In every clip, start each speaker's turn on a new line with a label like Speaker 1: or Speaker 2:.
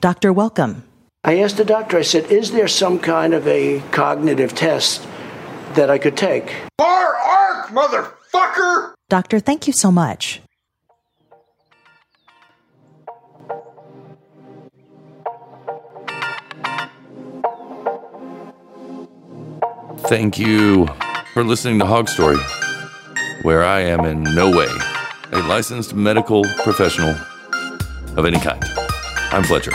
Speaker 1: Dr. Welcome.
Speaker 2: I asked the doctor, I said, is there some kind of a cognitive test that I could take?
Speaker 3: Bar arc, motherfucker!
Speaker 1: Doctor, thank you so much.
Speaker 4: Thank you for listening to Hog Story, where I am in no way a licensed medical professional of any kind. I'm Fletcher.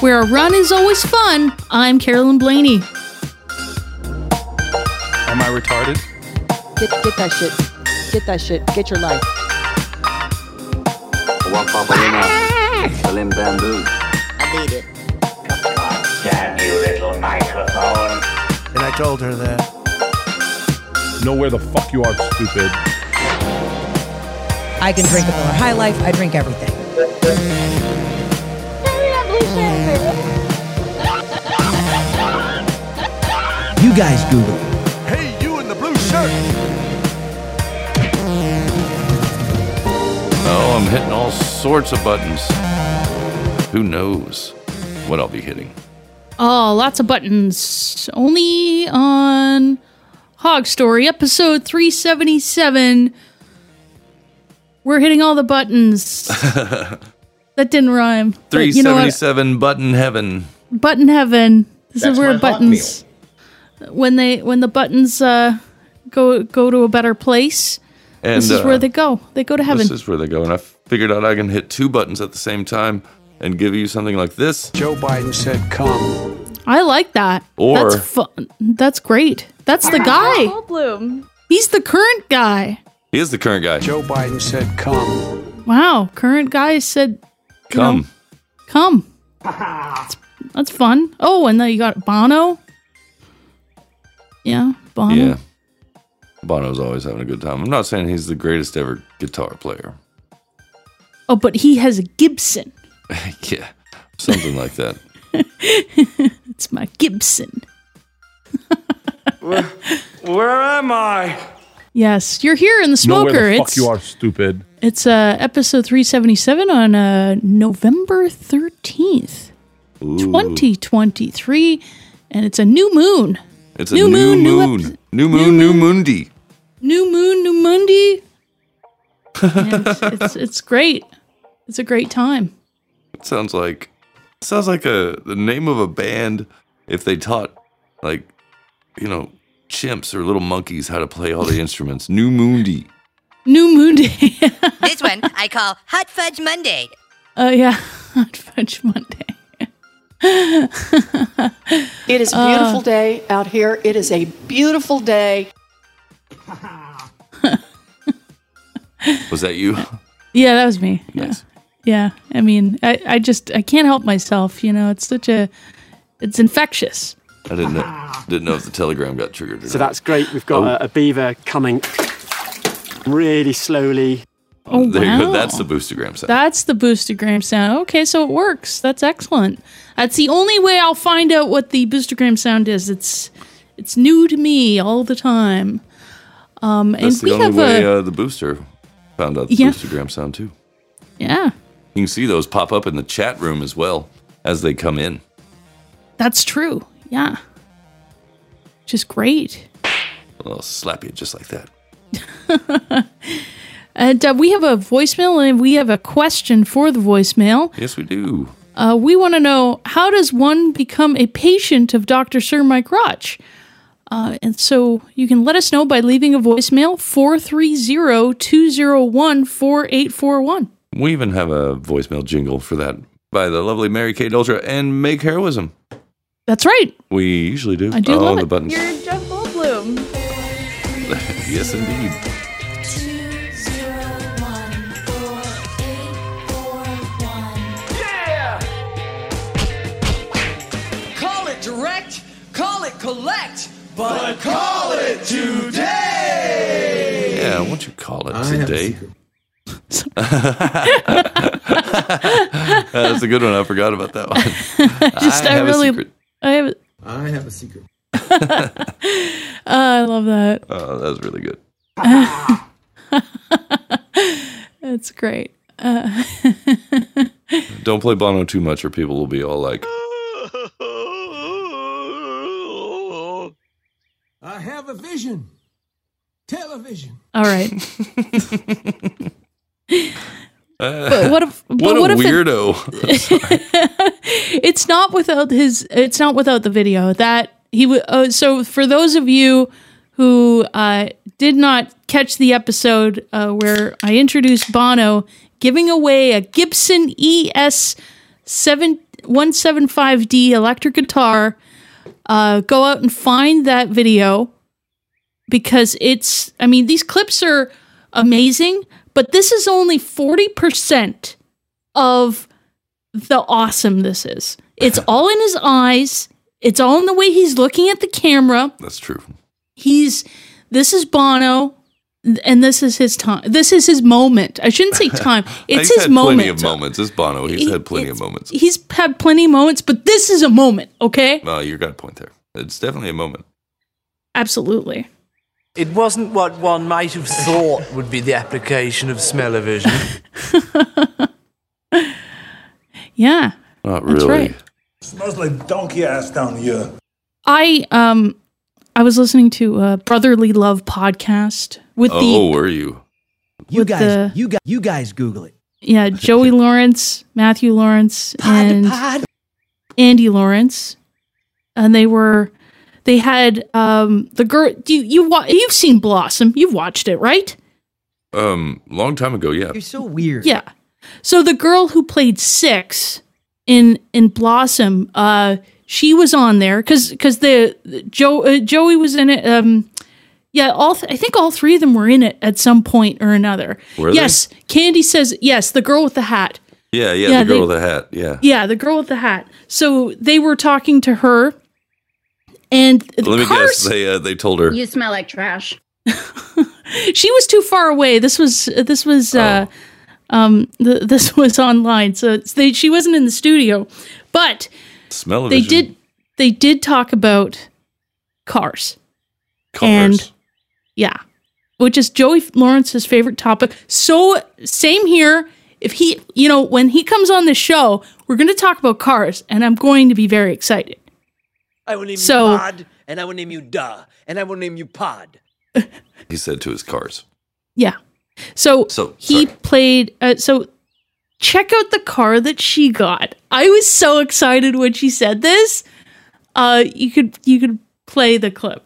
Speaker 5: Where a run is always fun, I'm Carolyn Blaney.
Speaker 6: Am I retarded?
Speaker 7: Get, get that shit. Get that shit. Get your life.
Speaker 8: Slim Bamboo.
Speaker 9: I need it.
Speaker 10: Damn you, little microphone.
Speaker 2: And I told her that.
Speaker 6: Know where the fuck you are, stupid.
Speaker 11: I can drink a Miller High Life. I drink everything.
Speaker 12: You guys Google.
Speaker 3: Hey, you in the blue shirt!
Speaker 4: Oh, I'm hitting all sorts of buttons. Who knows what I'll be hitting?
Speaker 5: Oh, lots of buttons. Only on Hog Story, episode 377. We're hitting all the buttons. that didn't rhyme. but you know what?
Speaker 4: 377 Button Heaven.
Speaker 5: button heaven. This
Speaker 4: That's
Speaker 5: is where
Speaker 4: my hot
Speaker 5: buttons when they when the buttons uh go go to a better place.
Speaker 4: And,
Speaker 5: this is
Speaker 4: uh,
Speaker 5: where they go. They go to heaven.
Speaker 4: This is where they go. And I figured out I can hit two buttons at the same time and give you something like this.
Speaker 2: Joe Biden said, come.
Speaker 5: I like that.
Speaker 4: Or-
Speaker 5: that's fun. That's great. That's the guy. Bloom. He's the current guy.
Speaker 4: He is the current guy.
Speaker 2: Joe Biden said, come.
Speaker 5: Wow, current guy said you know,
Speaker 4: Come.
Speaker 5: come. That's, that's fun. Oh, and then you got Bono. Yeah, Bono.
Speaker 4: Yeah. Bono's always having a good time. I'm not saying he's the greatest ever guitar player.
Speaker 5: Oh, but he has a Gibson.
Speaker 4: yeah. Something like that.
Speaker 5: It's my Gibson.
Speaker 3: Where am I?
Speaker 5: Yes, you're here in the smoker.
Speaker 6: Know where the fuck
Speaker 5: it's
Speaker 6: you are, stupid.
Speaker 5: it's uh, episode 377 on uh, November 13th, 2023, and it's a new moon.
Speaker 4: It's a new,
Speaker 5: new
Speaker 4: moon. new moon, new Mundi.
Speaker 5: New moon, new Monday. Yeah, it's, it's it's great. It's a great time.
Speaker 4: It sounds like it sounds like a the name of a band if they taught like you know chimps or little monkeys how to play all the instruments. New Mundi.
Speaker 5: New moon day.
Speaker 9: This one I call Hot Fudge Monday.
Speaker 5: Oh yeah, hot fudge Monday.
Speaker 7: It is
Speaker 5: Uh,
Speaker 7: a beautiful day out here. It is a beautiful day.
Speaker 4: Was that you?
Speaker 5: Yeah, that was me.
Speaker 4: Nice.
Speaker 5: Yeah, I mean, I, I just I can't help myself. You know, it's such a, it's infectious.
Speaker 4: I didn't know, didn't know if the telegram got triggered. Or
Speaker 13: So
Speaker 4: not.
Speaker 13: that's great. We've
Speaker 4: Oh.
Speaker 13: got a, a beaver coming really slowly.
Speaker 5: Oh
Speaker 4: there
Speaker 5: wow,
Speaker 4: you go. That's the boostergram sound.
Speaker 5: That's the boostergram sound. Okay, so it works. That's excellent. That's the only way I'll find out what the boostergram sound is. It's it's new to me all the time. Um, and
Speaker 4: That's the
Speaker 5: we
Speaker 4: only
Speaker 5: have
Speaker 4: way
Speaker 5: a
Speaker 4: uh, the booster found out the
Speaker 5: Yeah.
Speaker 4: boostergram sound too.
Speaker 5: yeah.
Speaker 4: You can see those pop up in the chat room as well as they come in.
Speaker 5: That's true. Yeah, just great.
Speaker 4: I'll slap you just like that.
Speaker 5: And uh, we have a voicemail and we have a question for the voicemail.
Speaker 4: Yes, we do.
Speaker 5: Uh, we want to know how does one become a patient of Dr. Sir Mike Roch? Uh, and so you can let us know by leaving a voicemail 430 201 4841.
Speaker 4: We even have a voicemail jingle for that by the lovely Mary Kate Ultra and Make Heroism.
Speaker 5: That's right.
Speaker 4: We usually do.
Speaker 5: I do
Speaker 4: Oh,
Speaker 5: love
Speaker 4: the
Speaker 5: it.
Speaker 4: buttons.
Speaker 14: Jeff Goldblum.
Speaker 4: yes, indeed.
Speaker 8: Call it direct, call it collect,
Speaker 3: But call it today!
Speaker 4: Yeah, won't you call it
Speaker 3: have a
Speaker 4: today? That's a good one. I forgot about that one.
Speaker 5: Just, I
Speaker 4: have a
Speaker 5: really-
Speaker 4: secret.
Speaker 5: I have,
Speaker 8: I have a secret.
Speaker 5: I love that.
Speaker 4: Oh, that was really good.
Speaker 5: That's great. Uh,
Speaker 4: Don't play Bono too much, or people will be all like,
Speaker 14: I have a vision. Television.
Speaker 5: All right.
Speaker 4: uh,
Speaker 5: But what if- but
Speaker 4: what a
Speaker 5: what if it-
Speaker 4: weirdo."
Speaker 5: it's not without his it's not without the video that he would oh, so for those of you who uh, did not catch the episode uh, where i introduced bono giving away a gibson E es 7 175d electric guitar uh, go out and find that video because it's i mean these clips are amazing but this is only 40% of the awesome this is it's all in his eyes it's all in the way he's looking at the camera
Speaker 4: That's true.
Speaker 5: he's this is bono and this is his time this is his moment i shouldn't say time it's
Speaker 4: He's
Speaker 5: his
Speaker 4: had Plenty
Speaker 5: moment
Speaker 4: of moments. It's Bono. He's
Speaker 5: He-
Speaker 4: had plenty of moments.
Speaker 5: he's had plenty of moments but this is a moment okay
Speaker 4: Well, you got a point there. It's definitely a moment.
Speaker 5: absolutely
Speaker 15: It wasn't what one might have thought would be the application of smell-o-vision.
Speaker 5: yeah
Speaker 4: Not
Speaker 5: That's really. right.
Speaker 16: Smells like donkey ass down here.
Speaker 5: i um i was listening to a brotherly love podcast with
Speaker 4: oh,
Speaker 5: the
Speaker 4: were you?
Speaker 12: You
Speaker 5: With
Speaker 12: guys,
Speaker 5: the-
Speaker 12: you guys, you guys, Google it.
Speaker 5: Yeah, Joey Lawrence, Matthew Lawrence, and Andy Lawrence, and they were they had um the girl. Do you you wa- you've seen Blossom? You've watched it, right?
Speaker 4: Um, long time ago. Yeah.
Speaker 12: so weird.
Speaker 5: Yeah. So the girl who played six in in Blossom, uh, she was on there because because the, the Joe uh, Joey was in it. Um, yeah, all th- I think all three of them were in it at some point or another.
Speaker 4: Were they?
Speaker 5: yes, Candy says yes. The girl with the hat.
Speaker 4: Yeah, yeah,
Speaker 5: Yeah,
Speaker 4: the girl
Speaker 5: they-
Speaker 4: with the hat. Yeah.
Speaker 5: Yeah, the girl with the hat. So they were talking to her, and the
Speaker 4: Let me
Speaker 5: car
Speaker 4: guess. They uh, they told her.
Speaker 17: smell like trash.
Speaker 5: she was too far away. This was this was uh,
Speaker 4: Oh.
Speaker 5: um th- this was online, so it's, they, she wasn't in the studio, but
Speaker 4: Smell
Speaker 5: they did they did talk about cars.
Speaker 4: Cars.
Speaker 5: and yeah, which is Joey Lawrence's favorite topic. So same here. If he, you know, when he comes on the show, we're going to talk about cars, and I'm going to be very excited.
Speaker 18: I will name
Speaker 5: So-
Speaker 18: you Pod, and I will name you Duh, and I will name you Pod.
Speaker 4: He said to his cars.
Speaker 5: Yeah. So,
Speaker 4: So,
Speaker 5: he played. Uh, so check out the car that she got. I was so excited when she said this. Uh, you could you could play the clip.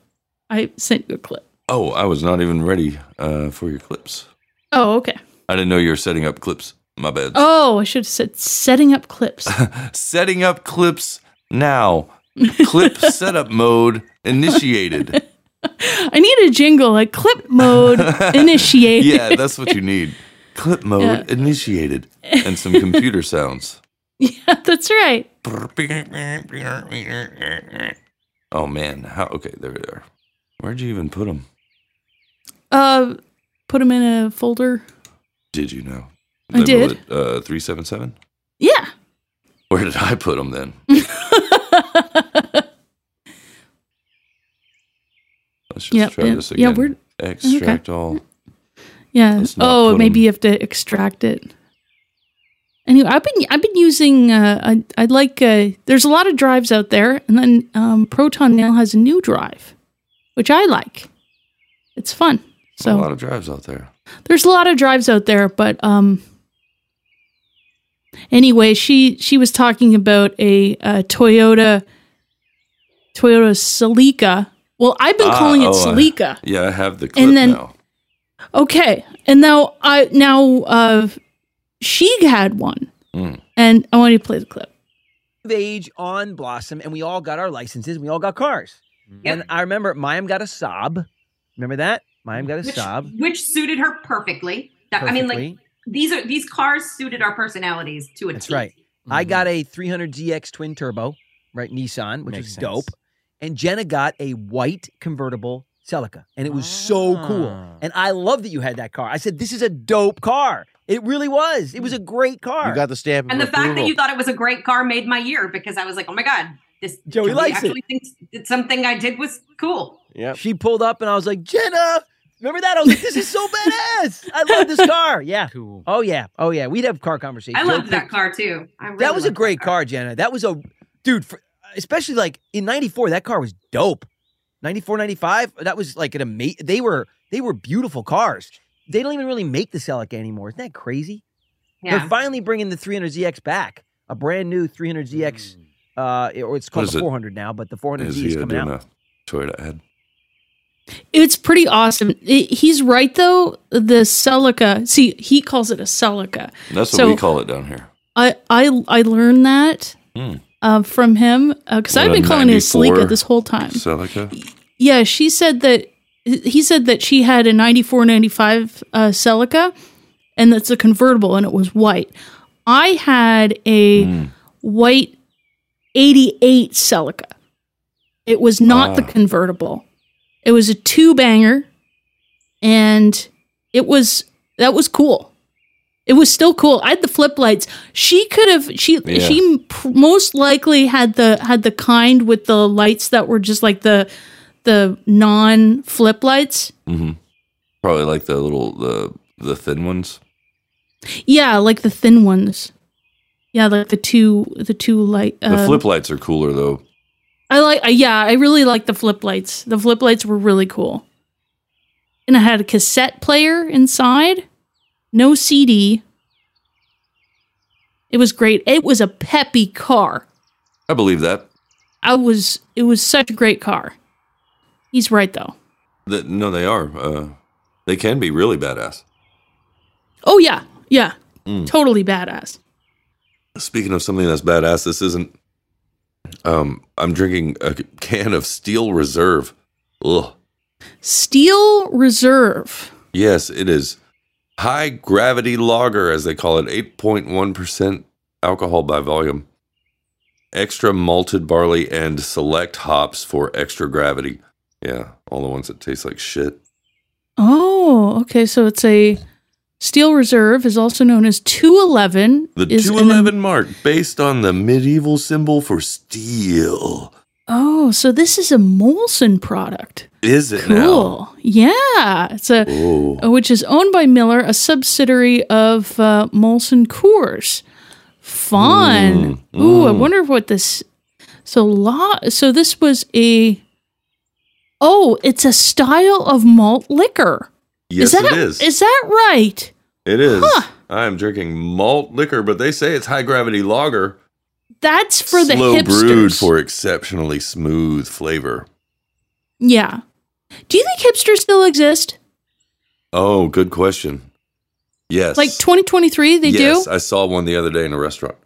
Speaker 5: I sent you a clip.
Speaker 4: Oh, I was not even ready uh, for your clips.
Speaker 5: Oh, okay.
Speaker 4: I didn't know you were setting up clips. My bad.
Speaker 5: Oh, I should have said setting up clips.
Speaker 4: Setting up clips now. Clip setup mode initiated.
Speaker 5: I need a jingle like clip mode initiated.
Speaker 4: yeah, that's what you need. Clip mode initiated and some computer sounds.
Speaker 5: yeah, that's right.
Speaker 4: Oh man, how okay, there they are. Where'd you even put them?
Speaker 5: Uh, put them in a folder.
Speaker 4: Did you know?
Speaker 5: I did.
Speaker 4: Remember what, Uh, 377?
Speaker 5: Yeah.
Speaker 4: Where did I put them then? Let's just
Speaker 5: Yep,
Speaker 4: try
Speaker 5: yeah,
Speaker 4: this
Speaker 5: yeah,
Speaker 4: again.
Speaker 5: we're-
Speaker 4: Extract all.
Speaker 5: Yeah.
Speaker 4: Let's not
Speaker 5: Oh,
Speaker 4: put
Speaker 5: maybe you have to extract it. Anyway, I've been I've been using uh, I I like uh, there's a lot of drives out there, and then um, Proton now has a new drive, which I like. It's fun.
Speaker 4: a
Speaker 5: So
Speaker 4: lot of drives out there.
Speaker 5: there's a lot of drives out there, but um. Anyway, she she was talking about a, uh Toyota Toyota Celica. Well, I've been
Speaker 4: Ah,
Speaker 5: calling it
Speaker 4: oh, I-
Speaker 5: Celica.
Speaker 4: yeah, I have the clip
Speaker 5: and then
Speaker 4: now.
Speaker 5: okay and now i now uh she had one
Speaker 4: Mm.
Speaker 5: and i want you to play the clip
Speaker 18: Of age on Blossom, and we all got our licenses. We all got cars. And I remember Mayim got a sob. Remember that? Mayim got a
Speaker 17: Which,
Speaker 18: sob.
Speaker 17: which suited her perfectly. That- I mean, like
Speaker 18: Perfectly.
Speaker 17: these are these cars suited our personalities to a
Speaker 18: That's
Speaker 17: T.
Speaker 18: right. I got
Speaker 12: Mm-hmm.
Speaker 18: a 300ZX twin turbo, right? Nissan, which
Speaker 17: Makes
Speaker 18: is
Speaker 17: sense.
Speaker 18: dope. And Jenna got a white convertible Celica, and it was
Speaker 12: Ah.
Speaker 18: so cool. And I love that you had that car. I said, "This is a dope car." It really was. It was a great car.
Speaker 19: You got the stamp.
Speaker 17: And the fact that you thought it was a great car made my year because I was like, oh my god, this
Speaker 18: Joey likes it.
Speaker 17: actually thinks that something I did was cool.
Speaker 18: She pulled up, and I was like, "Jenna, Remember that? I was like, this is so badass. I love this car. Yeah. Cool. Oh yeah. Oh yeah. We'd have car conversations.
Speaker 17: I
Speaker 18: Joe
Speaker 17: loved that
Speaker 18: picked-
Speaker 17: car too. I really
Speaker 18: that was a
Speaker 17: loved
Speaker 18: great car. Jana. That was a dude. For, especially like in '94, that car was dope. 94, 95, that was like an amazing. They were they were beautiful cars. They don't even really make the Celica anymore. Isn't that crazy?
Speaker 17: Yeah.
Speaker 18: They're finally bringing the 300ZX back, a brand new 300ZX. Uh, or it's called
Speaker 4: Hmm. is
Speaker 18: the
Speaker 4: it?
Speaker 18: 400 now, but the 400Z is,
Speaker 4: Is he uh,
Speaker 18: coming
Speaker 4: doing
Speaker 18: out.
Speaker 4: a Toyota ad?
Speaker 5: It's pretty awesome. I- he's right though. The Celica. See, he calls it a Celica.
Speaker 4: That's what
Speaker 5: So
Speaker 4: we call it down here.
Speaker 5: I I I learned that
Speaker 4: Mm.
Speaker 5: uh, from him because I've
Speaker 4: What a
Speaker 5: been calling it a
Speaker 4: 94
Speaker 5: Celica this whole time.
Speaker 4: Celica.
Speaker 5: Yeah, she said that he said that she had a 94 95 uh, Celica and that's a convertible and it was white. I had a white 88 Celica. It was not the
Speaker 19: Ah.
Speaker 5: convertible. It was a two banger and it was that was cool. It was still cool. I had the flip lights. She could have she
Speaker 19: Yeah.
Speaker 5: she pr- most likely had the had the kind with the lights that were just like the the non flip lights.
Speaker 4: hmm Probably like the little the the thin ones.
Speaker 5: Yeah, like the thin ones. Yeah, like the two the two light
Speaker 4: The
Speaker 5: um,
Speaker 4: flip lights are cooler though.
Speaker 5: I like uh, yeah, I really like the flip lights. The flip lights were really cool. And I had a cassette player inside. No CD. It was great. It was a peppy car.
Speaker 4: I believe that.
Speaker 5: I was it was such a great car. He's right though.
Speaker 4: That no, they are. Uh, they can be really badass.
Speaker 5: Oh yeah. Yeah.
Speaker 4: Mm.
Speaker 5: Totally badass.
Speaker 4: Speaking of something that's badass, this isn't. Um, I'm drinking a can of Steel Reserve. Ugh.
Speaker 5: Steel Reserve.
Speaker 4: Yes, it is high gravity lager, as they call it, 8.1% alcohol by volume. Extra malted barley and select hops for extra gravity. Yeah, all the ones that taste like shit.
Speaker 5: Oh, okay. So it's a Steel Reserve is also known as 211.
Speaker 4: The
Speaker 5: is an-
Speaker 4: 211 mark, based on the medieval symbol for steel.
Speaker 5: oh, so this is a Molson product.
Speaker 4: Is it now?
Speaker 5: Cool. Yeah. It's a
Speaker 4: Ooh.
Speaker 5: uh, which is owned by Miller, a subsidiary of uh, Molson Coors. Fun.
Speaker 4: Mm,
Speaker 5: Ooh, I wonder what this so law so this was a Oh, it's a style of malt liquor. is
Speaker 4: Yes,
Speaker 5: that,
Speaker 4: it is.
Speaker 5: Is that right?
Speaker 4: It is. I am drinking malt liquor, but they say it's high gravity lager.
Speaker 5: That's for the
Speaker 4: slow
Speaker 5: hipsters.
Speaker 4: brewed for exceptionally smooth flavor.
Speaker 5: Yeah. Do you think hipsters still exist?
Speaker 4: Oh, good question. Yes.
Speaker 5: Like 2023 they
Speaker 4: yes,
Speaker 5: do?
Speaker 4: I saw one the other day in a restaurant.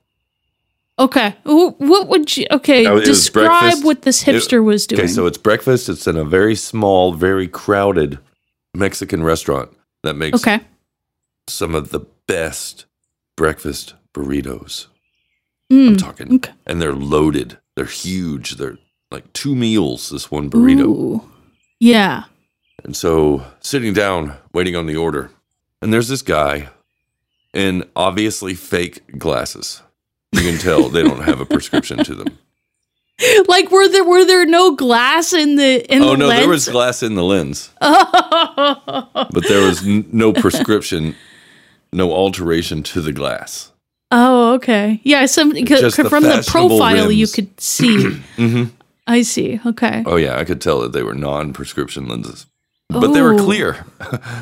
Speaker 5: Okay. Wh- What would you Okay,
Speaker 4: Uh, it was
Speaker 5: describe
Speaker 4: breakfast.
Speaker 5: what this hipster
Speaker 4: It-
Speaker 5: was doing.
Speaker 4: Okay, so it's breakfast. It's in a very small, very crowded Mexican restaurant that makes
Speaker 5: okay.
Speaker 4: some of the best breakfast burritos.
Speaker 5: Mm.
Speaker 4: I'm talking, and they're loaded. They're huge. They're like two meals. This one burrito.
Speaker 5: Yeah.
Speaker 4: And so sitting down, waiting on the order, and there's this guy in obviously fake glasses. You can tell they don't have a prescription to them.
Speaker 5: Like were there were there no glass in the in
Speaker 4: oh
Speaker 5: the
Speaker 4: no,
Speaker 5: lens?
Speaker 4: there was glass in the lens,
Speaker 5: oh.
Speaker 4: but there was n- no prescription, no alteration to the glass.
Speaker 5: Oh, okay. Yeah, some
Speaker 4: Just the
Speaker 5: from the
Speaker 4: fashionable
Speaker 5: profile you
Speaker 4: rims.
Speaker 5: could see.
Speaker 4: hmm
Speaker 5: I see. Okay.
Speaker 4: Oh yeah, I could tell that they were non-prescription lenses, but they were
Speaker 5: Oh.
Speaker 4: clear.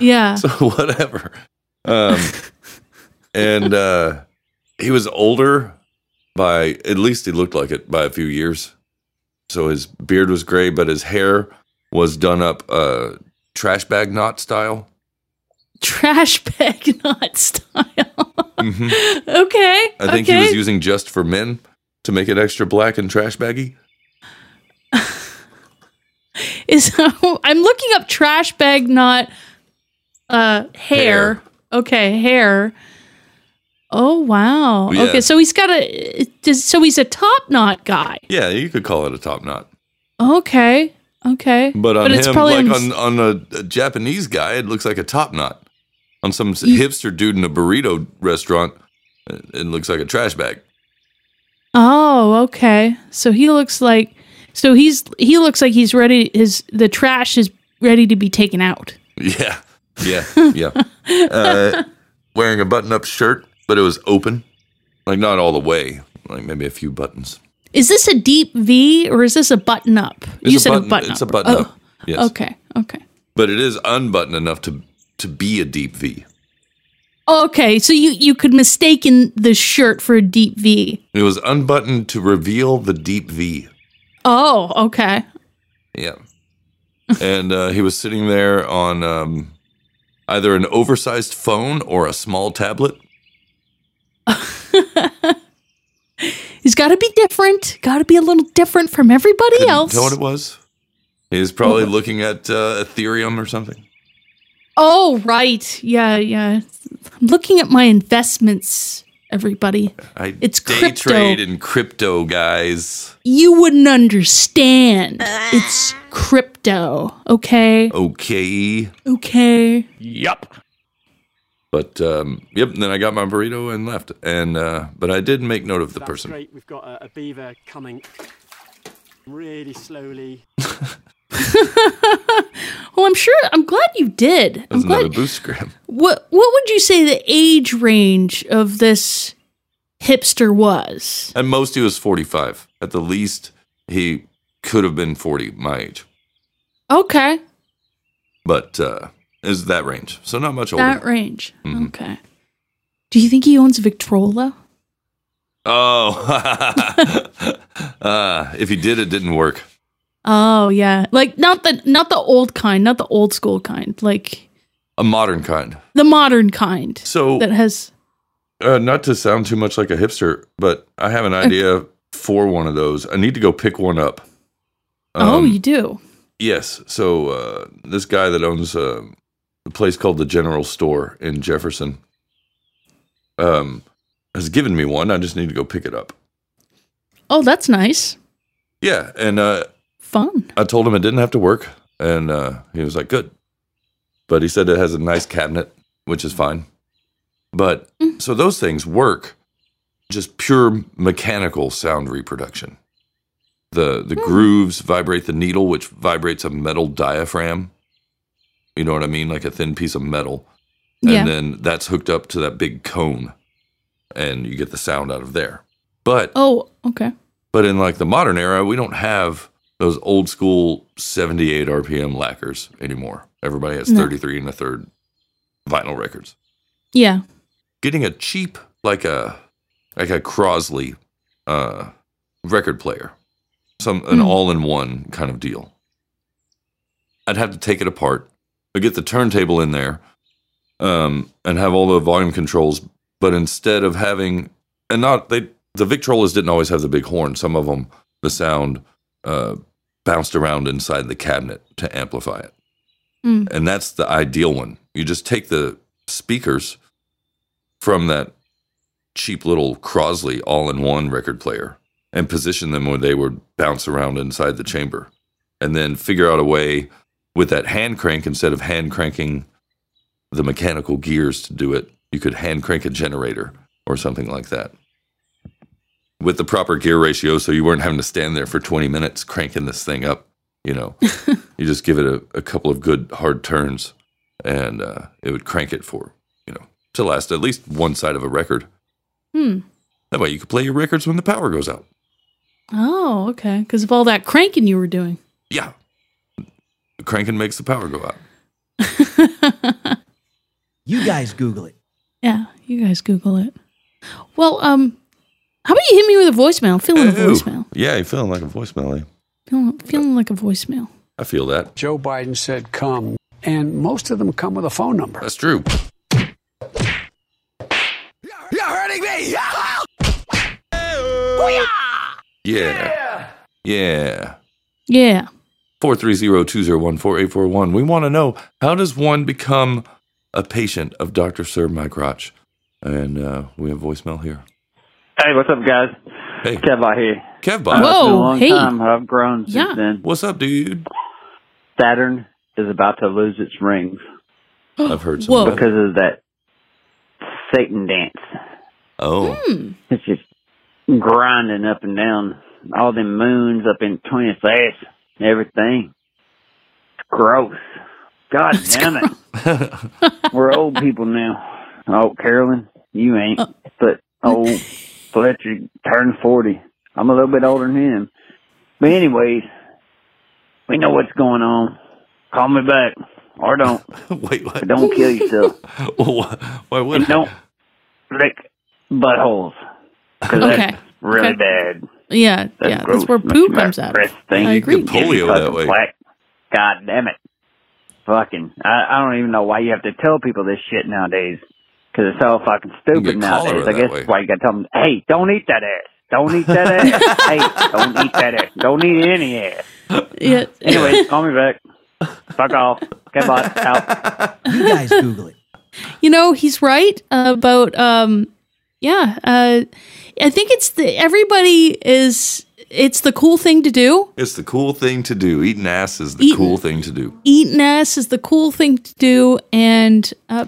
Speaker 5: Yeah.
Speaker 4: Uh, so whatever. Um, and uh, he was older by at least he looked like it by a few years. So his beard was gray, but his hair was done up uh, trash bag knot style.
Speaker 5: Trash bag not style.
Speaker 4: Mhm.
Speaker 5: Okay.
Speaker 4: I think
Speaker 5: okay.
Speaker 4: he was using just for men to make it extra black and trash baggy.
Speaker 5: Is I'm looking up trash bag not uh hair.
Speaker 4: Hair.
Speaker 5: Okay, hair. Oh wow.
Speaker 4: Yeah.
Speaker 5: Okay, so he's got a does- so he's a top knot guy.
Speaker 4: Yeah, you could call it a top knot.
Speaker 5: Okay. Okay.
Speaker 4: But on
Speaker 5: it's
Speaker 4: him,
Speaker 5: probably
Speaker 4: like
Speaker 5: s-
Speaker 4: on, on a, a Japanese guy, it looks like a top knot. On some s- hipster dude in a burrito restaurant, it it looks like a trash bag.
Speaker 5: Oh, okay. So he looks like so he's he looks like he's ready his the trash is ready to be taken out.
Speaker 4: Yeah, yeah, yeah. uh, wearing a button-up shirt, but it was open, like not all the way, like maybe a few buttons.
Speaker 5: Is this a deep V or is this a button up?
Speaker 4: It's
Speaker 5: you
Speaker 4: a
Speaker 5: said
Speaker 4: button-
Speaker 5: a button up.
Speaker 4: it's a button
Speaker 5: Oh,
Speaker 4: up, yes.
Speaker 5: Okay. Okay.
Speaker 4: But it is unbuttoned enough to to be a deep V.
Speaker 5: Okay. So you you could mistaken the shirt for a deep V.
Speaker 4: It was unbuttoned to reveal the deep V.
Speaker 5: Oh, okay.
Speaker 4: Yeah. and uh, he was sitting there on um, either an oversized phone or a small tablet.
Speaker 5: He's got to be different. Got to be a little different from everybody else.
Speaker 4: Tell what it was. He was probably looking at uh, Ethereum or something.
Speaker 5: Oh, right. Yeah, yeah. I'm looking at my investments, everybody.
Speaker 4: I
Speaker 5: It's
Speaker 4: day
Speaker 5: crypto.
Speaker 4: trade in crypto, guys.
Speaker 5: You wouldn't understand. It's crypto, okay?
Speaker 4: Okay.
Speaker 5: Okay.
Speaker 4: Yup. But um, yep. Then I got my burrito and left. And uh, but I did make note of the
Speaker 13: That's
Speaker 4: person.
Speaker 13: Great. We've got a, a beaver coming really slowly.
Speaker 5: Well, Oh, I'm sure I'm glad you did.
Speaker 4: That
Speaker 5: I'm
Speaker 4: was another
Speaker 5: glad.
Speaker 4: boost grab.
Speaker 5: What what would you say the age range of this hipster was?
Speaker 4: At most, he was forty-five. At the least, he could have been forty, my age.
Speaker 5: Okay.
Speaker 4: But uh, is that range? So not much older.
Speaker 5: That range.
Speaker 4: Mhm.
Speaker 5: Okay. Do you think he owns Victrola?
Speaker 4: Oh, uh, if he did, it didn't work.
Speaker 5: Oh yeah. Like not the not the old kind, not the old school kind. Like
Speaker 4: A modern kind.
Speaker 5: the modern kind.
Speaker 4: So-
Speaker 5: that has
Speaker 4: Uh, not to sound too much like a hipster, but I have an
Speaker 5: Uh,
Speaker 4: idea for one of those. I need to go pick one up.
Speaker 5: Oh,
Speaker 4: Um,
Speaker 5: you do.
Speaker 4: Yes. So uh, this guy that owns uh, a place called the General Store in Jefferson um, has given me one. I just need to go pick it up.
Speaker 5: Oh, that's nice.
Speaker 4: Yeah, and uh,
Speaker 5: Fun.
Speaker 4: I told him it didn't have to work, and uh, he was like, "Good." But he said it has a nice cabinet, which is fine. But
Speaker 5: Mm.
Speaker 4: so those things work, just pure mechanical sound reproduction. The
Speaker 5: Hmm.
Speaker 4: the grooves vibrate the needle, which vibrates a metal diaphragm. You know what I mean, like a thin piece of metal, and
Speaker 5: Yeah.
Speaker 4: then that's hooked up to that big cone, and you get the sound out of there. But
Speaker 5: Oh, okay.
Speaker 4: but in like the modern era, we don't have those old school 78 RPM lacquers anymore. Everybody has
Speaker 5: No.
Speaker 4: 33 and a third vinyl records.
Speaker 5: Yeah.
Speaker 4: Getting a cheap like a like a Crosley uh record player. Some an
Speaker 5: Mm.
Speaker 4: all-in-one kind of deal. I'd have to take it apart, but get the turntable in there um and have all the volume controls, but instead of having and not they the Victrolas didn't always have the big horn. Some of them the sound uh bounced around inside the cabinet to amplify it
Speaker 5: Mm.
Speaker 4: and that's the ideal one. You just take the speakers from that cheap little Crosley all-in-one record player and position them where they would bounce around inside the chamber, and then figure out a way with that hand crank instead of hand cranking the mechanical gears to do it. You could hand crank a generator or something like that with the proper gear ratio, so you weren't having to stand there for 20 minutes cranking this thing up. You know, you just give it a, a couple of good hard turns, and uh, it would crank it for you know to last at least one side of a record.
Speaker 5: Hmm.
Speaker 4: That way, you could play your records when the power goes out.
Speaker 5: Oh, okay. Because of all that cranking you were doing.
Speaker 4: Yeah, cranking makes the power go out.
Speaker 18: You guys Google it.
Speaker 5: Yeah, you guys Google it. Well, um, how about you hit me with a voicemail? I'm feeling a
Speaker 4: Ooh.
Speaker 5: voicemail.
Speaker 4: Yeah, you're feeling like a voicemail. eh?
Speaker 5: Feeling, feeling like a voicemail.
Speaker 4: I feel that.
Speaker 19: Joe Biden said come, and most of them come with a phone number.
Speaker 4: That's true.
Speaker 3: You're hurting me!
Speaker 4: Yeah. Yeah.
Speaker 5: Yeah.
Speaker 4: 430-201-4841. We want to know how does one become a patient of Dr. Sir Mike Roch? And uh, we have voicemail here.
Speaker 20: Hey, what's up, guys?
Speaker 4: Hey.
Speaker 20: Kev out here.
Speaker 4: Kev
Speaker 20: Uh,
Speaker 4: Bot.
Speaker 20: it's been a long time. I've grown since
Speaker 5: Yeah.
Speaker 20: then.
Speaker 4: What's up, dude?
Speaker 20: Saturn is about to lose its rings
Speaker 4: I've heard
Speaker 5: Whoa.
Speaker 20: because of that Satan dance.
Speaker 4: Oh.
Speaker 5: Hmm.
Speaker 20: It's just
Speaker 17: Hmm.
Speaker 20: grinding up and down. All them moons up in 20th ass, everything. It's gross. God damn it. We're old people now. Oh, Carolyn, you ain't. But old Fletcher turned 40. I'm a little bit older than him. But anyways, we know what's going on. Call me back or don't.
Speaker 4: Wait, what?
Speaker 20: But don't kill yourself.
Speaker 4: well, why would
Speaker 20: and don't lick buttholes. Because that's really
Speaker 5: Okay.
Speaker 20: bad.
Speaker 5: Yeah,
Speaker 20: That's
Speaker 5: yeah.
Speaker 20: gross.
Speaker 5: That's where
Speaker 20: Makes
Speaker 5: poo
Speaker 20: me like
Speaker 5: comes out.
Speaker 20: breath
Speaker 5: I
Speaker 20: stink.
Speaker 5: agree.
Speaker 4: polio
Speaker 20: Fucking
Speaker 4: that way.
Speaker 20: black. God damn it. Fucking. I, I don't even know why you have to tell people this shit nowadays. Because it's all fucking
Speaker 4: get
Speaker 20: stupid
Speaker 4: cholera
Speaker 20: nowadays. I
Speaker 4: that
Speaker 20: guess
Speaker 4: way.
Speaker 20: that's why you gotta tell them, hey, don't eat that ass. Don't eat that ass. hey, don't eat that ass. Don't eat any ass.
Speaker 5: Yeah.
Speaker 20: Anyway, call me back. Fuck off. Okay, bye. Out.
Speaker 18: You guys Google it.
Speaker 5: You know, he's right about um yeah, uh I think it's the everybody is it's the cool thing to do.
Speaker 4: It's the cool thing to do. Eating ass is the
Speaker 5: Eating-
Speaker 4: cool thing to do.
Speaker 5: Eating ass is the cool thing to do and uh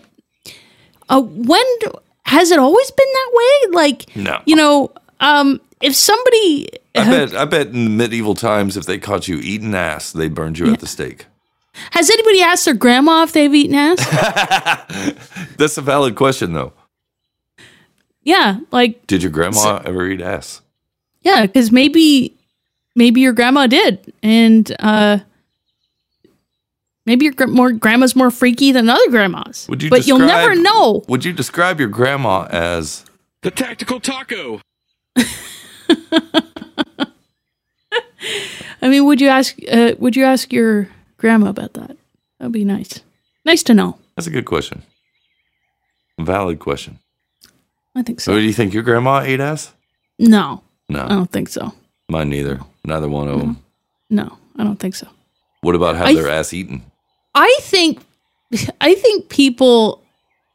Speaker 5: uh when do- has it always been that way? Like
Speaker 4: No.
Speaker 5: you know, um if somebody
Speaker 4: I bet I bet in medieval times if they caught you eating ass, they burned you at the stake.
Speaker 5: has anybody asked their grandma if they've eaten ass?
Speaker 4: That's a valid question though.
Speaker 5: yeah, like
Speaker 4: Did your grandma ever eat ass?
Speaker 5: Yeah, because maybe maybe your grandma did, and uh, maybe your gr- more grandma's more freaky than other grandmas.
Speaker 4: Would you
Speaker 5: but you'll
Speaker 4: describe-
Speaker 5: never know.
Speaker 4: Would you describe your grandma as the tactical taco?
Speaker 5: I mean, would you ask? Uh, would you ask your grandma about that? That'd be nice. Nice to know.
Speaker 4: That's a good question. Valid question.
Speaker 5: I think so.
Speaker 4: So, do you think your grandma ate ass?
Speaker 5: No,
Speaker 4: No,
Speaker 5: I don't think so.
Speaker 4: mine neither. Neither one of them.
Speaker 5: No, I don't think so.
Speaker 4: What about have
Speaker 5: I
Speaker 4: their
Speaker 5: th-
Speaker 4: ass eaten?
Speaker 5: I think, I think people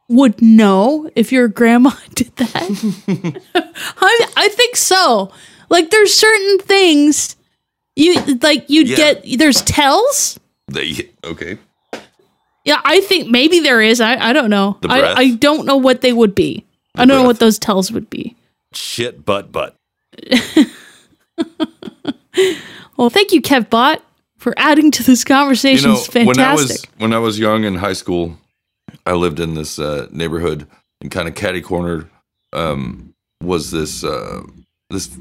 Speaker 5: would know if your grandma did that. I I think so. Like there's certain things you like you'd
Speaker 4: Yeah.
Speaker 5: get there's tells.
Speaker 4: They okay.
Speaker 5: Yeah, I think maybe there is. I, I don't know.
Speaker 4: The
Speaker 5: I,
Speaker 4: breath.
Speaker 5: I don't know what they would be. I don't know what those tells would be.
Speaker 4: Shit, butt, butt.
Speaker 5: Well, thank you, Kev Bot, for adding to this conversation. it's
Speaker 4: when I was
Speaker 5: fantastic.
Speaker 4: when I was young in high school, I lived in this uh, neighborhood and kind of catty cornered um, was this uh, this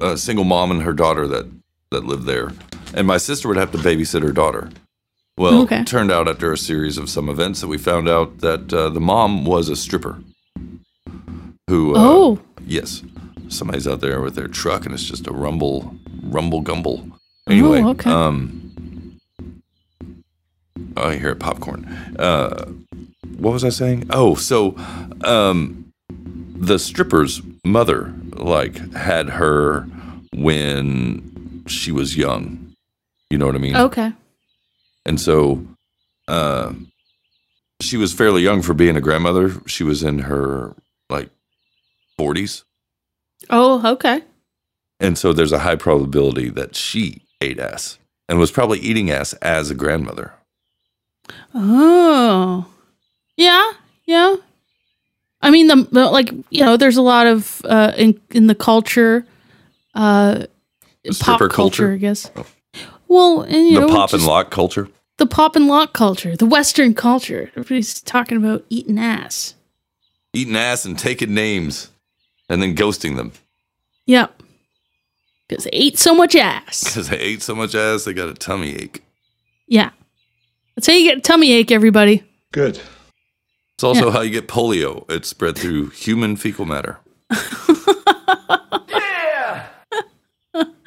Speaker 4: uh, single mom and her daughter that that lived there, and my sister would have to babysit her daughter. Well,
Speaker 5: Okay.
Speaker 4: it turned out after a series of some events that we found out that uh, the mom was a stripper. Who? Uh,
Speaker 5: Oh.
Speaker 4: yes, somebody's out there with their truck, and it's just a rumble, rumble, gumble. Anyway,
Speaker 5: Oh, okay.
Speaker 4: um, Oh, I hear it popcorn. Uh, what was I saying? Oh, so um, the stripper's mother like had her when she was young. You know what I mean?
Speaker 5: Okay.
Speaker 4: And so uh, she was fairly young for being a grandmother. She was in her like 40s.
Speaker 5: Oh, okay.
Speaker 4: And so there's a high probability that she ate ass and was probably eating ass as a grandmother.
Speaker 5: Oh, yeah, yeah. I mean, the the- like you know, there's a lot of uh, in in the culture, uh, pop
Speaker 4: stripper culture? Oh.
Speaker 5: I guess. Well, and you
Speaker 4: the
Speaker 5: know,
Speaker 4: pop and
Speaker 5: just
Speaker 4: lock culture.
Speaker 5: the pop and lock culture, the Western culture. Everybody's talking about eating ass.
Speaker 4: eating ass and taking names and then ghosting them
Speaker 5: Yep, because they ate so much ass.
Speaker 4: because they ate so much ass they got a tummy ache.
Speaker 5: Yeah, that's how you get a tummy ache, everybody.
Speaker 4: Good. It's also
Speaker 5: Yeah.
Speaker 4: how you get polio. It's spread through human fecal matter.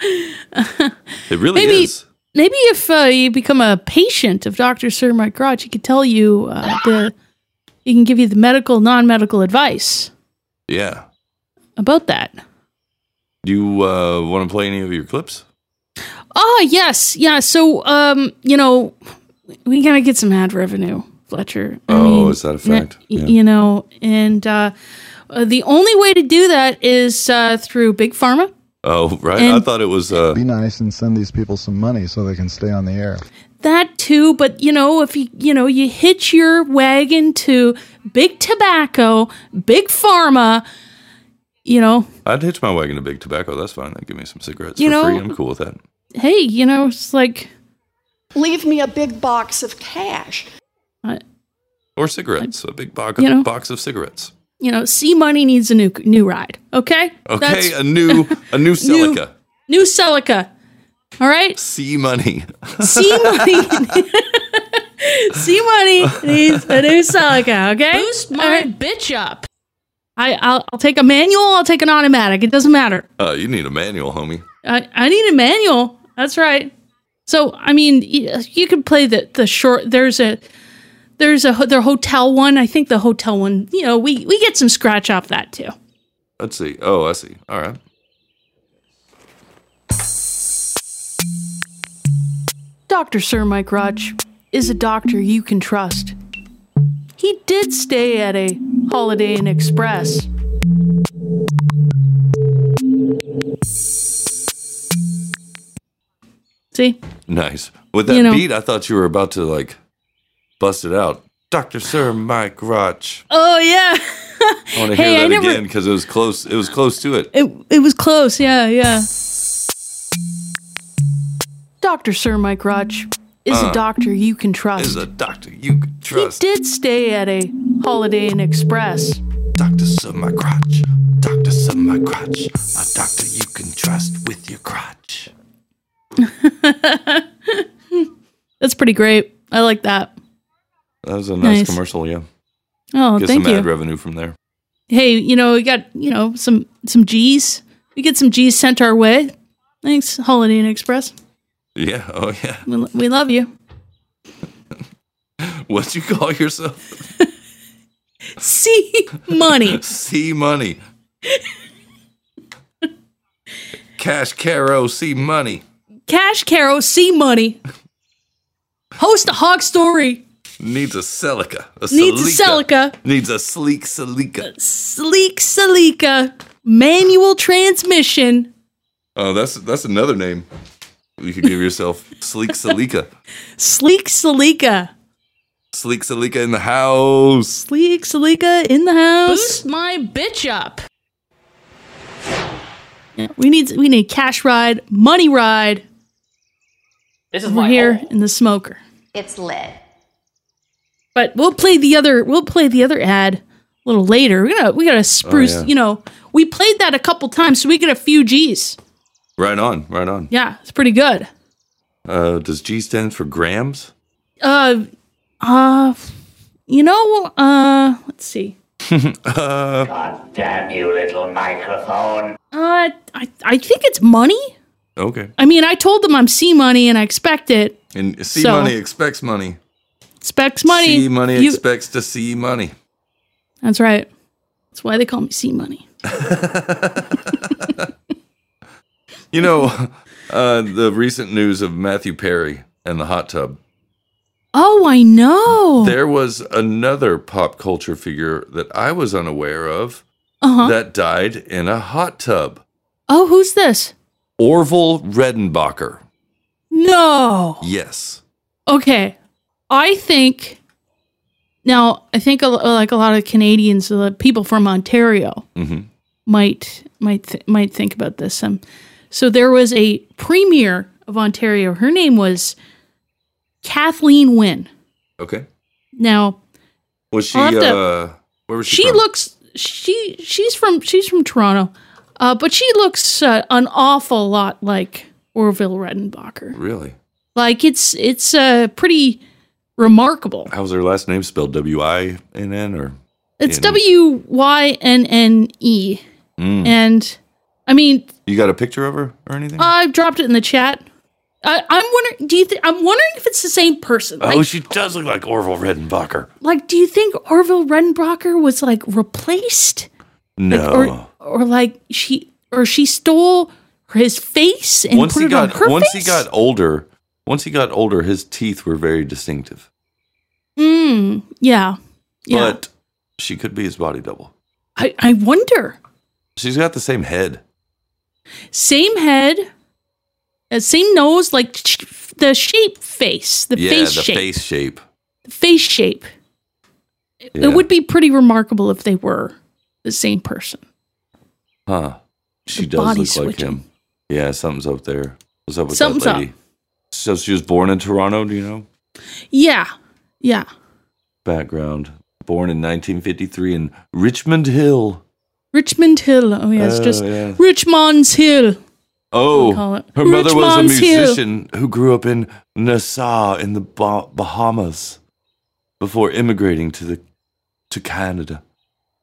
Speaker 4: It really
Speaker 5: maybe
Speaker 4: is.
Speaker 5: maybe if uh, you become a patient of Doctor Sir Mike Crotch, he could tell you uh, the he can give you the medical non-medical advice
Speaker 4: Yeah.
Speaker 5: about that.
Speaker 4: Do you uh, want to play any of your clips?
Speaker 5: Oh yes, yeah. So um, you know, we gotta get some ad revenue, Fletcher. I
Speaker 4: Oh,
Speaker 5: mean,
Speaker 4: is that a fact?
Speaker 5: n-
Speaker 4: Yeah.
Speaker 5: y- You know, and uh, uh, the only way to do that is uh, through big pharma.
Speaker 4: Oh, right. I
Speaker 5: And-
Speaker 4: thought it was. Uh,
Speaker 21: Be nice and send these people some money so they can stay on the air.
Speaker 5: that too but you know if you you know you hitch your wagon to big tobacco big pharma you know
Speaker 4: I'd hitch my wagon to Big Tobacco. That's fine. They give me some cigarettes
Speaker 5: You
Speaker 4: for
Speaker 5: know-
Speaker 4: free. I'm cool with that.
Speaker 5: hey you know it's like
Speaker 7: Leave me a big box of cash.
Speaker 4: Or cigarettes, a big box,
Speaker 5: You know.
Speaker 4: box of cigarettes.
Speaker 5: You know, C Money needs a new new ride. Okay.
Speaker 4: Okay, uh,
Speaker 5: That's-
Speaker 4: a new a new silica.
Speaker 5: new Celica. All right.
Speaker 4: C money.
Speaker 5: C money. C money needs a new Celica. Okay. Boost my bitch up. I I'll, I'll take a manual. I'll take an automatic. It doesn't matter.
Speaker 4: Uh, you need a manual, homie.
Speaker 5: I, I need a manual. That's right. So I mean, y- you could play the the short. There's a there's a ho- their hotel one. I think the hotel one. You know, we we get some scratch off that too.
Speaker 4: Let's see. Oh, I see. All right.
Speaker 5: Dr. Sir Mike Rudge is a doctor you can trust. He did stay at a Holiday Inn Express. See?
Speaker 4: Nice. With that
Speaker 5: You know.
Speaker 4: beat, I thought you were about to like bust it out. Dr. Sir Mike Roch.
Speaker 5: Oh yeah.
Speaker 4: I want to
Speaker 5: Hey,
Speaker 4: hear
Speaker 5: I
Speaker 4: that
Speaker 5: never-
Speaker 4: again because it was close. It was close to it.
Speaker 5: It it was close. Yeah, yeah. Dr. Sir Mike Rudge is
Speaker 4: Uh,
Speaker 5: a doctor you can trust.
Speaker 4: Is a doctor you could trust.
Speaker 5: did stay at a Holiday Inn Express.
Speaker 4: Doctor Sir My Crotch. Doctor Sir My Crotch. A doctor you can trust with your crotch.
Speaker 5: That's pretty great. I like that.
Speaker 4: That was a nice,
Speaker 5: Nice.
Speaker 4: commercial, yeah.
Speaker 5: Oh,
Speaker 4: Get
Speaker 5: thank
Speaker 4: some
Speaker 5: you.
Speaker 4: ad revenue from there.
Speaker 5: hey, you know, we got, you know, some some G's. We get some G's sent our way. Thanks, Holiday Inn Express.
Speaker 4: Yeah. Oh, yeah.
Speaker 5: We, we love you.
Speaker 4: What'd you call yourself?
Speaker 5: See money.
Speaker 4: C money. Cash Caro C money.
Speaker 5: Cash Caro, see money. Host a hog story.
Speaker 4: Needs a Celica. A
Speaker 5: Needs a Celica.
Speaker 4: Needs a sleek Celica.
Speaker 5: Sleek Salika. Manual transmission.
Speaker 4: Oh, that's that's another name. You could give yourself Sleek Celica.
Speaker 5: Sleek Salika.
Speaker 4: Sleek Celica in the house.
Speaker 5: Sleek Salika in the house. Boost my bitch up. We need we need cash ride, money ride.
Speaker 1: This
Speaker 5: is We're here in the smoker.
Speaker 1: It's lit.
Speaker 5: But we'll play the other we'll play the other ad a little later. We're gonna we gotta spruce,
Speaker 4: yeah.
Speaker 5: you know. We played that a couple times, so we get a few G's.
Speaker 4: Right on, right on.
Speaker 5: Yeah, it's pretty good.
Speaker 4: Uh, does G stand for grams?
Speaker 5: Uh uh you know, uh let's see.
Speaker 4: uh,
Speaker 10: Damn you, little microphone.
Speaker 5: Uh I I think it's money.
Speaker 4: okay.
Speaker 5: I mean I told them I'm C money and I expect it.
Speaker 4: And C
Speaker 5: So-
Speaker 4: money expects money.
Speaker 5: Expects money.
Speaker 4: C money
Speaker 5: You-
Speaker 4: expects to see money.
Speaker 5: That's right. That's why they call me C money.
Speaker 4: You know, uh, the recent news of Matthew Perry and the hot tub.
Speaker 5: Oh, I know.
Speaker 4: There was another pop culture figure that I was unaware of
Speaker 5: Uh-huh.
Speaker 4: that died in a hot tub.
Speaker 5: oh, who's this?
Speaker 4: Orville Redenbacher.
Speaker 5: No.
Speaker 4: Yes.
Speaker 5: Okay. I think now I think a, like a lot of Canadians, uh, people from Ontario
Speaker 4: Mm-hmm.
Speaker 5: might might th- might think about this. Um, so there was a premier of Ontario. Her name was Kathleen Wynne.
Speaker 4: Okay.
Speaker 5: Now
Speaker 4: Was she?
Speaker 5: I'll have to-
Speaker 4: uh, where was she?
Speaker 5: she
Speaker 4: from?
Speaker 5: looks she she's from she's from Toronto, uh, but she looks uh, an awful lot like Orville Redenbacher.
Speaker 4: really.
Speaker 5: Like it's it's uh, pretty remarkable.
Speaker 4: How was her last name spelled? W I N N or
Speaker 5: It's
Speaker 4: in-
Speaker 5: W Y N N E.
Speaker 4: Mm.
Speaker 5: And I mean,
Speaker 4: You got a picture of her or anything?
Speaker 5: Uh, I've dropped it in the chat. I, I'm wondering. Do you? Th- I'm wondering if it's the same person. Like,
Speaker 4: oh, she does look like Orville Redenbacher.
Speaker 5: like, do you think Orville Redenbacher was like replaced,
Speaker 4: No.
Speaker 5: or or like she or she stole his face and
Speaker 4: once
Speaker 5: put
Speaker 4: he
Speaker 5: it
Speaker 4: got
Speaker 5: on her
Speaker 4: once
Speaker 5: face?
Speaker 4: he got older, once he got older, his teeth were very distinctive.
Speaker 5: Mm, yeah, yeah.
Speaker 4: But she could be his body double.
Speaker 5: I, I wonder.
Speaker 4: She's got the same head.
Speaker 5: Same head, uh, same nose, like sh- the shape face, the
Speaker 4: yeah,
Speaker 5: face
Speaker 4: the
Speaker 5: shape.
Speaker 4: face shape.
Speaker 5: face shape. It-
Speaker 4: Yeah.
Speaker 5: It would be pretty remarkable if they were the same person.
Speaker 4: Huh. She
Speaker 5: The
Speaker 4: does
Speaker 5: body
Speaker 4: look like him. Yeah, something's up there. What's up with
Speaker 5: Something's
Speaker 4: that
Speaker 5: up.
Speaker 4: lady? So she was born in Toronto, do you know?
Speaker 5: Yeah. Yeah.
Speaker 4: Background. Born in 1953 in Richmond Hill.
Speaker 5: Richmond Hill. Oh, yeah. It's
Speaker 4: Oh,
Speaker 5: just
Speaker 4: yeah.
Speaker 5: Richmond's Hill. We call
Speaker 4: Oh,
Speaker 5: it
Speaker 4: her mother was a
Speaker 5: Richmond's Hill.
Speaker 4: musician who grew up in Nassau in the ba- Bahamas before immigrating to the to Canada,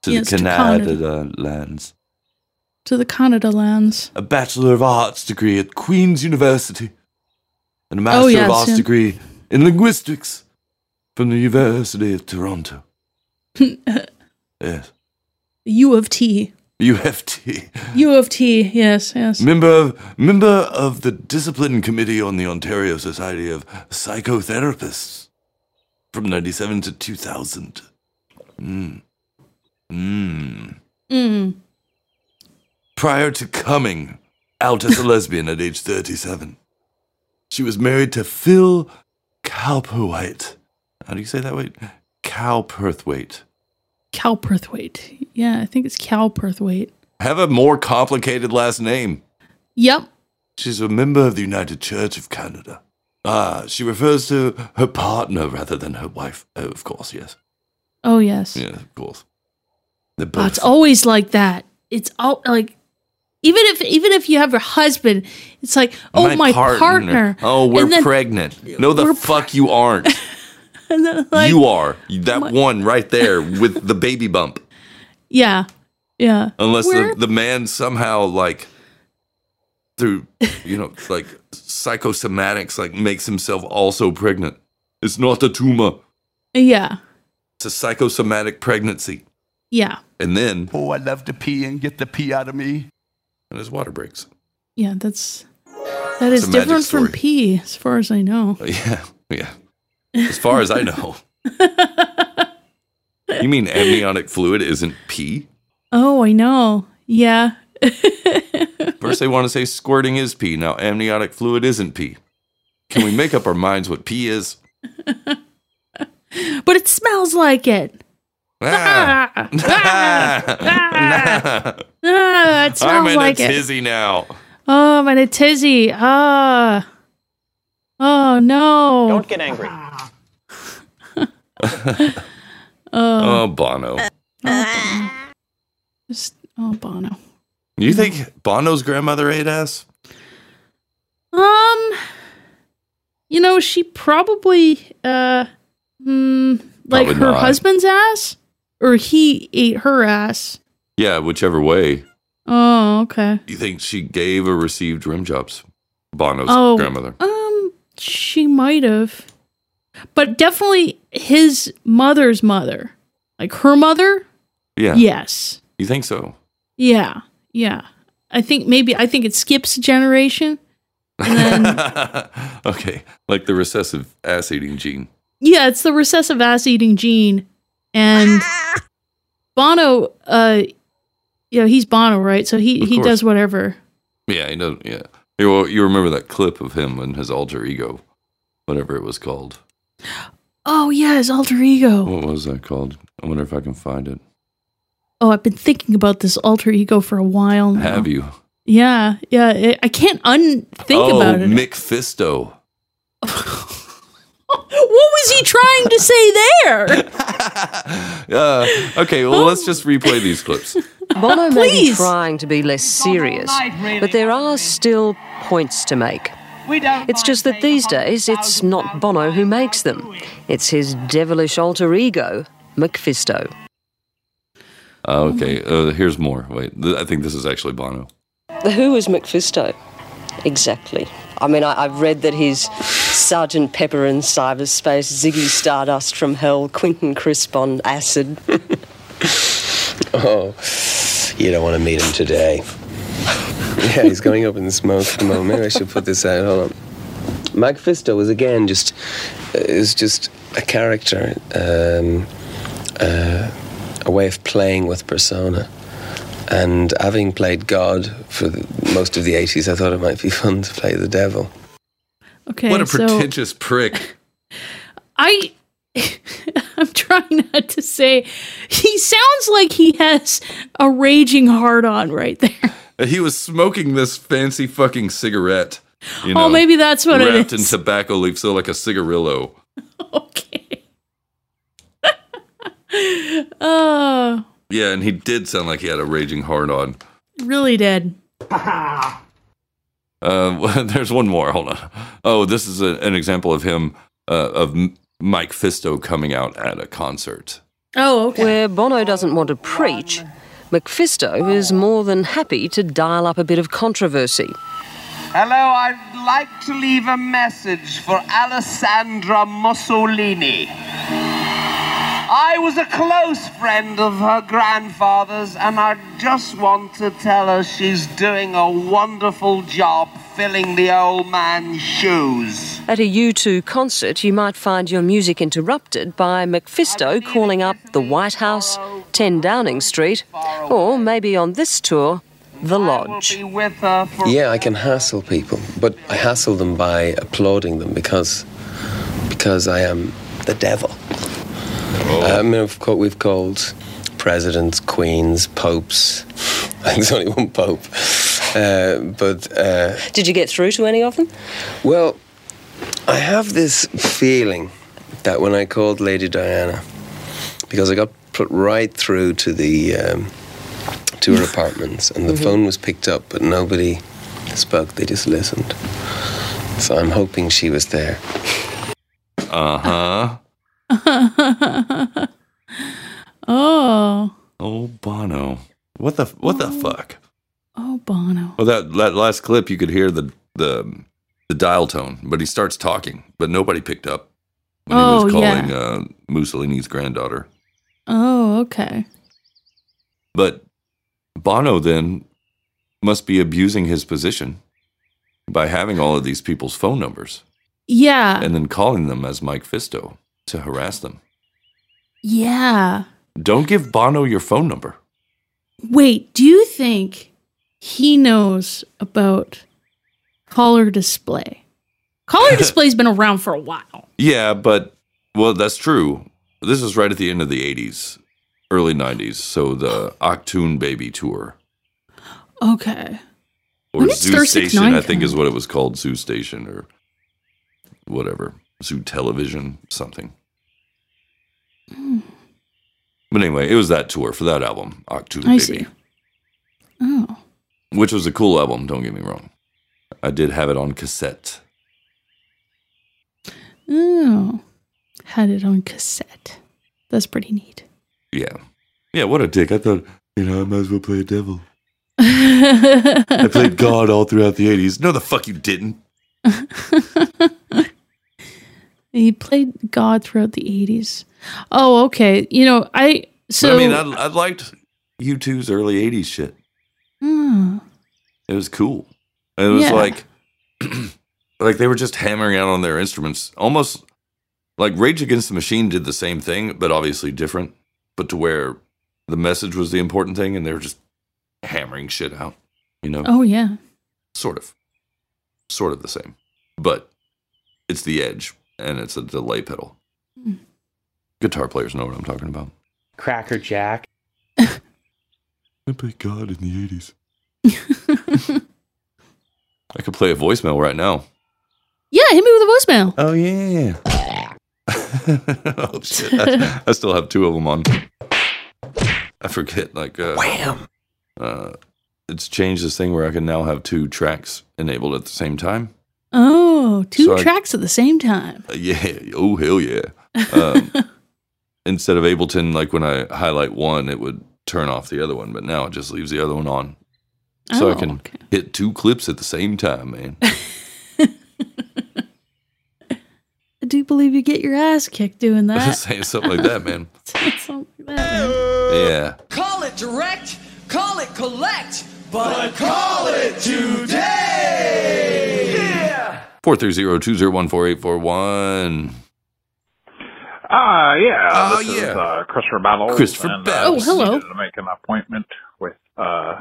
Speaker 4: to
Speaker 5: Yes,
Speaker 4: the
Speaker 5: to
Speaker 4: Canada,
Speaker 5: Canada.
Speaker 4: lands.
Speaker 5: To the Canada lands.
Speaker 4: A Bachelor of Arts degree at Queen's University and a Master
Speaker 5: Oh, yes,
Speaker 4: of Arts
Speaker 5: yeah.
Speaker 4: degree in linguistics from the University of Toronto. Yes,
Speaker 5: U of T.
Speaker 4: UFT.
Speaker 5: U of T. Yes, yes.
Speaker 4: Member of, member of the Discipline Committee on the Ontario Society of Psychotherapists from 97 to 2000. Mm. Mm.
Speaker 17: Mm-hmm.
Speaker 5: Mm.
Speaker 4: Prior to coming out as a lesbian at age 37, she was married to Phil Cowperwhite. How do you say that? Wait, Cowperthwaite.
Speaker 5: Calperthwaite. Yeah, I think it's Calperthwaite.
Speaker 4: Have a more complicated last name.
Speaker 5: Yep.
Speaker 4: She's a member of the United Church of Canada. Ah, she refers to her partner rather than her wife. Oh, of course, yes.
Speaker 5: Oh, yes.
Speaker 4: Yeah, of course. They're
Speaker 5: Oh,
Speaker 4: both.
Speaker 5: it's always like that. It's all like, even if even if you have your husband, it's like, oh, my, partner.
Speaker 4: Oh, we're
Speaker 5: And then-
Speaker 4: pregnant. No, the
Speaker 5: we're
Speaker 4: fuck you aren't.
Speaker 5: and then, like,
Speaker 4: you are. That one right there with the baby bump.
Speaker 5: Yeah, yeah.
Speaker 4: Unless
Speaker 5: We're-
Speaker 4: the, the man somehow, like, through, you know, like psychosomatics, like makes himself also pregnant. It's not a tumor,
Speaker 5: yeah,
Speaker 4: it's a psychosomatic pregnancy.
Speaker 5: yeah,
Speaker 4: And then
Speaker 1: Oh, I love to pee and get the pee out of me.
Speaker 4: and his water breaks.
Speaker 5: yeah. That's that
Speaker 4: It's
Speaker 5: is
Speaker 4: a magic
Speaker 5: different from
Speaker 4: story.
Speaker 5: P, as far as I know.
Speaker 4: Yeah, yeah. As far as I know. you mean amniotic fluid isn't pee?
Speaker 5: Oh, I know. Yeah,
Speaker 4: First they want to say squirting is pee. Now amniotic fluid isn't pee. Can we make up our minds what pee is?
Speaker 5: but it smells like it.
Speaker 4: Ah.
Speaker 5: Ah,
Speaker 4: Nah.
Speaker 5: ah, it
Speaker 4: I'm
Speaker 5: smells
Speaker 4: in
Speaker 5: like
Speaker 4: a
Speaker 5: it.
Speaker 4: tizzy now.
Speaker 5: Oh, I'm in a tizzy. Ah. Oh no.
Speaker 22: Don't get angry.
Speaker 4: Oh, Bono.
Speaker 5: Oh, Bono. Just oh Bono.
Speaker 4: You think Bono's grandmother ate ass?
Speaker 5: Um, you know, she probably uh, mm, like
Speaker 4: Probably
Speaker 5: her
Speaker 4: not.
Speaker 5: husband's ass, or he ate her ass.
Speaker 4: Yeah, whichever way.
Speaker 5: Oh, okay.
Speaker 4: You think she gave or received rim jobs? Bono's
Speaker 5: oh,
Speaker 4: grandmother.
Speaker 5: Um, she might have, but definitely his mother's mother, like her mother.
Speaker 4: Yeah.
Speaker 5: Yes.
Speaker 4: You think so?
Speaker 5: Yeah. Yeah. I think maybe I think it skips a generation.
Speaker 4: okay, like the recessive ass eating gene.
Speaker 5: Yeah, it's the recessive ass eating gene. And Bono, uh, you know, he's Bono, right? So he,
Speaker 4: Of
Speaker 5: he
Speaker 4: course.
Speaker 5: does whatever.
Speaker 4: Yeah, I know. Yeah, you, well, you remember that clip of him and his alter ego, whatever it was called.
Speaker 5: Oh, yeah, his alter ego.
Speaker 4: What was that called? I wonder if I can find it.
Speaker 5: Oh, I've been thinking about this alter ego for a while now.
Speaker 4: Have you?
Speaker 5: Yeah, yeah. It, I can't unthink
Speaker 4: oh,
Speaker 5: about it.
Speaker 4: Mick Fisto.
Speaker 5: what was he trying to say there?
Speaker 4: Uh, okay, well, let's
Speaker 5: Oh.
Speaker 4: just replay these clips.
Speaker 23: Bono may be
Speaker 5: Please.
Speaker 23: trying to be less serious, but there are still points to make. It's just that these days it's not Bono who makes them, it's his devilish alter ego, McFisto.
Speaker 4: Uh, okay, uh, here's more. Wait, th- I think this is actually Bono.
Speaker 23: Who is McFisto? Exactly. I mean, I, I've read that he's Sergeant Pepper in cyberspace, Ziggy Stardust from hell, Quentin Crisp on acid.
Speaker 24: Oh, you don't want to meet him today. yeah, he's going up in smoke at the moment. Maybe I should put this out. Hold on. Mike Fisto is again just uh, is just a character, um, uh, a way of playing with persona. And having played God for the, most of the 80s, I thought it might be fun to play the devil.
Speaker 5: Okay,
Speaker 4: what a
Speaker 5: so
Speaker 4: pretentious prick.
Speaker 5: I I'm trying not to say he sounds like he has a raging hard on right there.
Speaker 4: Uh, He was smoking this fancy fucking cigarette You
Speaker 5: Oh, maybe that's what it
Speaker 4: wrapped in
Speaker 5: is.
Speaker 4: tobacco leaf, so like a cigarillo.
Speaker 5: Oh,
Speaker 4: Yeah, and he did sound like he had a raging hard on.
Speaker 5: really Oh, did.
Speaker 4: Uh, there's one more. Hold on. Oh, this is a, an example of him uh, of M- Mike Fisto coming out at a concert.
Speaker 5: Oh, okay.
Speaker 23: Where Bono doesn't want to preach, McFisto is more than happy to dial up a bit of controversy.
Speaker 2: Hello, I'd like to leave a message for Alessandra Mussolini. I was a close friend of her grandfather's, and I just want to tell her she's doing a wonderful job filling the old man's shoes.
Speaker 23: At a U2 concert, you might find your music interrupted by McFisto calling up the White House, 10 Downing Street, or maybe on this tour, The Lodge.
Speaker 2: Be with her for
Speaker 24: Yeah, I can hassle people, but I hassle them by applauding them because because I am the devil. I mean, of course, we've called presidents, queens, popes. There's only one pope, uh, but uh,
Speaker 23: Did you get through to any of them?
Speaker 24: well, I have this feeling that when I called Lady Diana, because I got put right through to the um, to her apartments, and the
Speaker 23: Mhm.
Speaker 24: phone was picked up, but nobody spoke. They just listened. So I'm hoping she was there.
Speaker 4: Uh huh.
Speaker 5: oh,
Speaker 4: Oh, Bono. What the what the fuck?
Speaker 5: oh, Bono.
Speaker 4: Well, that, that last clip, you could hear the the the dial tone, but he starts talking, but nobody picked up when he was
Speaker 5: Oh, yeah.
Speaker 4: calling uh, Mussolini's granddaughter.
Speaker 5: Oh, okay.
Speaker 4: But Bono then must be abusing his position by having all of these people's phone numbers
Speaker 5: Yeah,
Speaker 4: and then calling them as Mike Fisto to harass them.
Speaker 5: yeah.
Speaker 4: Don't give Bono your phone number.
Speaker 5: Wait, do you think he knows about collar display? Collar display's been around for a while.
Speaker 4: Yeah, but well, that's true. This is right at the end of the 80s, early 90s, so the Octoon Baby tour.
Speaker 5: Okay.
Speaker 4: or
Speaker 5: When did
Speaker 4: Zoo
Speaker 5: Star
Speaker 4: Station,
Speaker 5: 69
Speaker 4: I think
Speaker 5: come
Speaker 4: is what it was called, Zoo Station or whatever, Zoo Television, something.
Speaker 5: Hmm.
Speaker 4: But anyway, it was that tour for that album, Octoon
Speaker 5: I
Speaker 4: Baby,
Speaker 5: see. Oh.
Speaker 4: which was a cool album. Don't get me wrong, I did have it on cassette.
Speaker 5: Oh. Had it on cassette. That's pretty neat.
Speaker 4: Yeah, yeah. What a dick! I thought you know I might as well play a devil. I
Speaker 5: I
Speaker 4: played God all throughout the '80s. No, the fuck you didn't.
Speaker 5: He played God throughout the 80s. Oh, okay. You know, I so
Speaker 4: I mean, I, I liked U2's early '80s shit.
Speaker 5: Hmm.
Speaker 4: It was cool. And it was
Speaker 5: Yeah.
Speaker 4: like like they were just hammering out on their instruments. Almost like Rage Against the Machine did the same thing, but obviously different. But to where the message was the important thing and they were just hammering shit out. You know?
Speaker 5: Oh yeah.
Speaker 4: Sort of. Sort of the same. But it's the edge and it's a delay pedal.
Speaker 5: Hmm.
Speaker 4: Guitar players know what I'm talking about.
Speaker 6: Cracker Jack.
Speaker 4: I played God in the 80s. I could play a voicemail right now.
Speaker 5: Yeah, hit me with a voicemail.
Speaker 4: Oh yeah. oh shit! I, I still have two of them on. I forget. Like uh, wham. Uh, it's changed this thing where I can now have two tracks enabled at the same time.
Speaker 5: Oh, two
Speaker 4: So I-
Speaker 5: tracks at the same time.
Speaker 4: Uh, yeah. Oh hell yeah. Um, instead of Ableton, like when I highlight one, it would turn off the other one, but now it just leaves the other one on, so I
Speaker 5: Oh,
Speaker 4: can hit two clips at the same time, man.
Speaker 5: I do believe you get your ass kicked doing that.
Speaker 4: Say something like that, man.
Speaker 5: Something like that, man.
Speaker 4: Yeah.
Speaker 8: Call it direct, call it collect, but call it today.
Speaker 4: Four three zero two zero one four eight four one.
Speaker 11: Ah, yeah.
Speaker 4: Ah,
Speaker 11: this
Speaker 4: yeah.
Speaker 11: is uh, Christopher Battles.
Speaker 4: Christopher
Speaker 11: and, uh,
Speaker 4: Battles.
Speaker 11: I
Speaker 4: Oh, hello.
Speaker 11: needed to make an appointment with uh,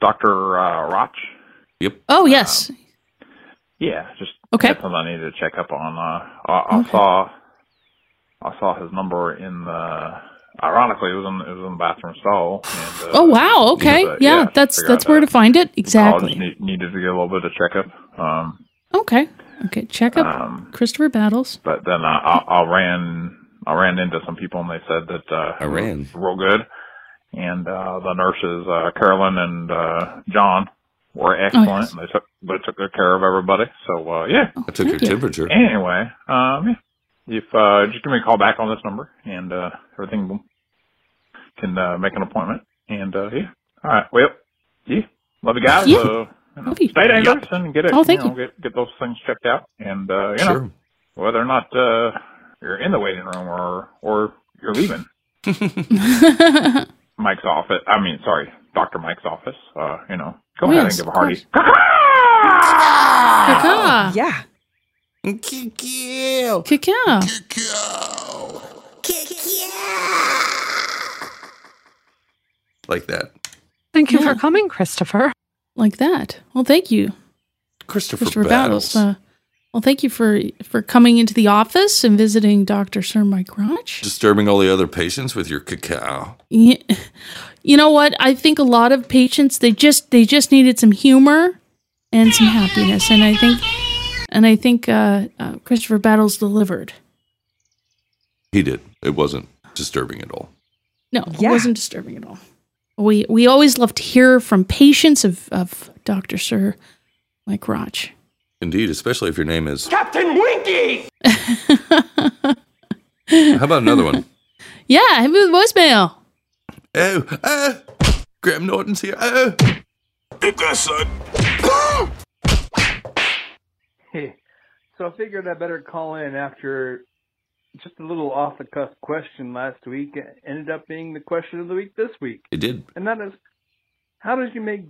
Speaker 11: Dr. Uh, Roch.
Speaker 4: Yep.
Speaker 5: Oh yes.
Speaker 4: Um,
Speaker 11: Yeah, just
Speaker 5: Okay.
Speaker 11: had something I needed to check up on. Uh, I, I saw I saw his number in the Ironically, it was in it was in the bathroom stall. And, uh,
Speaker 5: Oh wow. Okay.
Speaker 11: needed to-
Speaker 5: yeah, That's
Speaker 11: figure out
Speaker 5: that's where to find it.
Speaker 11: I
Speaker 5: Exactly.
Speaker 11: just ne- needed to get a little bit of checkup. Um,
Speaker 5: Okay. Okay. Check up
Speaker 11: um,
Speaker 5: Christopher Battles.
Speaker 11: but then I, I, I ran I ran into some people and they said that uh,
Speaker 4: I ran.
Speaker 11: real good. And uh, the nurses, uh, Carolyn and uh, John, were excellent.
Speaker 4: yes.
Speaker 11: and they took they took good care of everybody. So uh, yeah,
Speaker 4: I took your temperature.
Speaker 11: Anyway, um, yeah. if uh, just give me a call back on this number and uh, everything will- can uh, make an appointment. And uh, yeah, all right. Well, yeah, love you guys.
Speaker 5: Yeah.
Speaker 11: Uh, you know,
Speaker 5: Love you.
Speaker 11: stay dangerous
Speaker 5: Yep.
Speaker 11: and get it.
Speaker 5: Oh, thank
Speaker 11: you. Know, Get get those things checked out, and uh, you
Speaker 4: Sure.
Speaker 11: know whether or not uh, you're in the waiting room or or you're leaving. Mike's office. I mean, sorry, Doctor Mike's office. Uh, you know, go
Speaker 5: Oh,
Speaker 11: ahead
Speaker 5: yes,
Speaker 11: and give
Speaker 5: of
Speaker 11: a hearty.
Speaker 4: Ah,
Speaker 5: Caca.
Speaker 6: Yeah.
Speaker 5: Cacao. Cacao.
Speaker 4: Like that.
Speaker 6: Thank you for coming, Christopher.
Speaker 5: Like that. Well, thank you,
Speaker 4: Christopher,
Speaker 5: Christopher
Speaker 4: Battles.
Speaker 5: Battles. Uh, well, thank you for for coming into the office and visiting Doctor Sir Mike Roach.
Speaker 4: Disturbing all the other patients with your cacao.
Speaker 5: Yeah. You know what? I think a lot of patients they just they just needed some humor and some happiness, and I think and I think uh, uh, Christopher Battles delivered.
Speaker 4: He did. It wasn't disturbing at all.
Speaker 5: No, it wasn't disturbing at all. We we always love to hear from patients of of Doctor Sir Mike Roach.
Speaker 4: Indeed, especially if your name is.
Speaker 8: Captain Winky!
Speaker 4: How about another one?
Speaker 5: Yeah, hit me with voicemail.
Speaker 4: Oh, oh, Graham Norton's here. Oh,
Speaker 16: Take that, son.
Speaker 9: Hey, so I figured I better call in after just a little off the cuff question last week It ended up being the question of the week this week.
Speaker 4: it did.
Speaker 9: And that is how does you make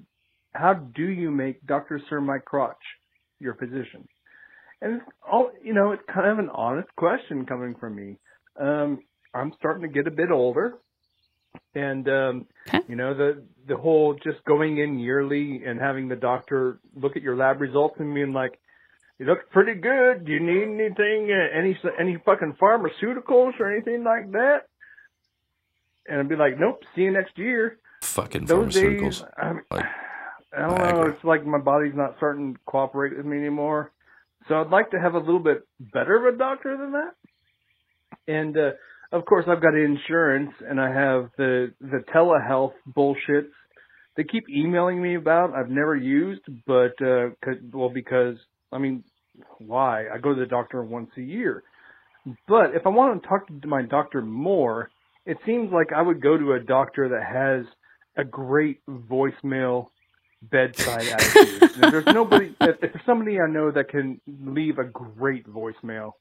Speaker 9: how do you make Dr. Sir Mike Crotch your physician? And it's all you know, it's kind of an honest question coming from me. Um I'm starting to get a bit older. And um you know, the the whole just going in yearly and having the doctor look at your lab results and being like you look pretty good. Do you need anything? Uh, any any fucking pharmaceuticals or anything like that? And I'd be like, nope. See you next year.
Speaker 4: Fucking
Speaker 9: Those
Speaker 4: pharmaceuticals.
Speaker 9: days, I'm,
Speaker 4: like,
Speaker 9: I don't know. It's like my body's not starting to cooperate with me anymore. So I'd like to have a little bit better of a doctor than that. And uh, of course, I've got insurance, and I have the the telehealth bullshits they keep emailing me about. I've never used, but uh, 'cause- well, because I mean, why? I go to the doctor once a year. But if I want to talk to my doctor more, it seems like I would go to a doctor that has a great voicemail bedside attitude. And if there's nobody, if, if there's somebody I know that can leave a great voicemail,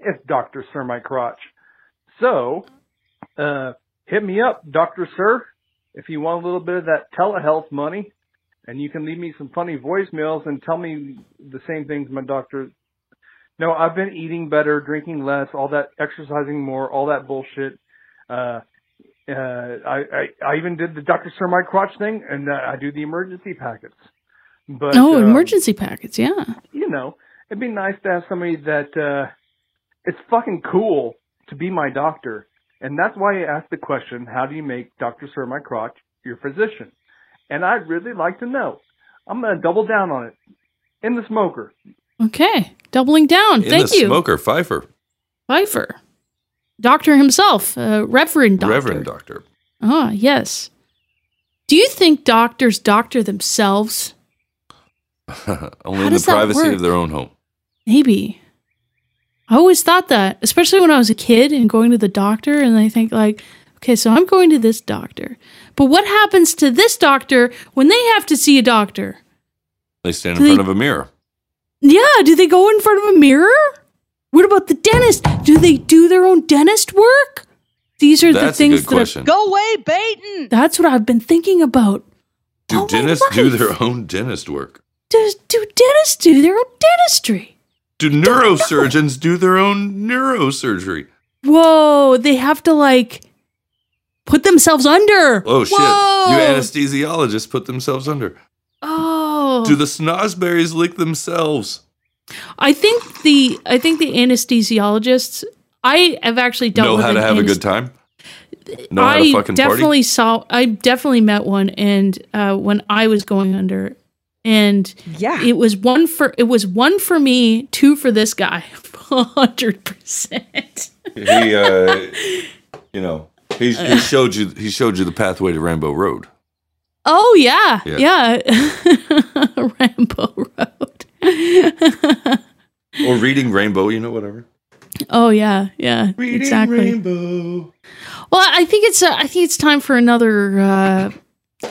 Speaker 9: it's Doctor Sir Mike Crotch. So, uh, hit me up, Doctor Sir, if you want a little bit of that telehealth money, and you can leave me some funny voicemails and tell me the same things my doctor no, I've been eating better, drinking less, all that, exercising more, all that bullshit. Uh, uh, I, I, I even did the Dr. Sir Mike Crotch thing, and uh, I do the emergency packets. But,
Speaker 5: oh,
Speaker 9: um,
Speaker 5: emergency packets. Yeah.
Speaker 9: you know, it'd be nice to have somebody that, uh, it's fucking cool to be my doctor. And that's why I asked the question, how do you make Dr. Sir Mike Crotch your physician? And I'd really like to know. I'm going to double down on it. In the smoker.
Speaker 5: Okay. Doubling down.
Speaker 4: In
Speaker 5: Thank
Speaker 4: the
Speaker 5: you,
Speaker 4: smoker, Pfeiffer.
Speaker 5: Pfeiffer, Doctor himself, uh, Reverend Doctor.
Speaker 4: Reverend Doctor.
Speaker 5: Ah, yes. Do you think doctors doctor themselves?
Speaker 4: Only
Speaker 5: How
Speaker 4: in the
Speaker 5: does that
Speaker 4: privacy
Speaker 5: work?
Speaker 4: of their own home.
Speaker 5: Maybe. I always thought that, especially when I was a kid and going to the doctor, and I think like, okay, so I'm going to this doctor, but what happens to this doctor when they have to see a doctor?
Speaker 4: They stand
Speaker 5: Do
Speaker 4: in
Speaker 5: they-
Speaker 4: front of a mirror.
Speaker 5: Yeah, do they go in front of a mirror? What about the dentist? Do they do their own dentist work? These are the
Speaker 4: That's a
Speaker 5: things that
Speaker 4: good question.
Speaker 5: go away, Baton. That's what I've been thinking about. Oh
Speaker 4: Do dentists do their own dentist work?
Speaker 5: Does do dentists do their own dentistry?
Speaker 4: Do neurosurgeons do their own neurosurgery?
Speaker 5: Whoa, they have to like put themselves under.
Speaker 4: Oh shit!
Speaker 5: Whoa.
Speaker 4: Do anesthesiologists put themselves under?
Speaker 5: Oh,
Speaker 4: Do the snozberries lick themselves?
Speaker 5: I think the I think the anesthesiologists. I have actually dealt
Speaker 4: know
Speaker 5: with
Speaker 4: how
Speaker 5: an
Speaker 4: to have a
Speaker 5: anes-
Speaker 4: good time? Know how to
Speaker 5: I
Speaker 4: fucking party?
Speaker 5: definitely saw. I definitely met one, and uh, when I was going under, and yeah, it was one for it was one for me, two for this guy, hundred percent.
Speaker 4: he, uh, you know, he,
Speaker 5: Uh.
Speaker 4: he showed you he showed you the pathway to Rainbow Road.
Speaker 5: Oh yeah,
Speaker 4: Yeah.
Speaker 5: yeah. Rambo Road.
Speaker 4: or reading Rainbow, you know, whatever.
Speaker 5: oh yeah, yeah,
Speaker 4: Reading
Speaker 5: exactly.
Speaker 4: Rainbow.
Speaker 5: Well, I think it's uh, I think it's time for another uh,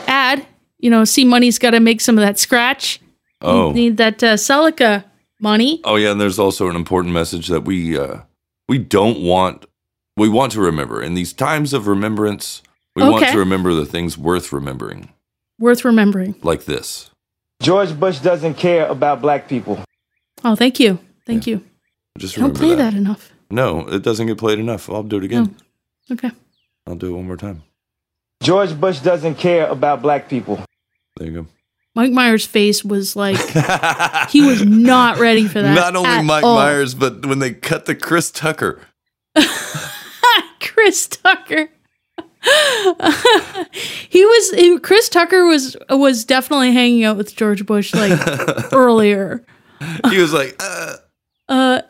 Speaker 5: ad. You know, C Money's got to make some of that scratch.
Speaker 4: Oh.
Speaker 5: need that uh, Celica money.
Speaker 4: Oh yeah, and there's also an important message that we uh, we don't want we want to remember in these times of remembrance. We want
Speaker 5: Okay.
Speaker 4: to remember the things worth remembering,
Speaker 5: Worth remembering.
Speaker 4: like this.
Speaker 12: George Bush doesn't care about black people.
Speaker 5: Oh, thank you, thank you.
Speaker 4: Just
Speaker 5: Don't
Speaker 4: remember
Speaker 5: play
Speaker 4: that.
Speaker 5: that. Mm. enough.
Speaker 4: No, it doesn't get played enough. I'll do it again.
Speaker 5: Okay.
Speaker 4: I'll do it one more time.
Speaker 12: George Bush doesn't care about black people.
Speaker 4: There you go.
Speaker 5: Mike Myers' face was like he was not ready for that.
Speaker 4: Not only
Speaker 5: at
Speaker 4: Mike
Speaker 5: all.
Speaker 4: Myers, but when they cut to Chris Tucker,
Speaker 5: Chris Tucker. he was he- Chris Tucker was was definitely hanging out with George Bush like earlier.
Speaker 4: he was like, uh,
Speaker 5: Uh,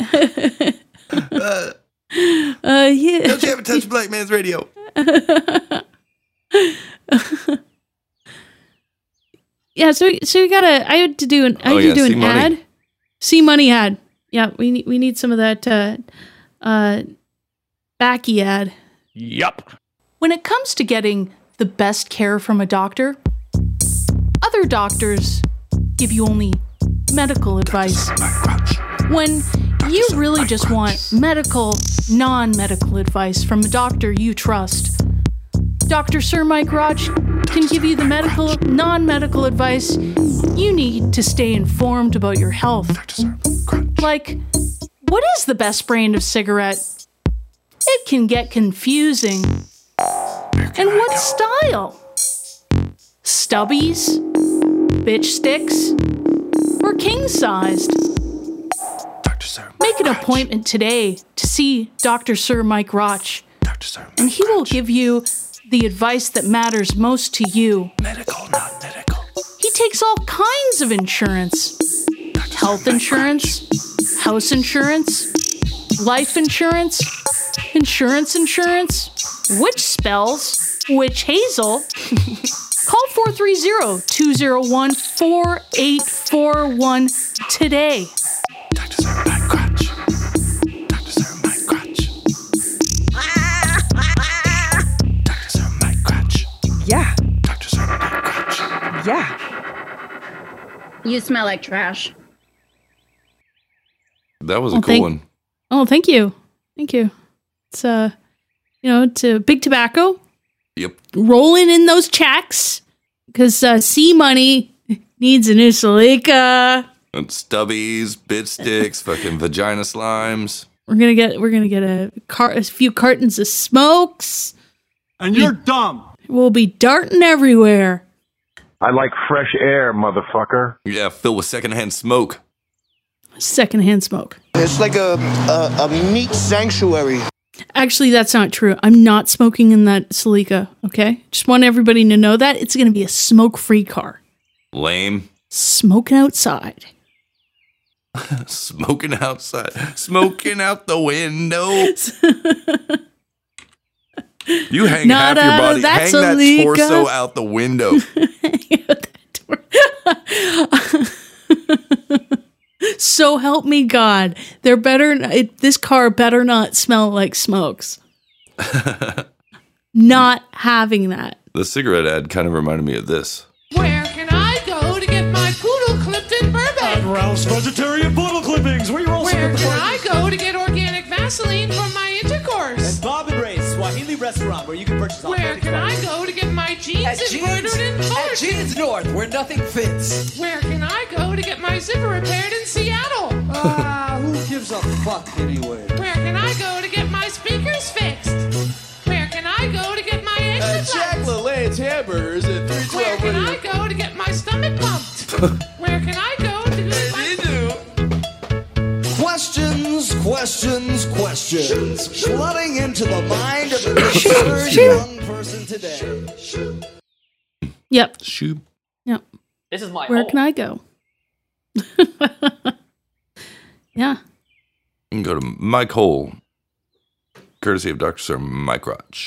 Speaker 4: uh,
Speaker 5: uh, yeah.
Speaker 4: "Don't you ever touch Black Man's Radio?"
Speaker 5: yeah, so so we gotta. I had to do an. I had
Speaker 4: Oh,
Speaker 5: to
Speaker 4: yeah,
Speaker 5: do
Speaker 4: see
Speaker 5: an
Speaker 4: money.
Speaker 5: ad. See money ad. Yeah, we need we need some of that. Uh, uh, backy ad.
Speaker 4: Yup.
Speaker 5: When it comes to getting the best care from a doctor, other doctors give you only medical advice. When you really just want medical, non medical advice from a doctor you trust, Dr. Sir Mike Raj can give you the medical, non medical advice you need to stay informed about your health. Like, what is the best brand of cigarette? It can get confusing. And what style? Stubbies? Bitch sticks? Or king sized? Make an appointment today to see Dr. Sir Mike Roch. Dr. Sir and he will give you the advice that matters most to you. Medical, not medical. He takes all kinds of insurance health insurance, house insurance, life insurance, insurance insurance, witch spells, witch hazel. Call 430 201 4841 today.
Speaker 14: Yeah.
Speaker 15: Yeah. You smell like trash.
Speaker 4: That was a
Speaker 5: Oh,
Speaker 4: cool
Speaker 5: thank-
Speaker 4: one.
Speaker 5: Oh, thank you. Thank you. It's uh you know, to big tobacco.
Speaker 4: Yep.
Speaker 5: Rolling in those checks cuz uh C money needs a new Salika.
Speaker 4: And stubbies, bit sticks, fucking vagina slimes.
Speaker 5: We're going to get we're going to get a car a few cartons of smokes.
Speaker 15: And
Speaker 5: you're
Speaker 15: dumb.
Speaker 5: We'll be darting everywhere.
Speaker 4: I like fresh air, motherfucker. Yeah, filled with secondhand smoke.
Speaker 5: Secondhand smoke.
Speaker 22: It's like a, a, a meat sanctuary.
Speaker 5: Actually, that's not true. I'm not smoking in that Salika, okay? Just want everybody to know that it's going to be a smoke-free car.
Speaker 4: Lame.
Speaker 5: Smoking outside.
Speaker 4: Smoking outside. Smoking out the window. you hang
Speaker 5: Not
Speaker 4: half
Speaker 5: out of
Speaker 4: your body.
Speaker 5: that
Speaker 4: Hang that
Speaker 5: Salika.
Speaker 4: torso out the window.
Speaker 5: So help me God, there better it, this car better not smell like smokes. not having that.
Speaker 4: the cigarette ad kind of reminded me of this.
Speaker 25: Where can I go to get my poodle clipped in Burbank? At
Speaker 4: Ralph's Vegetarian Poodle Clippings.
Speaker 15: Uh,
Speaker 4: Where you
Speaker 25: Where can I go to get organic Vaseline for my intercourse?
Speaker 15: At Bob and Ray's Swahili restaurant where you can purchase
Speaker 25: Where
Speaker 15: authentic
Speaker 25: can I
Speaker 15: products.
Speaker 25: go to get my
Speaker 15: At
Speaker 25: jeans
Speaker 15: Jeans,
Speaker 25: embroidered in
Speaker 15: at
Speaker 25: color?
Speaker 15: Jeans North where nothing fits.
Speaker 25: Where can I go to get my zipper repaired in Seattle?
Speaker 15: Ah, who gives a fuck anyway?
Speaker 25: Where can I go to get my speakers fixed? Where can I go to get my
Speaker 15: At
Speaker 25: exit
Speaker 15: Uh, Jack
Speaker 25: lights?
Speaker 15: LaLanne's Hamburgers at
Speaker 25: Where
Speaker 15: 312
Speaker 25: can I
Speaker 15: Radio.
Speaker 25: go to get my stomach pumped? Where can I go to get my...
Speaker 15: Questions, questions, questions. Flooding into the mind of the
Speaker 5: Shoo, shoo. Yep.
Speaker 4: Shoo.
Speaker 5: Yep.
Speaker 3: This is my
Speaker 5: Where
Speaker 3: hole.
Speaker 5: can I go? yeah.
Speaker 4: You can go to Mike Hole, courtesy of Dr. Sir Mike Roch.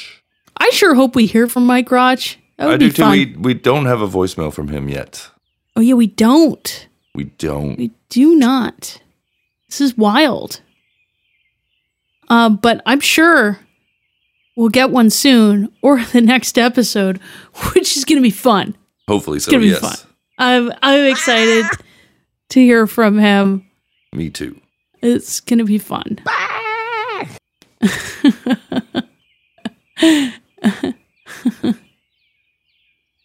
Speaker 5: I sure hope we hear from Mike Roch. That would
Speaker 4: I
Speaker 5: be
Speaker 4: do too.
Speaker 5: fun.
Speaker 4: We, we don't have a voicemail from him yet.
Speaker 5: oh yeah, we don't.
Speaker 4: We don't.
Speaker 5: We do not. This is wild. Um, but I'm sure we'll get one soon or the next episode, which is going to be fun.
Speaker 4: Hopefully
Speaker 5: It's
Speaker 4: so.
Speaker 5: going to be
Speaker 4: yes.
Speaker 5: fun. I'm I'm excited to hear from him.
Speaker 4: Me too.
Speaker 5: It's going to be fun.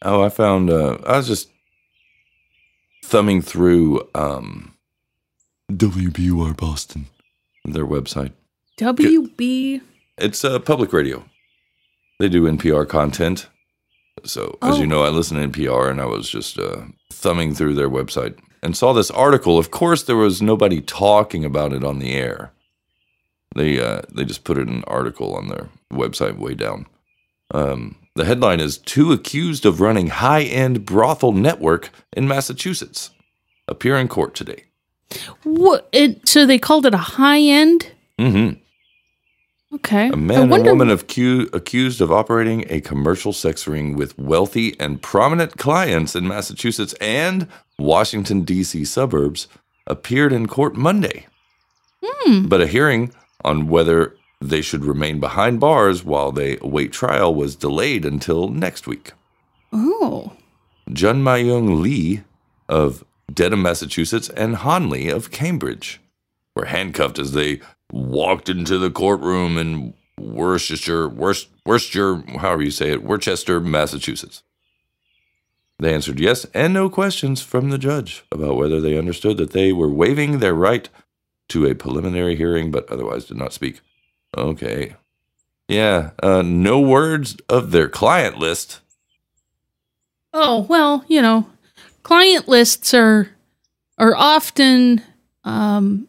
Speaker 4: Oh, I found. Uh, I was just thumbing through um, WBUR Boston, their website.
Speaker 5: WB.
Speaker 4: It's uh, public radio. They do NPR content. So, as you know, I listen to NPR and I was just uh, thumbing through their website and saw this article. Of course, there was nobody talking about it on the air. They, uh, they just put it in an article on their website way down. Um, the headline is Two accused of running high end brothel network in Massachusetts appear in court today.
Speaker 5: What? It, so they called it a high end.
Speaker 4: hmm
Speaker 5: Okay.
Speaker 4: A
Speaker 5: I
Speaker 4: man and
Speaker 5: wonder.
Speaker 4: a woman of cu- accused of operating a commercial sex ring with wealthy and prominent clients in Massachusetts and Washington, D.C. suburbs appeared in court Monday.
Speaker 5: Hmm.
Speaker 4: But a hearing on whether they should remain behind bars while they await trial was delayed until next week.
Speaker 5: oh.
Speaker 4: Jun Myung Lee of Dedham, Massachusetts, and Hanley of Cambridge were handcuffed as they walked into the courtroom in Worcestershire, Worcester, Worcester, however you say it, Worcester, Massachusetts. They answered yes and no questions from the judge about whether they understood that they were waiving their right to a preliminary hearing, but otherwise did not speak. Okay. Yeah, uh, no words of their client list.
Speaker 5: Oh well, you know, client lists are are often um,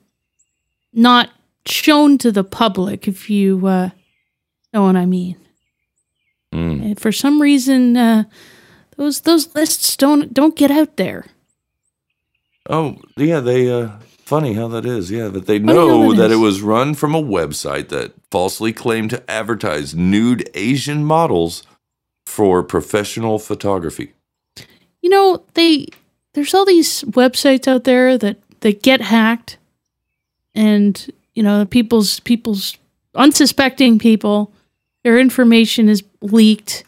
Speaker 5: not shown to the public. If you uh, know what I mean.
Speaker 4: Mm.
Speaker 15: Hmm.
Speaker 5: And for some reason, uh, those those lists don't don't get out there.
Speaker 4: Oh, yeah, they uh funny how that is. Yeah, that they
Speaker 5: Funny how
Speaker 4: know
Speaker 5: Oh, that
Speaker 4: that it
Speaker 5: is.
Speaker 4: was run from a website that falsely claimed to advertise nude Asian models for professional photography.
Speaker 5: You know, they there's all these websites out there that that get hacked, and you know, people's people's unsuspecting people, their information is leaked,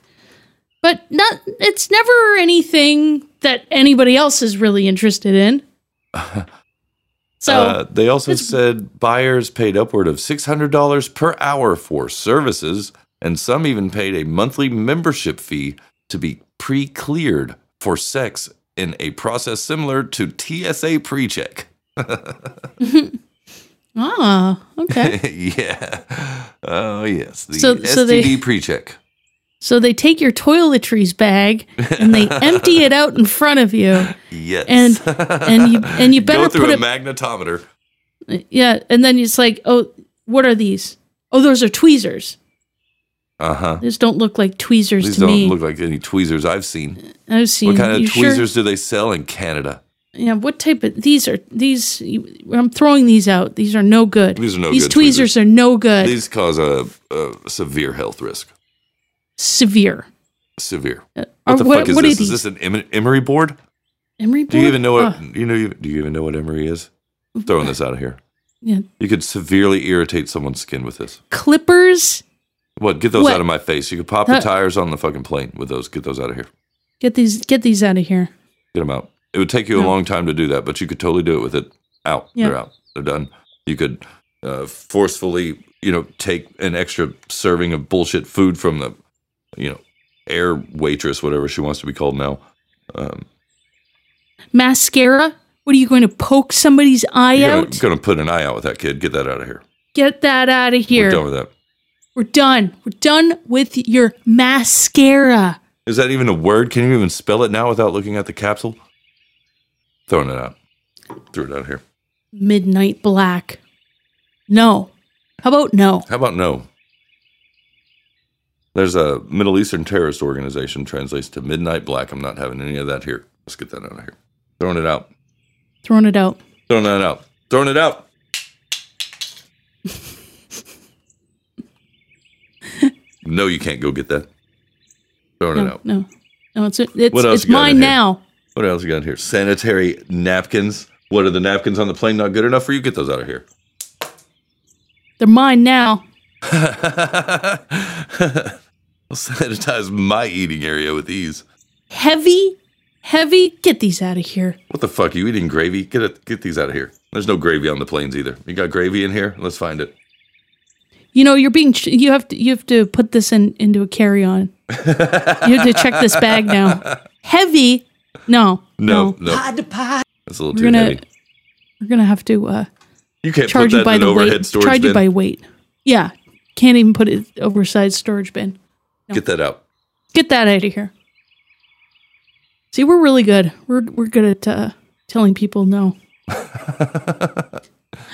Speaker 5: but not it's never anything that anybody else is really interested in. So
Speaker 4: uh, they also said buyers paid upward of $600 per hour for services, and some even paid a monthly membership fee to be pre cleared for sex in a process similar to TSA pre check.
Speaker 5: ah okay.
Speaker 4: yeah. Oh yes. The
Speaker 5: So-
Speaker 4: STD
Speaker 5: so they-
Speaker 4: pre-check.
Speaker 5: So they take your toiletries bag and they empty it out in front of you.
Speaker 4: Yes.
Speaker 5: And- and you- and you better
Speaker 4: go through
Speaker 5: put
Speaker 4: a
Speaker 5: it-
Speaker 4: magnetometer.
Speaker 5: Yeah, and then it's like, oh, what are these? Oh, those are tweezers.
Speaker 4: Uh huh.
Speaker 5: These don't look like tweezers
Speaker 4: These
Speaker 5: to
Speaker 4: don't
Speaker 5: me.
Speaker 4: look like any tweezers I've seen.
Speaker 5: I've seen.
Speaker 4: What kind of
Speaker 5: you sure-
Speaker 4: tweezers do they sell in Canada?
Speaker 5: Yeah, what type of these are these? you- I'm throwing these out. These are no good.
Speaker 4: These are no good
Speaker 5: tweezers, are no good.
Speaker 4: These cause a, a severe health risk.
Speaker 5: Severe.
Speaker 4: Severe.
Speaker 5: Uh, are-
Speaker 4: What the
Speaker 5: what-
Speaker 4: fuck is
Speaker 5: what are
Speaker 4: this? Is
Speaker 5: these?
Speaker 4: this an em- emery board?
Speaker 5: Emery
Speaker 4: Do you
Speaker 5: board?
Speaker 4: even know what
Speaker 5: Oh,
Speaker 4: you know? You, do you even know what emery is? Throwing this out of here.
Speaker 5: yeah.
Speaker 4: You could severely irritate someone's skin with this.
Speaker 5: Clippers.
Speaker 4: What? Get those
Speaker 5: What?
Speaker 4: out of my face. You could pop
Speaker 5: Huh?
Speaker 4: the tires on the fucking plane with those. Get those out of here.
Speaker 5: Get these. Get these out of here.
Speaker 4: Get them out. It would take you a
Speaker 5: No.
Speaker 4: long time to do that, but you could totally do it with it out.
Speaker 5: Yeah.
Speaker 4: They're out. They're done. You could uh, forcefully, you know, take an extra serving of bullshit food from the, you know, air waitress, whatever she wants to be called now. Um,
Speaker 5: Mascara. What are you going to poke somebody's eye
Speaker 4: you're
Speaker 5: out?
Speaker 4: gonna, gonna put an eye out with that kid. Get that out of here.
Speaker 5: Get that out of
Speaker 4: We're
Speaker 5: here.
Speaker 4: done with that.
Speaker 5: We're done. We're done with your mascara.
Speaker 4: Is that even a word? Can you even spell it now without looking at the capsule? Throwing it out. Threw it out of here.
Speaker 5: Midnight black. No. How about no?
Speaker 4: How about no? There's a Middle Eastern terrorist organization translates to Midnight Black. I'm not having any of that here. Let's get that out of here. Throwing it out.
Speaker 5: Throwing it out.
Speaker 4: Throwing that out. Throwing it out. no, you can't go get that. Throwing
Speaker 5: No,
Speaker 4: it out.
Speaker 5: no, no. It's it's,
Speaker 4: What else
Speaker 5: it's
Speaker 4: you got
Speaker 5: mine
Speaker 4: in here?
Speaker 5: now.
Speaker 4: What else we got here? Sanitary napkins. What are the napkins on the plane not good enough for you? Get those out of here.
Speaker 5: They're mine now.
Speaker 4: I'll sanitize my eating area with these.
Speaker 5: Heavy, heavy. Get these out of here.
Speaker 4: What the fuck? You eating gravy? Get it, get these out of here. There's no gravy on the planes either. You got gravy in here? Let's find it.
Speaker 5: You know you're being. Ch- you have to. You have to put this in into a carry on. you have to check this bag now. Heavy. No.
Speaker 4: No, no.
Speaker 5: Pod to pod.
Speaker 4: That's a little
Speaker 5: We're
Speaker 4: too
Speaker 5: gonna
Speaker 4: heavy.
Speaker 5: we're gonna have to uh,
Speaker 4: You can't
Speaker 5: charge you
Speaker 4: put that
Speaker 5: by
Speaker 4: in an
Speaker 5: the
Speaker 4: overhead
Speaker 5: weight.
Speaker 4: storage
Speaker 5: charge
Speaker 4: bin.
Speaker 5: you by weight. Yeah, can't even put it oversized storage bin.
Speaker 4: Get that out.
Speaker 5: Get that out of here. See, we're really good. We're we're good at uh, telling people no.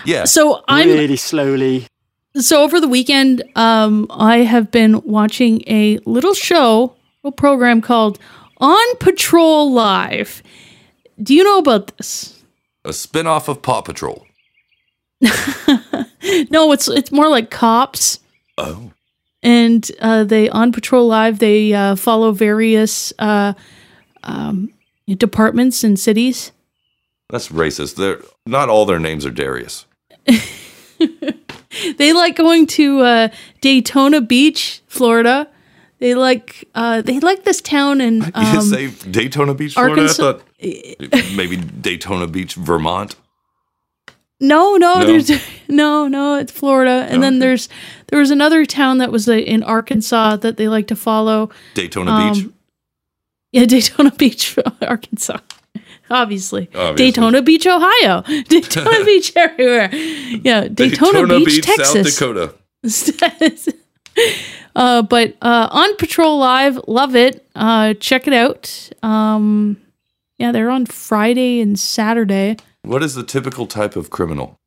Speaker 4: Yeah.
Speaker 5: So I'm-
Speaker 3: really slowly.
Speaker 5: So over the weekend, um, I have been watching a little show, a program called On Patrol Live. Do you know about this?
Speaker 4: A spin off of Paw Patrol.
Speaker 5: No, it's it's more like cops.
Speaker 4: Oh.
Speaker 5: and uh, they on patrol live they uh, follow various uh, um, departments and cities
Speaker 4: That's racist. They're not all their names are Darius.
Speaker 5: they like going to uh, daytona beach florida they like uh, they like this town in
Speaker 4: you
Speaker 5: um,
Speaker 4: say Daytona Beach, Florida?
Speaker 5: Arkansas- Uh,
Speaker 4: I thought maybe Daytona Beach, Vermont.
Speaker 5: no, no
Speaker 4: No.
Speaker 5: there's no no it's florida and then there's there was another town that was uh, in arkansas that they like to follow
Speaker 4: Daytona
Speaker 5: Um,
Speaker 4: Beach.
Speaker 5: yeah daytona beach arkansas obviously.
Speaker 4: Obviously.
Speaker 5: Daytona Beach, Ohio. Daytona Beach everywhere. Yeah, Daytona, Beach, Texas.
Speaker 4: South Dakota.
Speaker 5: uh, but uh, on Patrol Live, love it. Uh, check it out. Um, yeah, they're on Friday and Saturday.
Speaker 4: What is the typical type of criminal?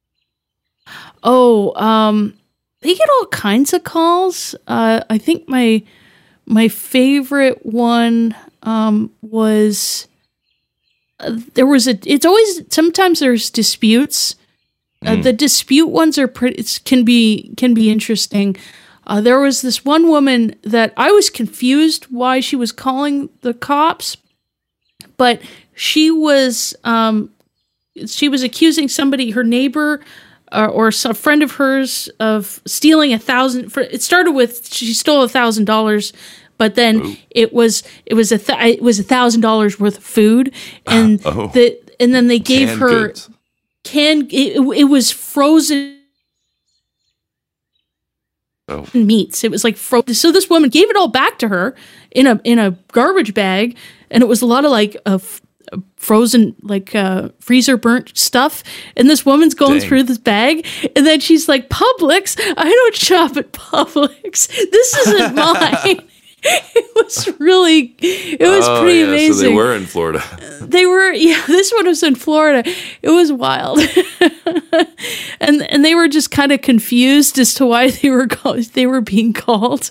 Speaker 5: Oh, um, they get all kinds of calls. Uh, I think my my favorite one um, was uh, there was a. It's always sometimes there's disputes. Uh,
Speaker 13: Mm.
Speaker 5: the dispute ones are pretty. It's, can be can be interesting. Uh, there was this one woman that I was confused why she was calling the cops, but she was um, she was accusing somebody, her neighbor uh, or s- a friend of hers, of stealing a thousand. For, it started with she stole a thousand dollars, but then it was it was a th- it was a thousand dollars worth of food, and
Speaker 13: Oh.
Speaker 5: the and then they gave
Speaker 13: Canned
Speaker 5: her
Speaker 13: goods.
Speaker 5: canned. It, it was frozen
Speaker 4: Oh.
Speaker 5: meats. It was like fro- so. This woman gave it all back to her in a in a garbage bag, and it was a lot of like a f- a frozen like uh, freezer burnt stuff. And this woman's going
Speaker 13: Dang.
Speaker 5: through this bag, and then she's like, "Publix, I don't shop at Publix. This isn't mine." it was really, it was
Speaker 4: Oh,
Speaker 5: pretty
Speaker 4: yeah,
Speaker 5: amazing.
Speaker 4: So they were in Florida.
Speaker 5: They were, yeah. This one was in Florida. It was wild, and and they were just kind of confused as to why they were called. They were being called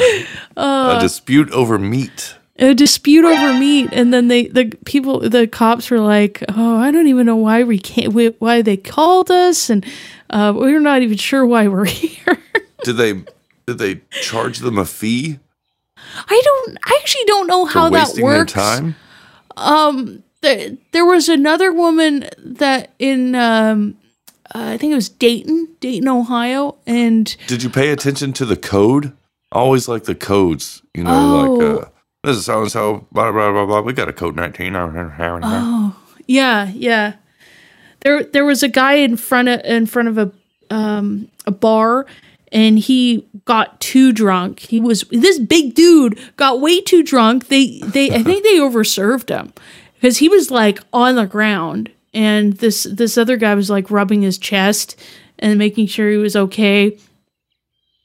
Speaker 5: uh,
Speaker 4: a dispute over meat.
Speaker 5: a dispute over meat, and then they the people the cops were like, "Oh, I don't even know why we can't we, why they called us, and uh, we're not even sure why we're here."
Speaker 4: Did they did they charge them a fee
Speaker 5: I don't. I actually don't know
Speaker 4: for
Speaker 5: how that
Speaker 4: wasting
Speaker 5: works.
Speaker 4: their time?
Speaker 5: um there, there was another woman that in um uh, I think it was Dayton, Dayton, Ohio, and
Speaker 4: Did you pay attention to the code? I always like the codes, you know,
Speaker 5: Oh.
Speaker 4: like uh, this is so and so, blah blah blah blah. We got a code nineteen.
Speaker 5: oh yeah, yeah. There there was a guy in front of in front of a um a bar and he got too drunk. He was this big dude got way too drunk. They they I think they overserved him because he was like on the ground and this this other guy was like rubbing his chest and making sure he was okay.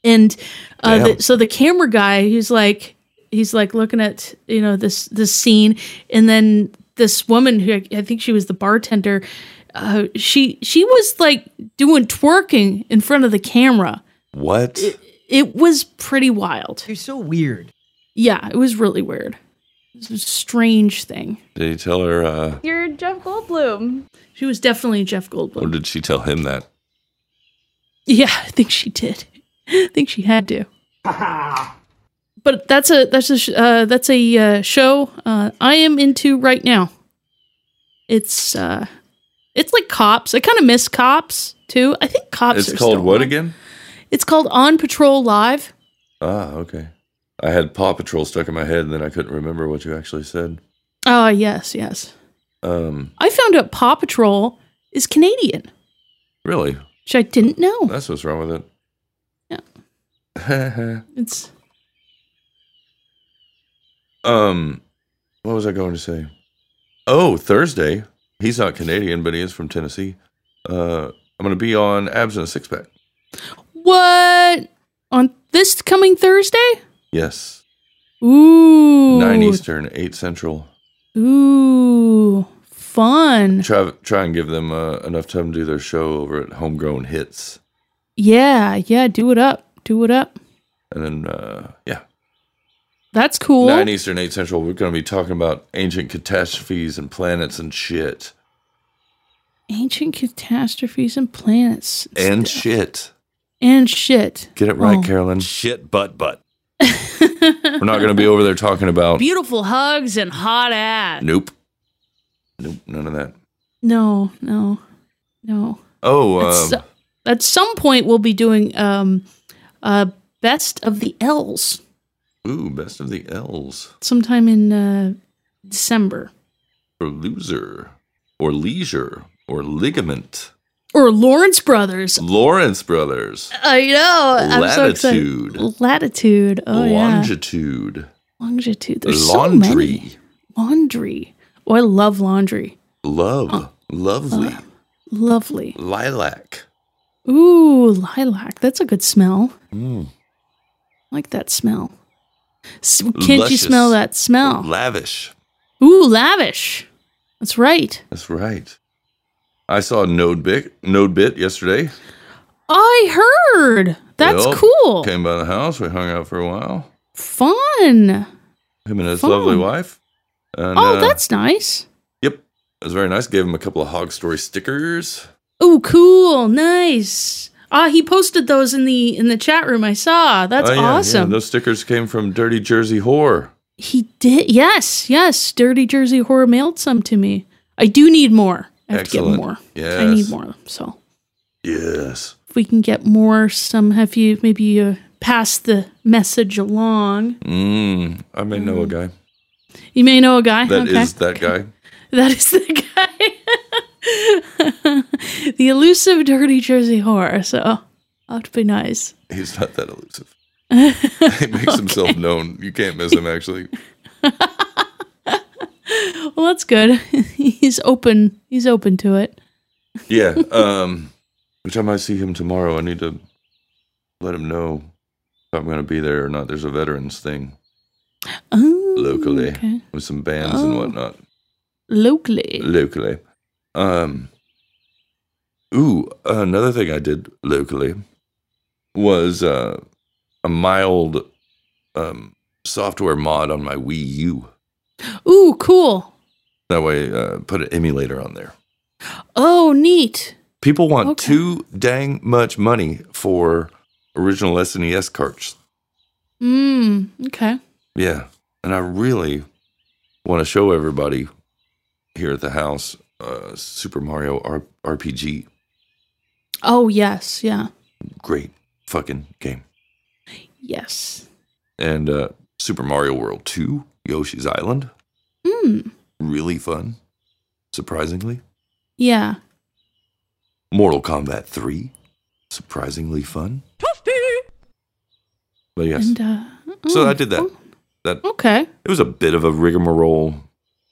Speaker 5: and uh,
Speaker 13: Damn.
Speaker 5: the, so the camera guy he's like he's like looking at you know this this scene and then this woman who I- i think she was the bartender uh, she she was like doing twerking in front of the camera
Speaker 4: What?
Speaker 5: It was pretty wild.
Speaker 18: You're so weird.
Speaker 5: Yeah, it was really weird. It was a strange thing.
Speaker 4: Did he tell her? Uh,
Speaker 3: You're Jeff Goldblum.
Speaker 5: She was definitely Jeff
Speaker 4: or
Speaker 5: Goldblum.
Speaker 4: did she tell him that?
Speaker 5: Yeah, I think she did. I think she had to. but that's a that's a sh- uh, that's a uh, show uh, I am into right now. It's uh, it's like Cops. I kind of miss Cops too. I think Cops.
Speaker 4: it's
Speaker 5: are
Speaker 4: called
Speaker 5: still on.
Speaker 4: what again?
Speaker 5: It's called On Patrol Live.
Speaker 4: Ah, okay. I had Paw Patrol stuck in my head, and then I couldn't remember what you actually said.
Speaker 5: Oh yes, yes.
Speaker 4: Um,
Speaker 5: I found out Paw Patrol is Canadian,
Speaker 4: really?
Speaker 5: which I didn't know.
Speaker 4: That's what's wrong with it. Yeah.
Speaker 17: Mm-hmm.
Speaker 5: It's
Speaker 4: um, what was I going to say? Oh, Thursday. He's not Canadian, but he is from Tennessee. Uh, I'm going to be on Abs and a Six Pack.
Speaker 5: what on this coming Thursday?
Speaker 4: Yes,
Speaker 5: Ooh,
Speaker 4: nine Eastern, eight Central.
Speaker 5: Ooh, fun.
Speaker 4: Try try and give them uh, enough time to do their show over at Homegrown Hits,
Speaker 5: Yeah, yeah. Do it up. Do it up.
Speaker 4: and then uh, yeah,
Speaker 5: That's cool.
Speaker 4: Nine Eastern, eight Central. We're going to be talking about ancient catastrophes and planets and shit
Speaker 5: Ancient catastrophes and planets
Speaker 4: and shit.
Speaker 5: and shit.
Speaker 4: Get it right,
Speaker 5: Oh.
Speaker 4: Carolyn. Shit, butt, butt. We're not going to be over there talking about.
Speaker 5: Beautiful hugs and hot ass.
Speaker 4: Nope. Nope. None of that.
Speaker 5: No, no, no.
Speaker 4: Oh,
Speaker 5: At,
Speaker 4: um,
Speaker 5: so- at some point, we'll be doing um, uh, best of the L's
Speaker 4: ooh, best of the L's
Speaker 5: sometime in uh, December
Speaker 4: or loser or leisure or ligament.
Speaker 5: or Lawrence Brothers.
Speaker 4: Lawrence Brothers.
Speaker 5: I know. I'm so excited.
Speaker 4: Latitude.
Speaker 5: Latitude. Oh yeah.
Speaker 4: longitude.
Speaker 5: Longitude. There's so
Speaker 4: laundry.
Speaker 5: many. Laundry. Oh, I love laundry.
Speaker 4: Love.
Speaker 5: Oh.
Speaker 4: Lovely.
Speaker 5: Lovely.
Speaker 4: Lilac.
Speaker 5: Ooh, lilac. That's a good smell.
Speaker 4: Mm.
Speaker 5: I like that smell. S- can't you smell
Speaker 4: Luscious.
Speaker 5: that smell?
Speaker 4: Lavish.
Speaker 5: Ooh, lavish. That's right.
Speaker 4: That's right. I saw Node Bit, Node Bit yesterday.
Speaker 5: I heard. That's
Speaker 4: Yup.
Speaker 5: cool.
Speaker 4: Came by the house. We hung out for a while.
Speaker 5: Fun.
Speaker 4: Him and his
Speaker 5: Fun.
Speaker 4: lovely wife. And,
Speaker 5: oh,
Speaker 4: uh,
Speaker 5: that's nice.
Speaker 4: Yep. It was very nice. Gave him a couple of Hog Story stickers.
Speaker 5: Ooh, cool. Nice. Ah, he posted those in the in the chat room. I saw. That's
Speaker 4: Oh, yeah, yeah.
Speaker 5: awesome.
Speaker 4: Those stickers came from Dirty Jersey Whore.
Speaker 5: He did. Yes, yes. Dirty Jersey Horror mailed some to me. I do need more. I have to
Speaker 4: Excellent.
Speaker 5: get more.
Speaker 4: Yes.
Speaker 5: I need more. So
Speaker 4: Yes.
Speaker 5: if we can get more, some have you maybe you pass the message along.
Speaker 4: Mm, I may know a guy.
Speaker 5: You may know a guy.
Speaker 4: That is
Speaker 5: okay.
Speaker 4: that guy.
Speaker 5: That is the guy. the elusive Dirty Jersey Horror. So that would be nice.
Speaker 4: He's not that elusive. he makes himself known. You can't miss him, actually.
Speaker 5: Well, that's good. He's open. He's open to it.
Speaker 4: Yeah. Um, which I might see him tomorrow. I need to let him know if I'm going to be there or not. There's a veterans thing
Speaker 5: Oh,
Speaker 4: locally
Speaker 5: okay.
Speaker 4: with some bands and
Speaker 5: Oh.
Speaker 4: whatnot.
Speaker 5: Locally.
Speaker 4: Locally. Um, ooh, another thing I did locally was uh, a mild um, software mod on my Wii U.
Speaker 5: Ooh, cool.
Speaker 4: That way, uh, put an emulator on there.
Speaker 5: Oh, neat.
Speaker 4: People want
Speaker 5: Okay.
Speaker 4: too dang much money for original SNES carts.
Speaker 5: Mm, okay.
Speaker 4: Yeah. And I really want to show everybody here at the house uh, Super Mario R- RPG.
Speaker 5: Oh, yes. Yeah.
Speaker 4: Great fucking game.
Speaker 5: Yes.
Speaker 4: And uh, Super Mario World 2, Yoshi's Island.
Speaker 5: Mm,
Speaker 4: Really fun, surprisingly.
Speaker 5: yeah.
Speaker 4: Mortal Kombat 3, surprisingly fun. But yes.
Speaker 5: And, uh,
Speaker 4: so
Speaker 5: oh,
Speaker 4: I did that. That
Speaker 5: Okay.
Speaker 4: it was a bit of a rigmarole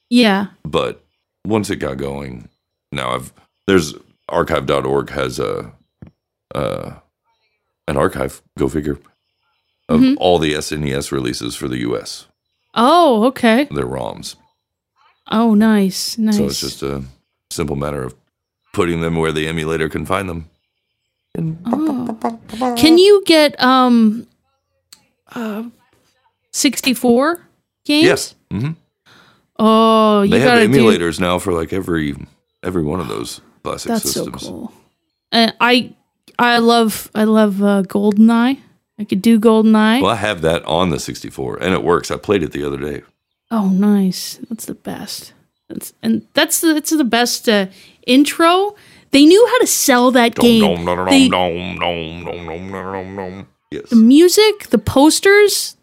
Speaker 5: Yeah.
Speaker 4: but once it got going now i've there's archive.org has a uh an archive go figure of
Speaker 5: Mhm.
Speaker 4: all the snes releases for the us
Speaker 5: Oh, okay.
Speaker 4: their roms
Speaker 5: Oh, nice. Nice.
Speaker 4: so it's just a simple matter of putting them where the emulator can find them
Speaker 5: Oh. Can you get um uh 64 games?
Speaker 4: Yes. hmm
Speaker 5: Oh, you
Speaker 4: They have
Speaker 5: gotta do
Speaker 4: emulators now for like every every one of those classic
Speaker 5: That's so
Speaker 4: systems.
Speaker 5: cool. And I I love I love uh, Goldeneye. I could do Goldeneye.
Speaker 4: Well, I have that on the 64, and it works. I played it the other day.
Speaker 5: Oh, nice. That's the best. That's and that's the that's the best uh, intro. They knew how to sell that game.
Speaker 4: Dom, dom, dom,
Speaker 5: They-
Speaker 4: dom, dom, dom, dom, dom, dom. Yes.
Speaker 5: the music, the posters,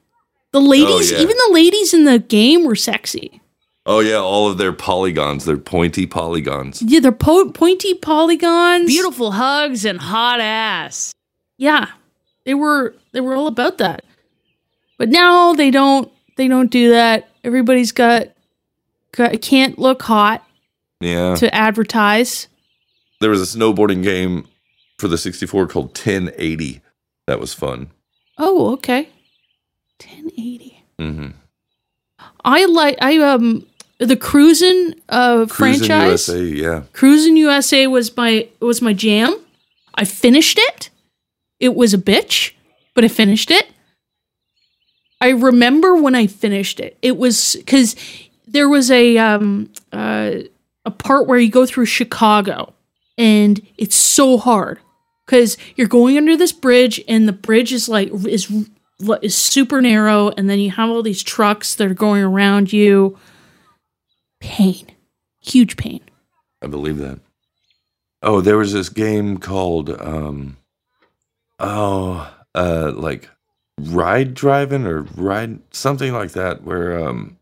Speaker 5: the ladies,
Speaker 4: Oh, yeah.
Speaker 5: even the ladies in the game were sexy.
Speaker 4: Oh yeah, all of their polygons, their pointy polygons.
Speaker 5: Yeah, they're po- pointy polygons, beautiful hugs, and hot ass. Yeah, they were they were all about that. But now they don't they don't do that. Everybody's got, got can't look hot
Speaker 4: Yeah.
Speaker 5: to advertise.
Speaker 4: There was a snowboarding game for the 64 called 1080. That was fun.
Speaker 5: Oh, okay. 1080.
Speaker 4: Mhm.
Speaker 5: I like I um the Cruisin' uh
Speaker 4: Cruising
Speaker 5: franchise.
Speaker 4: USA, yeah.
Speaker 5: Cruisin' USA was my was my jam. I finished it. It was a bitch, but I finished it. I remember when I finished it. It was because there was a um uh, a part where you go through Chicago, and it's so hard because you're going under this bridge, and the bridge is like is is super narrow, and then you have all these trucks that are going around you. Pain, huge pain.
Speaker 4: I believe that. Oh, there was this game called um oh, uh like ride driving or ride something like that where um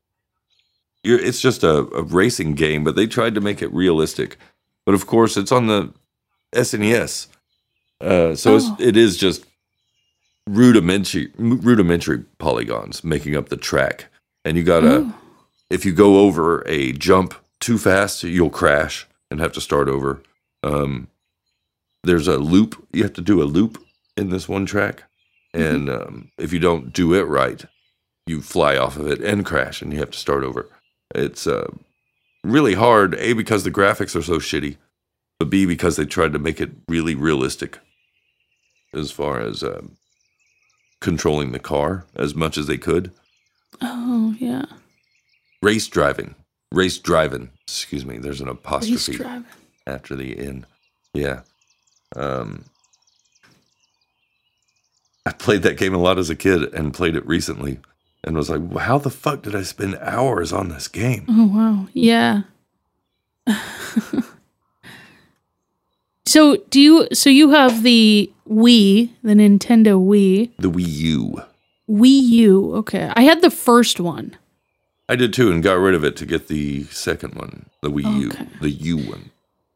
Speaker 4: you're, it's just a, a racing game, but they tried to make it realistic. But of course, it's on the SNES. Uh so it's,
Speaker 5: Oh.
Speaker 4: it is just rudimentary rudimentary polygons making up the track. And you got to
Speaker 5: Ooh.
Speaker 4: if you go over a jump too fast, you'll crash and have to start over. Um, there's a loop. You have to do a loop in this one track. And um, if you don't do it right, you fly off of it and crash and you have to start over. It's uh, really hard, A, because the graphics are so shitty, but B, because they tried to make it really realistic as far as um, controlling the car as much as they could
Speaker 5: Oh yeah,
Speaker 4: race driving race driving excuse me there's an apostrophe
Speaker 5: driving.
Speaker 4: after the in yeah um i played that game a lot as a kid and played it recently and was like "Well, how the fuck did i spend hours on this game
Speaker 5: oh wow, yeah. so do you? So you have the Wii, the Nintendo Wii,
Speaker 4: the wii u
Speaker 5: Wii U. Okay, I had the first one.
Speaker 4: i did too and got rid of it to get the second one the wii
Speaker 5: Okay.
Speaker 4: u the u one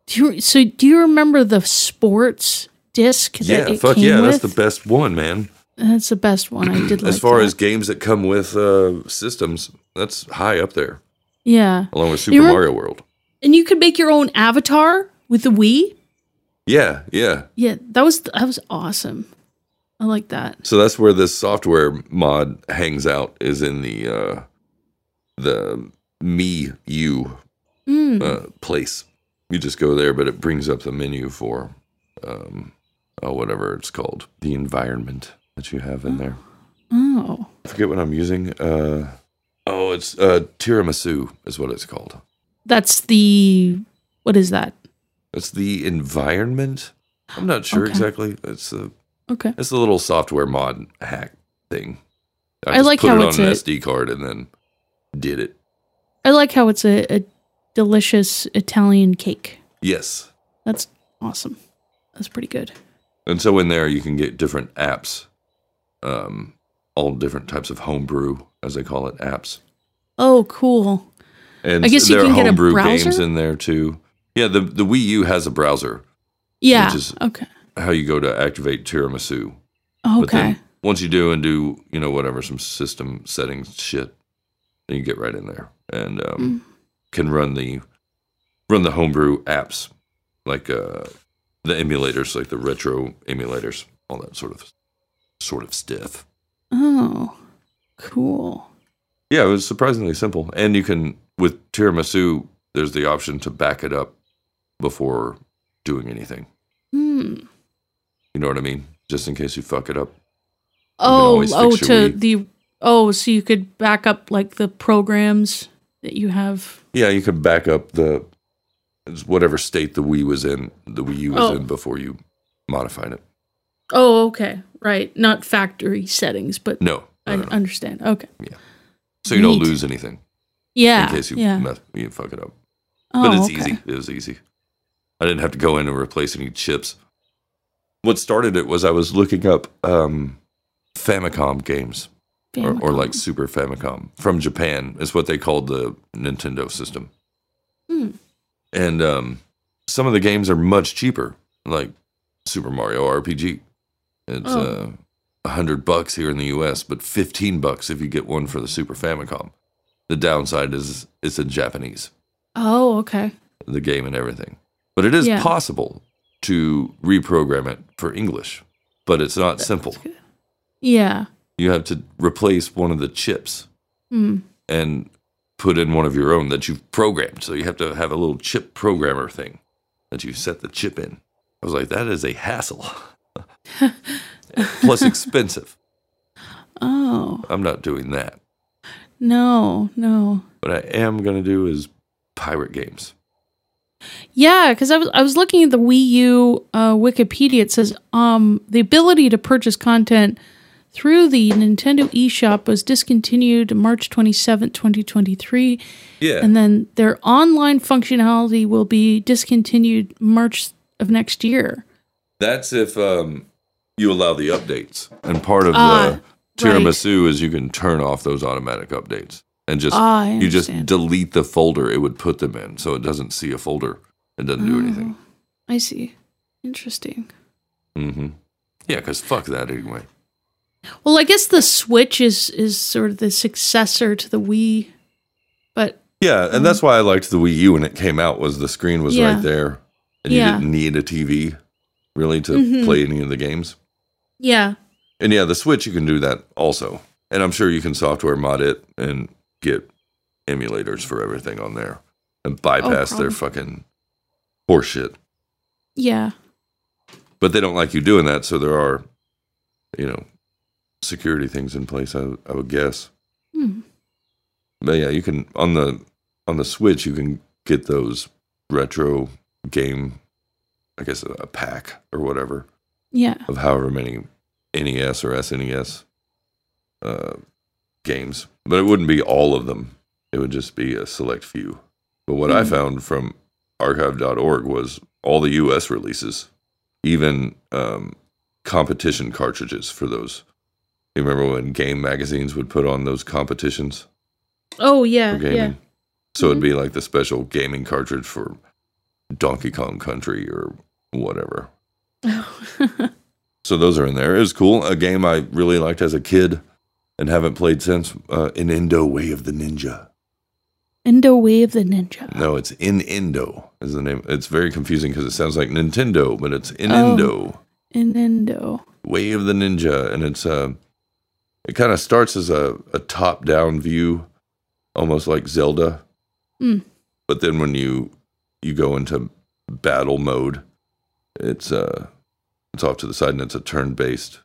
Speaker 5: Do you, so do you remember the sports disc?
Speaker 4: yeah
Speaker 5: that it
Speaker 4: fuck
Speaker 5: came
Speaker 4: yeah
Speaker 5: with?
Speaker 4: that's the best one man
Speaker 5: That's the best one. I did like
Speaker 4: as far
Speaker 5: that.
Speaker 4: as games that come with uh systems that's high up there
Speaker 5: yeah,
Speaker 4: along with
Speaker 5: You
Speaker 4: super
Speaker 5: remem-
Speaker 4: mario world
Speaker 5: and you could make your own avatar with the Wii.
Speaker 4: yeah yeah
Speaker 5: Yeah, that was that was awesome. I like that.
Speaker 4: So that's where this software mod hangs out is in the uh the me you
Speaker 5: Mm.
Speaker 4: uh, place. You just go there, but it brings up the menu for um oh whatever it's called, the environment that you have in there.
Speaker 5: Oh,
Speaker 4: I forget what I'm using. Uh oh, it's uh tiramisu is what it's called.
Speaker 5: that's the what is that?
Speaker 4: It's the environment. I'm not sure
Speaker 5: Okay.
Speaker 4: exactly. It's a
Speaker 5: Okay.
Speaker 4: It's a little software mod hack thing.
Speaker 5: I like
Speaker 4: put
Speaker 5: how
Speaker 4: it on
Speaker 5: it's
Speaker 4: an
Speaker 5: a-
Speaker 4: SD card and then did it.
Speaker 5: I like how it's a, a delicious Italian cake.
Speaker 4: Yes.
Speaker 5: That's awesome. That's pretty good.
Speaker 4: And so in there you can get different apps, um, all different types of homebrew, as they call it, apps.
Speaker 5: Oh, cool.
Speaker 4: And
Speaker 5: I guess you
Speaker 4: there
Speaker 5: can
Speaker 4: are
Speaker 5: get a
Speaker 4: homebrew
Speaker 5: browser?
Speaker 4: games in there too. Yeah, the the Wii U has a browser.
Speaker 5: Yeah.
Speaker 4: Which is
Speaker 5: okay.
Speaker 4: how you go to activate tiramisu. But
Speaker 5: Okay.
Speaker 4: then once you do and do, you know, whatever, some system settings shit, then you get right in there and
Speaker 1: Mm.
Speaker 4: um, can run the run the homebrew apps like uh, the emulators, like the retro emulators, all that sort of sort of stuff.
Speaker 5: Oh, cool.
Speaker 4: Yeah, it was surprisingly simple. And you can with tiramisu, there's the option to back it up before doing anything.
Speaker 5: Hmm.
Speaker 4: You know what I mean? Just in case you fuck it up.
Speaker 5: Oh,
Speaker 4: always
Speaker 5: oh,
Speaker 4: fix
Speaker 5: to
Speaker 4: your
Speaker 5: the oh, so you could back up like the programs that you have.
Speaker 4: Yeah, you could back up the whatever state the Wii was in, the Wii U was
Speaker 5: Oh.
Speaker 4: in before you modified it.
Speaker 5: Oh, okay, right, not factory settings, but
Speaker 4: No,
Speaker 5: I understand. Okay,
Speaker 4: So you don't
Speaker 5: Neat.
Speaker 4: lose anything.
Speaker 5: Yeah,
Speaker 4: In case you
Speaker 5: yeah.
Speaker 4: mess, you fuck it up.
Speaker 5: Oh,
Speaker 4: but it's
Speaker 5: okay.
Speaker 4: easy. It was easy. I didn't have to go in and replace any chips. What started it was I was looking up um, Famicom games Or, or like Super Famicom from Japan is what they called the Nintendo system.
Speaker 5: Hmm.
Speaker 4: And um, some of the games are much cheaper, like Super Mario RPG. It's
Speaker 5: Oh.
Speaker 4: uh, 100 bucks here in the US, but 15 bucks if you get one for the Super Famicom. The downside is it's in Japanese
Speaker 5: Oh, okay.
Speaker 4: the game and everything. But it is
Speaker 5: Yeah.
Speaker 4: possible to reprogram it for English, but it's not simple.
Speaker 5: Yeah.
Speaker 4: You have to replace one of the chips
Speaker 5: Hmm.
Speaker 4: and put in one of your own that you've programmed. So you have to have a little chip programmer thing that you set the chip in. I was like, that is a hassle. Plus expensive.
Speaker 5: Oh
Speaker 4: I'm not doing that.
Speaker 5: no, no.
Speaker 4: What I am going to do is pirate games.
Speaker 5: Yeah, because I was I was looking at the Wii U uh, Wikipedia. It says um, the ability to purchase content through the Nintendo eShop was discontinued March twenty seventh, twenty twenty three.
Speaker 4: Yeah.
Speaker 5: and then their online functionality will be discontinued March of next year.
Speaker 4: That's if um, you allow the updates. And part of
Speaker 5: Ah,
Speaker 4: the tiramisu is you can turn off those automatic updates and just
Speaker 5: Ah, I
Speaker 4: you just delete the folder it would put them in, so it doesn't see a folder. It doesn't do anything.
Speaker 5: Oh, I see. Interesting. Mm.
Speaker 4: hmm Yeah, because fuck that anyway.
Speaker 5: Well, I guess the Switch is is sort of the successor to the Wii, but
Speaker 4: Yeah, and that's why I liked the Wii U when it came out. Was the screen was
Speaker 5: Mm. Yeah.
Speaker 4: right there, and you
Speaker 5: Yeah.
Speaker 4: didn't need a TV really to
Speaker 5: Mhm.
Speaker 4: play any of the games.
Speaker 5: yeah,
Speaker 4: And yeah, the Switch you can do that also. And I'm sure you can software mod it and get emulators for everything on there and bypass their
Speaker 5: probably.
Speaker 4: fucking horseshit.
Speaker 5: yeah.
Speaker 4: But they don't like you doing that, so there are, you know, security things in place. I, I would guess.
Speaker 5: Hmm.
Speaker 4: But yeah, you can on the on the Switch you can get those retro game, I guess a pack or whatever
Speaker 5: Yeah.
Speaker 4: of however many NES or SNES uh, games, but it wouldn't be all of them. It would just be a select few. But what I
Speaker 5: Mhm.
Speaker 4: found from archive.org was all the US releases, even um, competition cartridges for those. You remember when game magazines would put on those competitions?
Speaker 5: Oh yeah,
Speaker 4: for gaming.
Speaker 5: yeah.
Speaker 4: So it'd be like the special gaming cartridge for Donkey Kong Country or whatever. so those are in there. It was cool. A game I really liked as a kid and haven't played since. Uh, in Indo Way of the Ninja.
Speaker 5: Indo Wave the Ninja.
Speaker 4: No, it's in Indo is the name. It's very confusing because it sounds like Nintendo, but it's in
Speaker 5: Oh.
Speaker 4: Indo
Speaker 5: In Indo.
Speaker 4: Way of the Ninja, and it's uh, it kind of starts as a, a top down view, almost like Zelda.
Speaker 5: Hmm.
Speaker 4: but then when you you go into battle mode it's uh it's off to the side and it's a turn based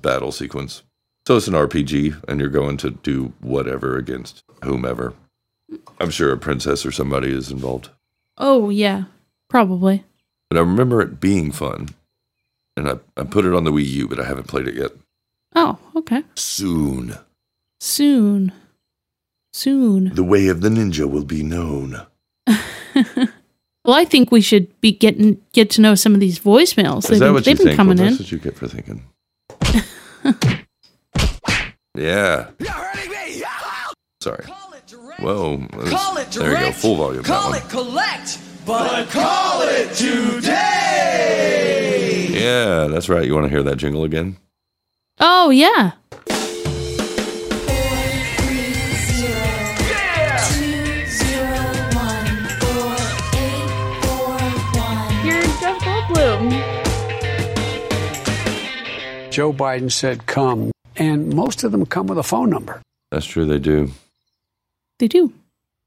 Speaker 4: battle sequence so it's an rpg and you're going to do whatever against whomever i'm sure a princess or somebody is involved
Speaker 5: Oh yeah, probably.
Speaker 4: but i remember it being fun and i, I put it on the wii u but i haven't played it yet
Speaker 5: Oh okay.
Speaker 4: soon
Speaker 5: Soon. Soon.
Speaker 4: the way of the ninja will be known
Speaker 5: Well, I think we should be getting get to know some of these voicemails.
Speaker 4: is
Speaker 5: they've
Speaker 4: that
Speaker 5: been,
Speaker 4: what
Speaker 5: they've
Speaker 4: you
Speaker 5: been
Speaker 4: think
Speaker 5: coming
Speaker 4: well,
Speaker 5: in.
Speaker 4: that's what you get for thinking yeah sorry Whoa.
Speaker 8: Call it
Speaker 4: there you go.
Speaker 8: direct.
Speaker 4: Full volume. that
Speaker 8: Call
Speaker 4: one.
Speaker 8: it collect, but, call it today.
Speaker 4: Yeah, that's right. You want to hear that jingle again?
Speaker 5: Oh yeah.
Speaker 3: You're Jeff Goldblum.
Speaker 13: Joe Biden said come, and most of them come with a phone number.
Speaker 4: That's true. They do.
Speaker 5: They do.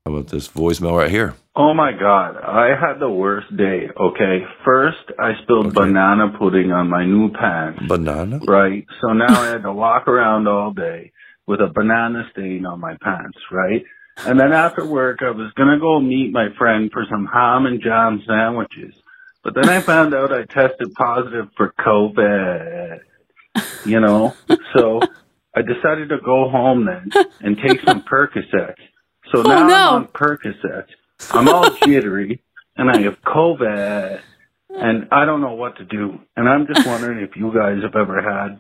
Speaker 4: How about this voicemail right here?
Speaker 14: Oh my god, I had the worst day, okay? First, I spilled banana pudding on my new pants.
Speaker 4: Banana?
Speaker 14: Right? So now I had to walk around all day with a banana stain on my pants, right? And then after work, I was gonna go meet my friend for some ham and jam sandwiches. But then I found out I tested positive for COVID. You know? So I decided to go home then and take some Percocet. So now I'm on Percocet. I'm all jittery and I have COVID and I don't know what to do. And I'm just wondering if you guys have ever had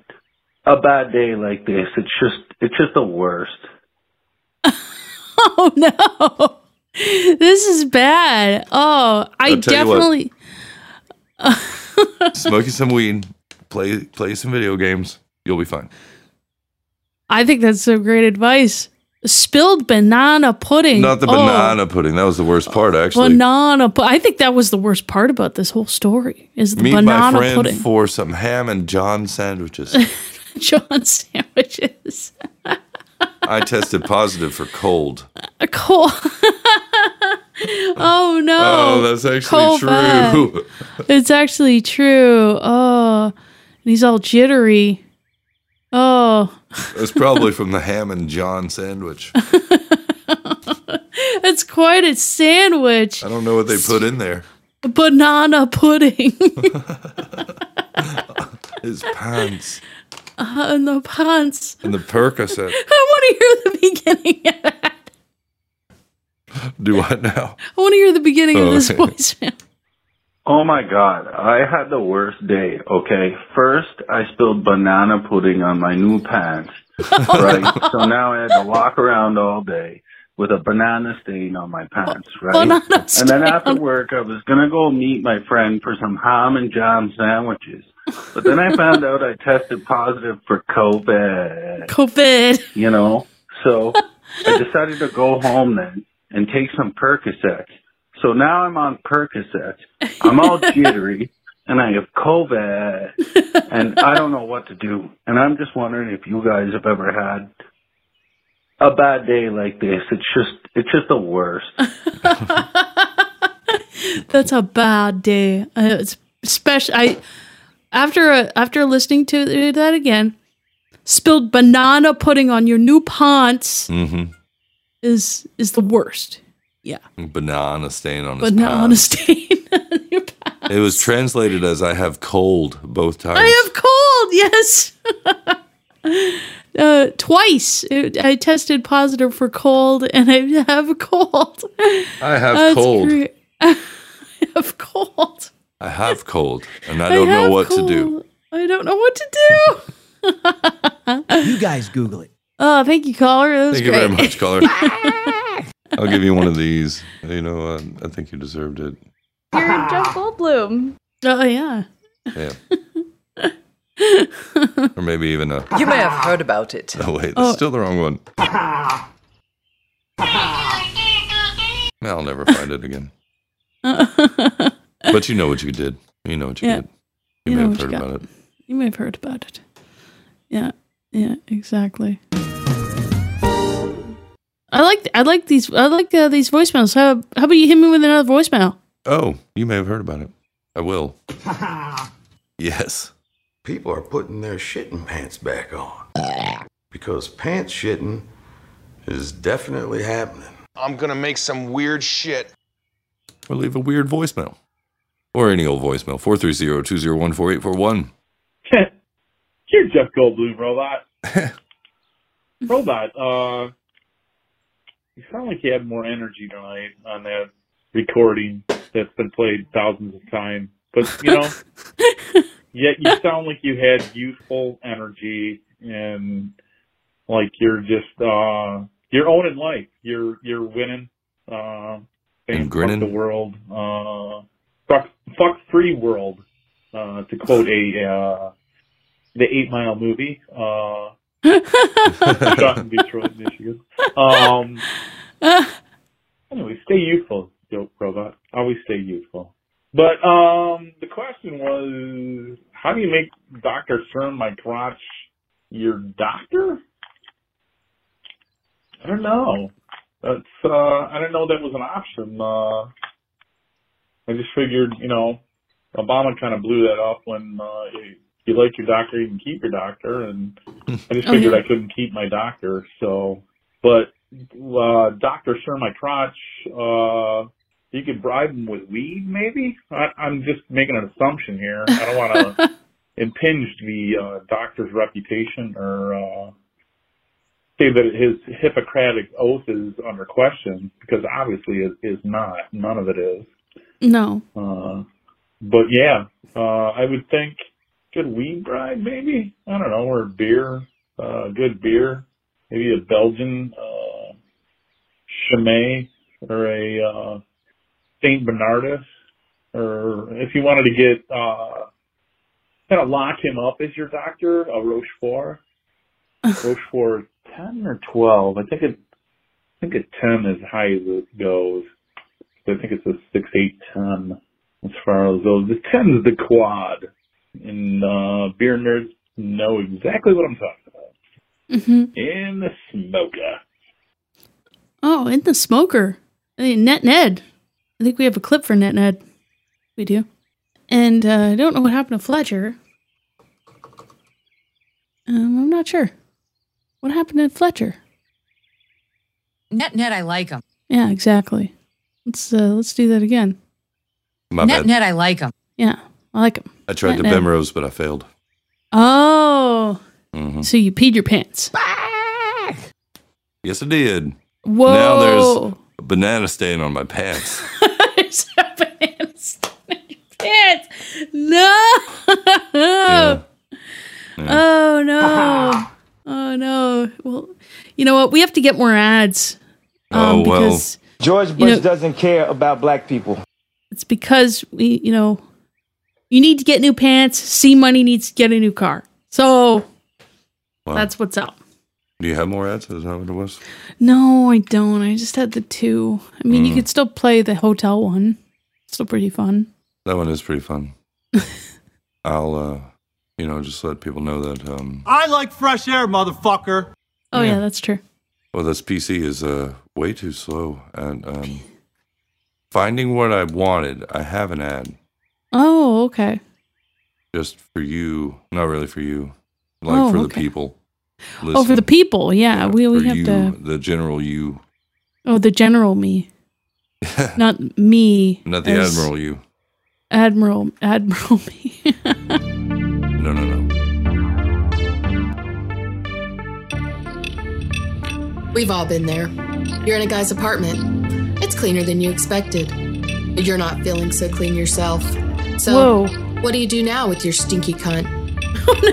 Speaker 14: a bad day like this. It's just it's just the worst.
Speaker 5: Oh no. This is bad. Oh, I
Speaker 4: I'll tell you what.
Speaker 5: definitely
Speaker 4: Smoking some weed, play play some video games. You'll be fine.
Speaker 5: I think that's some great advice. Spilled banana pudding.
Speaker 4: Not the
Speaker 5: Oh,
Speaker 4: banana pudding. That was the worst part, actually.
Speaker 5: Banana pu- I think that was the worst part about this whole story is the
Speaker 4: Meet my
Speaker 5: banana
Speaker 4: friend
Speaker 5: pudding.
Speaker 4: for some ham and John sandwiches.
Speaker 5: John sandwiches.
Speaker 4: I tested positive for cold.
Speaker 5: A cold. oh no.
Speaker 4: Oh, that's actually
Speaker 5: Cold
Speaker 4: true.
Speaker 5: bad. It's actually true. Oh, and he's all jittery. Oh,
Speaker 4: It's probably from the ham and John sandwich.
Speaker 5: that's quite a sandwich.
Speaker 4: I don't know what they put in there.
Speaker 5: Banana pudding
Speaker 4: His pants
Speaker 5: on Uh, the pants.
Speaker 4: and the Percocet.
Speaker 5: I want to hear the beginning.
Speaker 4: Do what now?
Speaker 5: I want to hear the beginning of
Speaker 14: Oh,
Speaker 5: this
Speaker 14: okay.
Speaker 5: voicemail.
Speaker 14: Oh my god, I had the worst day, okay? First, I spilled banana pudding on my new pants, right? so now I had to walk around all day with a banana stain on my pants, right?
Speaker 17: banana
Speaker 14: and then
Speaker 17: stain.
Speaker 14: after work, I was gonna go meet my friend for some ham and jam sandwiches. But then I found out I tested positive for COVID
Speaker 5: COVID.
Speaker 14: you know. So I decided to go home then and take some Percocet. So now I'm on Percocet. I'm all jittery and I have COVID and I don't know what to do. And I'm just wondering if you guys have ever had a bad day like this. It's just it's just the worst.
Speaker 5: That's a bad day. Uh, it's special. I after uh, after listening to that again, spilled banana pudding on your new pants
Speaker 4: Mm-hmm.
Speaker 5: is is the worst. Yeah,
Speaker 4: Banana stain on his
Speaker 5: banana stain.
Speaker 4: pants. It was translated as "I have cold" both times.
Speaker 5: I have cold. Yes. Uh, twice It- I tested positive for cold, and I have cold.
Speaker 4: I have
Speaker 5: That's
Speaker 4: cold.
Speaker 5: great. I have cold.
Speaker 4: I have cold, and I don't know
Speaker 5: have
Speaker 4: what to do.
Speaker 5: cold. I don't know what to do.
Speaker 18: you guys Google it.
Speaker 5: Oh, thank you, caller. That was
Speaker 4: Thank
Speaker 5: great.
Speaker 4: you very much, caller. I'll give you one of these. You know, uh, I think you deserved it.
Speaker 5: You're Jeff Goldblum. Oh yeah.
Speaker 4: Yeah. or maybe even a.
Speaker 19: You may have heard about it.
Speaker 4: Oh wait, that's
Speaker 19: Oh.
Speaker 4: still the wrong one. I'll never find it again. But you know what you did. You know what you
Speaker 5: Yeah.
Speaker 4: did.
Speaker 5: You
Speaker 4: You, may
Speaker 5: know
Speaker 4: have
Speaker 5: what
Speaker 4: heard
Speaker 5: you got.
Speaker 4: about it.
Speaker 5: You may have heard about it. Yeah, yeah, exactly. I like I like these I like uh, these voicemails. How how about you hit me with another voicemail?
Speaker 4: Oh, you may have heard about it. I will. yes.
Speaker 20: People are putting their shitting pants back on. Because pants shitting is definitely happening.
Speaker 21: I'm gonna make some weird shit.
Speaker 4: Or leave a weird voicemail. Or any old voicemail. 430-201-4841.
Speaker 26: You're Jeff Goldblum, robot. robot, uh, you sound like you had more energy tonight on that recording that's been played thousands of times. But, you know, yet you sound like you had youthful energy and like you're just, uh, you're owning life. You're, you're winning, uh,
Speaker 4: And
Speaker 26: fuck the
Speaker 4: grinning.
Speaker 26: world, uh, fuck, fuck free world, uh, to quote a, uh, the Eight Mile movie, uh, shot in Detroit, Michigan. Um, anyway, stay youthful, dope robot. Always stay youthful. But um, the question was, how do you make Doctor Stern my crotch your doctor? I don't know. That's uh, I didn't know that was an option. Uh, I just figured, you know, Obama kind of blew that up when uh, you, you like your doctor, you can keep your doctor, and I just
Speaker 1: Oh,
Speaker 26: figured
Speaker 1: yeah.
Speaker 26: I couldn't keep my doctor. So, but uh, Doctor Sir My Crotch, uh, you could bribe him with weed, maybe. I, I'm just making an assumption here. I don't want
Speaker 4: Uh,
Speaker 26: to impinge the uh, doctor's reputation or uh, say that his Hippocratic oath is under question because obviously it is not. None of it is.
Speaker 5: No.
Speaker 26: Uh, but yeah, uh, I would think good weed bride, maybe. I don't know, or beer, uh, good beer, maybe a Belgian, uh, Chimay or a, uh, St. Bernardus, or if you wanted to get, uh, kind of lock him up as your doctor, a Rochefort. Rochefort is 10 or 12. I think it, I think it's 10 as high as it goes. So I think it's a 6, 8, 10 as far as those. The 10 is the quad. And uh, beer nerds know exactly what I'm talking about.
Speaker 5: hmm
Speaker 26: In the smoker.
Speaker 5: Oh, in the smoker. Hey, Net Ned. I think we have a clip for Net Ned. We do. And uh, I don't know what happened to Fletcher. Um, I'm not sure. What happened to Fletcher?
Speaker 2: Net net, I like him.
Speaker 5: Yeah, exactly. Let's uh, let's do that again.
Speaker 4: My
Speaker 2: net
Speaker 4: bad.
Speaker 2: net, I like him.
Speaker 5: Yeah, I like him.
Speaker 4: I tried to
Speaker 5: Net-net.
Speaker 4: Bemrose, but I failed.
Speaker 5: Oh,
Speaker 4: Mhm.
Speaker 5: so you peed your pants?
Speaker 4: Yes, I did.
Speaker 5: Whoa!
Speaker 4: Now there's a banana stain on my pants.
Speaker 5: There's a banana stain on your pants. No. Oh no. oh no. Well, you know what? We have to get more ads. Um, because
Speaker 12: George Bush
Speaker 5: you know-
Speaker 12: doesn't care about black people.
Speaker 5: it's because we, you know, you need to get new pants. C Money needs to get a new car. So
Speaker 4: Wow.
Speaker 5: that's what's up.
Speaker 4: Do you have more ads? Is that what it was?
Speaker 5: No, I don't. I just had the two. I mean, you
Speaker 4: Mm.
Speaker 5: could still play the hotel one. Still pretty fun.
Speaker 4: That one is pretty fun. I'll, uh, you know, just let people know that. Um,
Speaker 7: I like fresh air, motherfucker.
Speaker 5: Oh yeah, that's true.
Speaker 4: well, this PC is uh, way too slow at um, finding what I wanted. I have an ad
Speaker 5: Oh, okay.
Speaker 4: just for you, not really for you, like
Speaker 5: Oh,
Speaker 4: for the
Speaker 5: okay.
Speaker 4: people.
Speaker 5: Oh, for the
Speaker 4: listening.
Speaker 5: people. Yeah, we we
Speaker 4: For
Speaker 5: have
Speaker 4: you,
Speaker 5: to.
Speaker 4: the general you,
Speaker 5: Oh, the general me, not me.
Speaker 4: not the
Speaker 5: as
Speaker 4: admiral you.
Speaker 5: Admiral, admiral me.
Speaker 4: No, no, no.
Speaker 10: We've all been there. You're in a guy's apartment. It's cleaner than you expected. But you're not feeling so clean yourself.
Speaker 5: Whoa.
Speaker 10: So, what do you do now with your stinky cunt?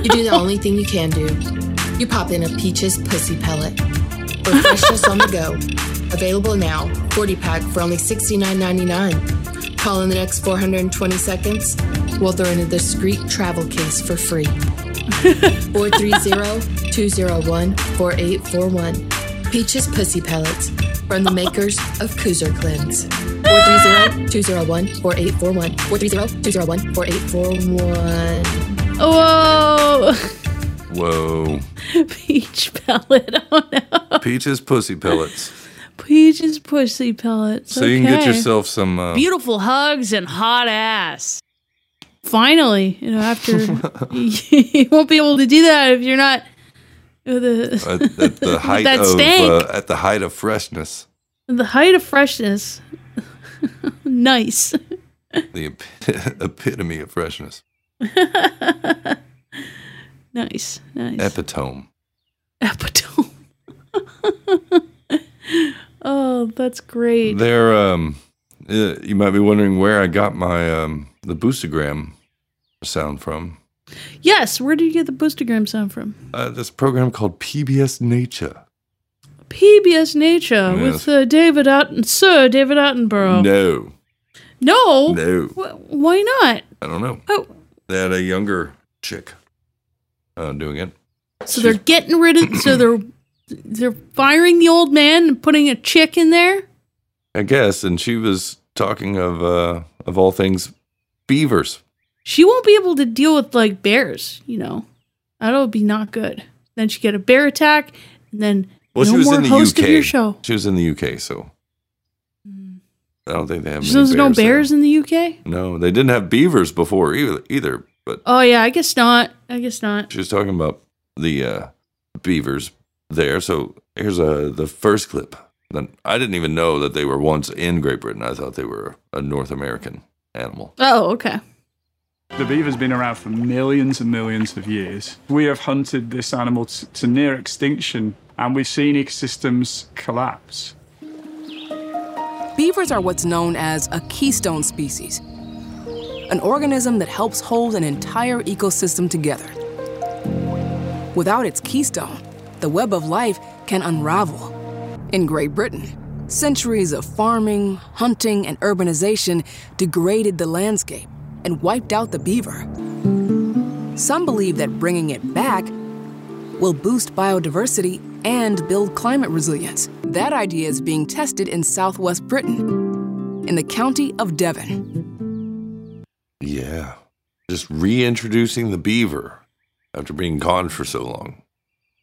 Speaker 10: You do the only thing you can do. You pop in a Peaches Pussy Pellet. Or freshness on the go. Available now. 40 pack for only $69.99. Call in the next 420 seconds. We'll throw in a discreet travel case for free. 430-201-4841. Peaches Pussy Pellets from the makers of Koozer Cleanse. 430-201-4841. 430-201-4841.
Speaker 5: Whoa,
Speaker 4: Whoa.
Speaker 5: peach pellet. Oh no,
Speaker 4: Peaches pussy pellets.
Speaker 5: peaches pussy pellets.
Speaker 4: So you can get
Speaker 5: Okay.
Speaker 4: yourself some. Uh,
Speaker 5: beautiful hugs and hot ass. Finally, you know, after you won't be able to do that if you're not with the
Speaker 4: at, at the height
Speaker 5: that
Speaker 4: of
Speaker 5: stank.
Speaker 4: uh, at the height of freshness,
Speaker 5: the height of freshness. nice.
Speaker 4: the epi- epitome of freshness,
Speaker 5: Nice, nice.
Speaker 4: epitome.
Speaker 5: Epitome. oh, that's great.
Speaker 4: There, um, uh, you might be wondering where I got my um the boostagram sound from.
Speaker 5: Yes, where did you get the boostergram sound from?
Speaker 4: Uh, this program called PBS Nature.
Speaker 5: PBS Nature
Speaker 4: Yes.
Speaker 5: with uh, David Atten- Sir David Attenborough.
Speaker 4: No,
Speaker 5: No,
Speaker 4: no,
Speaker 5: Wh- why not?
Speaker 4: I don't know.
Speaker 5: Oh.
Speaker 4: They had a younger chick uh, doing it.
Speaker 5: So they're getting rid of. So they're they're firing the old man and putting a chick in there.
Speaker 4: I guess, and she was talking of uh of all things beavers.
Speaker 5: She won't be able to deal with like bears. You know, that'll be not good. Then she get a bear attack, and then
Speaker 4: Well,
Speaker 5: no
Speaker 4: she was
Speaker 5: more
Speaker 4: in the
Speaker 5: host
Speaker 4: UK.
Speaker 5: of your show. Hmm.
Speaker 4: She was in the UK, so I don't think they have.
Speaker 5: There's
Speaker 4: many
Speaker 5: no
Speaker 4: there.
Speaker 5: bears in the UK.
Speaker 4: No, they didn't have beavers before either. Either, but
Speaker 5: Oh yeah, I guess not. I guess not.
Speaker 4: she was talking about the uh, beavers there. So here's uh the first clip. Then I didn't even know that they were once in Great Britain. I thought they were a North American animal.
Speaker 5: Oh okay.
Speaker 1: The beaver's been around for millions and millions of years. We have hunted this animal t- to near extinction and we've seen ecosystems collapse.
Speaker 11: Beavers are what's known as a keystone species, an organism that helps hold an entire ecosystem together. Without its keystone, the web of life can unravel. In Great Britain, centuries of farming, hunting, and urbanization degraded the landscape and wiped out the beaver. Some believe that bringing it back will boost biodiversity and build climate resilience. That idea is being tested in southwest Britain, in the county of Devon.
Speaker 4: Yeah, just reintroducing the beaver after being gone for so long.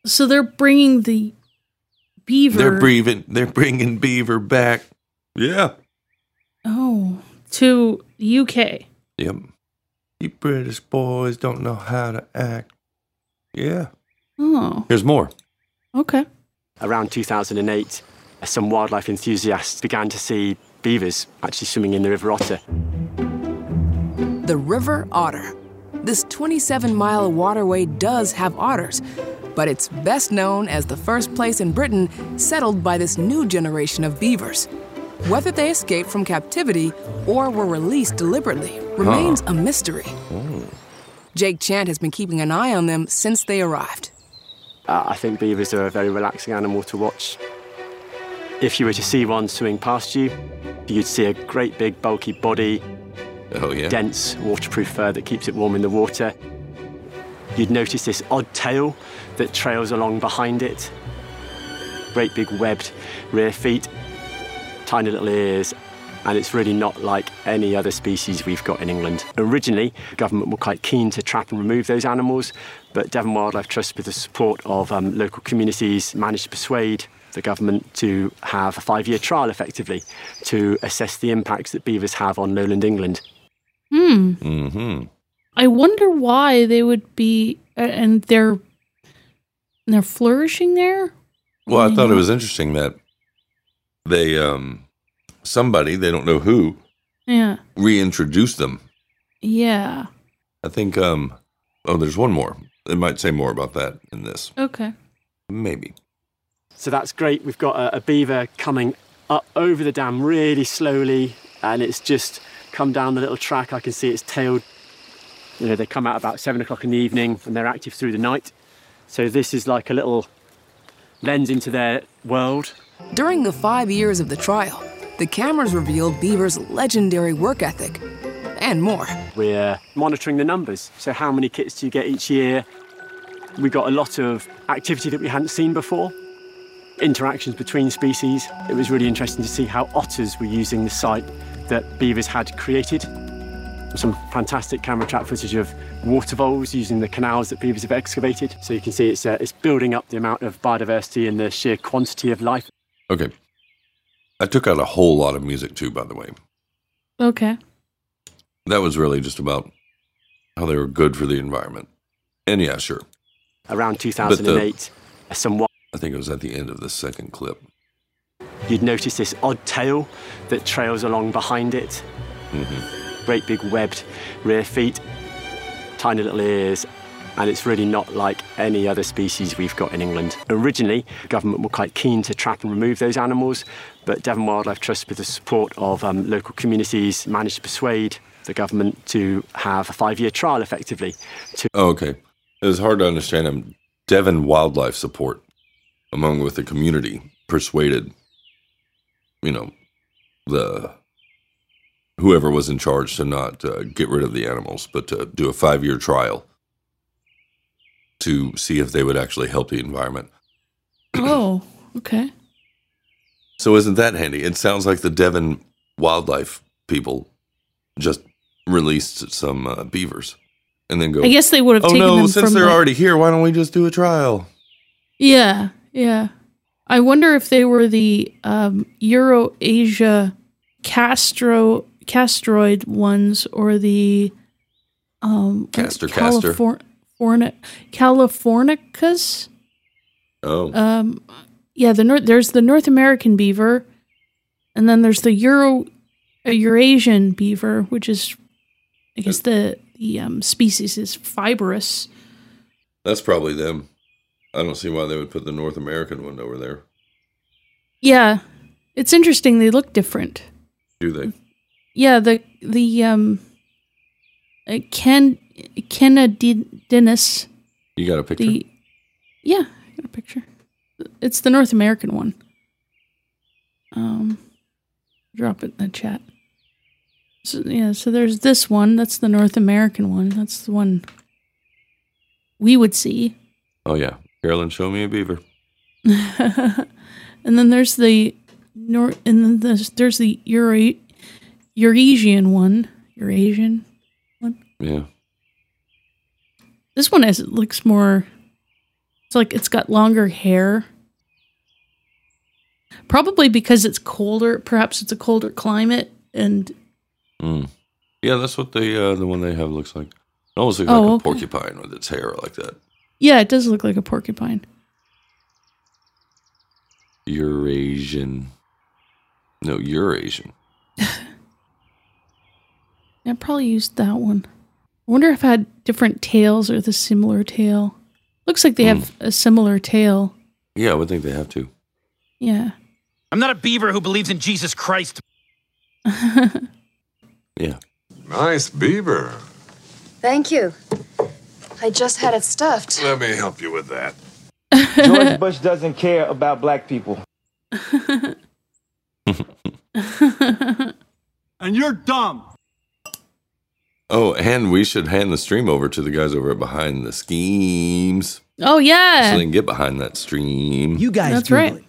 Speaker 5: So they're bringing the beaver.
Speaker 4: They're breathing. They're bringing beaver back. Yeah.
Speaker 5: oh to the UK.
Speaker 4: Yep. You British boys don't know how to act. Yeah.
Speaker 5: Oh
Speaker 4: Here's more.
Speaker 5: okay.
Speaker 17: Around 2008, some wildlife enthusiasts began to see beavers actually swimming in the River Otter.
Speaker 11: The River Otter. This 27 mile waterway does have otters, but it's best known as the first place in Britain settled by this new generation of beavers. Whether they escaped from captivity or were released deliberately remains a mystery. Jake Chant has been keeping an eye on them since they arrived.
Speaker 22: Uh, I think beavers are a very relaxing animal to watch. If you were to see one swimming past you, you'd see a great big bulky body,
Speaker 4: oh, yeah.
Speaker 22: dense waterproof fur that keeps it warm in the water. You'd notice this odd tail that trails along behind it, great big webbed rear feet, tiny little ears, and it's really not like any other species we've got in England. Originally, the government were quite keen to trap and remove those animals, but Devon Wildlife Trust, with the support of um, local communities, managed to persuade the government to have a five year trial effectively to assess the impacts that beavers have on lowland England.
Speaker 5: Hmm.
Speaker 4: Mm-hmm.
Speaker 5: I wonder why they would be a- and they're and they're flourishing there.
Speaker 4: Well, I thought it was interesting that they, um, somebody, they don't know who,
Speaker 5: Yeah.
Speaker 4: reintroduced them.
Speaker 5: Yeah.
Speaker 4: I think, um, oh, there's one more. They might say more about that in this.
Speaker 5: Okay.
Speaker 4: Maybe.
Speaker 22: So that's great. We've got a, a beaver coming up over the dam really slowly, and it's just come down the little track. I can see its tail. You know, they come out about seven o'clock in the evening, and they're active through the night. So this is like a little lens into their world.
Speaker 11: During the five years of the trial, the cameras revealed Beaver's legendary work ethic and more.
Speaker 22: We're monitoring the numbers. So how many kits do you get each year? We got a lot of activity that we hadn't seen before. Interactions between species. It was really interesting to see how otters were using the site that beavers had created. Some fantastic camera trap footage of water voles using the canals that beavers have excavated. So you can see it's, uh, it's building up the amount of biodiversity and the sheer quantity of life.
Speaker 4: Okay. I took out a whole lot of music too, by the way.
Speaker 5: Okay.
Speaker 4: That was really just about how they were good for the environment. And yeah, sure.
Speaker 22: Around
Speaker 4: But the-
Speaker 22: 2008, some
Speaker 4: I think it was at the end of the second clip.
Speaker 22: you'd notice this odd tail that trails along behind it. Mm-hmm. Great big webbed rear feet, tiny little ears, and it's really not like any other species we've got in England. Originally, government were quite keen to trap and remove those animals, but Devon Wildlife Trust, with the support of um, local communities, managed to persuade the government to have a five-year trial effectively
Speaker 4: Oh, okay. It was hard to understand him. Devon wildlife support, among with the community, persuaded, you know, the whoever was in charge to not uh, get rid of the animals, but to do a five year trial to see if they would actually help the environment.
Speaker 5: oh, okay.
Speaker 4: So isn't that handy? It sounds like the Devon wildlife people just released some uh, beavers and then go.
Speaker 5: I guess they would have
Speaker 4: Oh
Speaker 5: taken
Speaker 4: no!
Speaker 5: them
Speaker 4: since
Speaker 5: from
Speaker 4: they're
Speaker 5: the-
Speaker 4: already here, why don't we just do a trial?
Speaker 5: Yeah. Yeah. I wonder if they were the um, Euroasia Castro castroid ones or the um like
Speaker 4: Castor, castor.
Speaker 5: California Californicas.
Speaker 4: Oh.
Speaker 5: Um, yeah, the North, there's the North American beaver, and then there's the Euro uh, Eurasian beaver, which is, I guess the the um, species is fibrous.
Speaker 4: That's probably them. I don't see why they would put the North American one over there.
Speaker 5: Yeah, it's interesting. They look different.
Speaker 4: Do they?
Speaker 5: Yeah, the the um, uh, Ken Kenadinus.
Speaker 4: You got a picture?
Speaker 5: The, yeah, I got a picture. It's the North American one. Um, drop it in the chat. So, yeah, so there's this one. That's the North American one. That's the one we would see.
Speaker 4: Oh yeah, Carolyn, show me a beaver.
Speaker 5: and then there's the nor and then there's, there's the Eura- Eurasian one. Eurasian.
Speaker 4: Yeah.
Speaker 5: This one has it looks more. It's like it's got longer hair. Probably because it's colder. Perhaps it's a colder climate, and
Speaker 4: Mm. Yeah, that's what the uh, the one they have looks like. It almost looks
Speaker 5: Oh,
Speaker 4: like a
Speaker 5: okay.
Speaker 4: porcupine with its hair like that.
Speaker 5: yeah, it does look like a porcupine.
Speaker 4: Eurasian. No, Eurasian.
Speaker 5: I probably used that one. I wonder if it had different tails or the similar tail. Looks like they have a similar tail.
Speaker 4: Yeah, I would think they have to.
Speaker 5: Yeah.
Speaker 6: I'm not a beaver who believes in Jesus Christ.
Speaker 21: Nice beaver.
Speaker 9: Thank you. I just had it stuffed.
Speaker 21: Let me help you with that.
Speaker 12: George Bush doesn't care about black people.
Speaker 7: And you're dumb.
Speaker 4: Oh, and we should hand the stream over to the guys over at Behind the Schemes.
Speaker 5: Oh
Speaker 4: So
Speaker 5: yeah.
Speaker 4: they can get behind that stream.
Speaker 18: You guys
Speaker 5: That's right.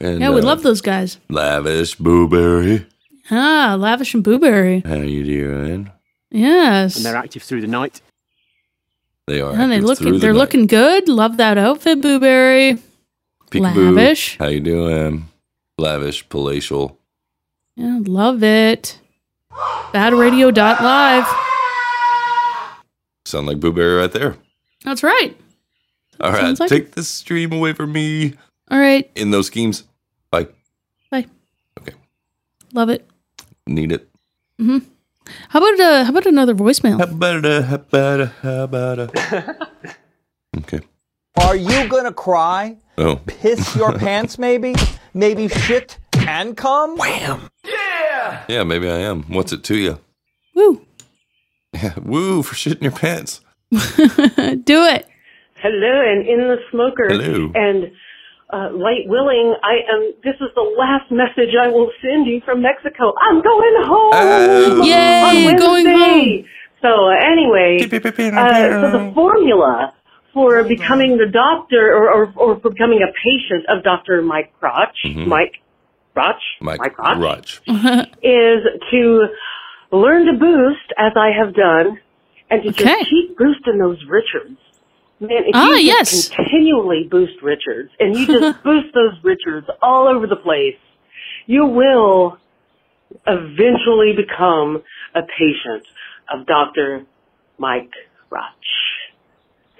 Speaker 4: And,
Speaker 5: yeah, we
Speaker 4: uh,
Speaker 5: love those guys.
Speaker 4: Lavish Booberry.
Speaker 5: Ah, lavish and booberry.
Speaker 4: How you doing?
Speaker 5: Yes.
Speaker 17: And they're active through the night.
Speaker 4: They are.
Speaker 5: and they
Speaker 4: active
Speaker 5: look
Speaker 4: through the
Speaker 5: they're
Speaker 4: night.
Speaker 5: looking good. Love that outfit, Booberry.
Speaker 4: Peekaboo.
Speaker 5: lavish.
Speaker 4: How you doing? Lavish, palatial.
Speaker 5: Yeah, love it. Badradio.live.
Speaker 4: Sound like Booberry right there.
Speaker 5: That's right.
Speaker 4: All right,
Speaker 5: Sounds like
Speaker 4: take this stream away from me.
Speaker 5: All right.
Speaker 4: In those schemes, I
Speaker 5: Bye. Okay. Love it.
Speaker 4: need it.
Speaker 5: hmm How about uh how about another voicemail?
Speaker 4: Ba-da, ha, ba-da, ha, ba-da. okay.
Speaker 16: Are you gonna cry?
Speaker 4: Oh.
Speaker 16: Piss your pants, maybe? Maybe shit and come? Wham!
Speaker 4: Yeah, maybe I am. What's it to you?
Speaker 5: Woo.
Speaker 4: Yeah, woo for shitting your pants.
Speaker 5: Uh, Do it.
Speaker 19: Hello, and in the smoker.
Speaker 4: Hello.
Speaker 19: And uh, light willing, I am. This is the last message I will send you from Mexico. I'm going home.
Speaker 4: Oh.
Speaker 19: on
Speaker 5: Yay,
Speaker 19: Wednesday.
Speaker 5: going home.
Speaker 19: So uh, anyway, uh, so the formula for becoming the doctor or, or, or for becoming a patient of Doctor Mike Crotch, Mike Crotch,
Speaker 4: Mm-hmm. Mike,
Speaker 19: Crotch,
Speaker 4: Crotch.
Speaker 19: is to learn to boost as I have done, and to just keep boosting those Richards. Man, if
Speaker 5: Ah,
Speaker 19: you
Speaker 5: yes.
Speaker 19: just continually boost Richards and you just boost those Richards all over the place, you will eventually become a patient of Dr. Mike Roch.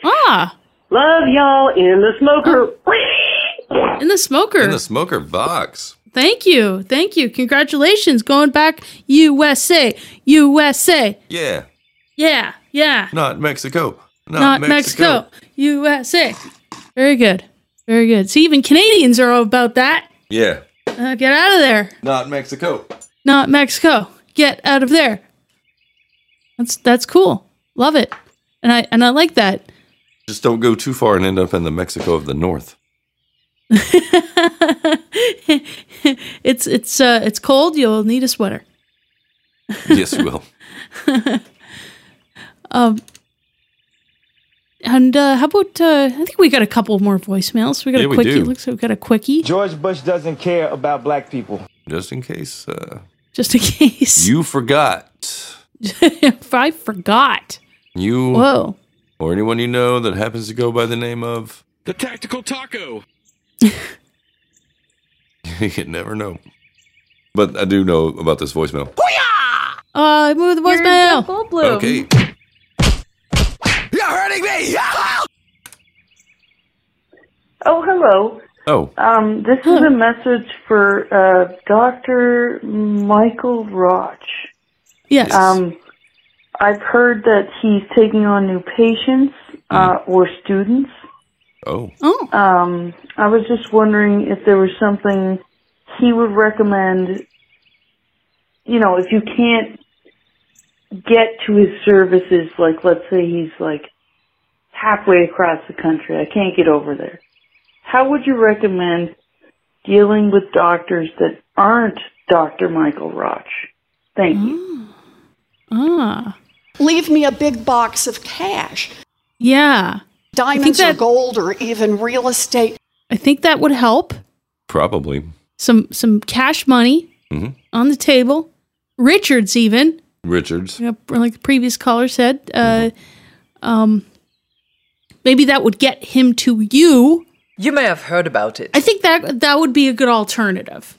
Speaker 5: Ah.
Speaker 19: Love y'all in the
Speaker 5: Oh,
Speaker 19: smoker.
Speaker 5: In the smoker.
Speaker 4: In the smoker box.
Speaker 5: Thank you. Thank you. Congratulations. Going back USA. USA.
Speaker 4: Yeah.
Speaker 5: Yeah. Yeah.
Speaker 4: Not Mexico. Not,
Speaker 5: Not, Mexico. USA. Very good. Very good. See, even Canadians are all about that.
Speaker 4: Yeah.
Speaker 5: Uh, get out of there.
Speaker 4: Not Mexico.
Speaker 5: Not Mexico. Get out of there. That's that's cool. Love it. And I and I like that.
Speaker 4: Just don't go too far and end up in the Mexico of the North.
Speaker 5: It's it's uh it's cold. You'll need a sweater.
Speaker 4: yes, you will.
Speaker 5: Um, and uh, how about uh, I think we got a couple more voicemails. We got
Speaker 12: Yeah,
Speaker 5: a
Speaker 12: we
Speaker 5: quickie.
Speaker 12: do.
Speaker 5: Looks like we got a quickie
Speaker 12: George Bush doesn't care about black people.
Speaker 4: Just in case uh,
Speaker 5: just in case.
Speaker 4: you forgot,
Speaker 5: if I forgot.
Speaker 4: you
Speaker 5: Whoa.
Speaker 4: or anyone you know that happens to go by the name of
Speaker 6: The tactical taco.
Speaker 4: you never know. But I do know about this voicemail.
Speaker 5: Uh, move the voicemail.
Speaker 4: Okay.
Speaker 19: You're hurting me! Oh, hello.
Speaker 4: Oh,
Speaker 19: Um, this is a message for uh, Dr. Michael Roch.
Speaker 5: Yes.
Speaker 19: Um, I've heard that he's taking on new patients uh, or students.
Speaker 4: Oh.
Speaker 5: Oh.
Speaker 19: Um, I was just wondering if there was something he would recommend. You know, if you can't get to his services, like let's say he's like halfway across the country, I can't get over there. How would you recommend dealing with doctors that aren't Dr. Michael Roch? Thank you.
Speaker 5: Ah.
Speaker 3: Leave me a big box of cash.
Speaker 5: Yeah.
Speaker 3: Diamonds or gold or even real estate.
Speaker 5: I think that would help.
Speaker 4: probably.
Speaker 5: Some some cash money
Speaker 4: Mhm.
Speaker 5: on the table. Richards even.
Speaker 4: Richards.
Speaker 5: you know, like the previous caller said, uh, um, maybe that would get him to you.
Speaker 8: You may have heard about it.
Speaker 5: I think that that would be a good alternative.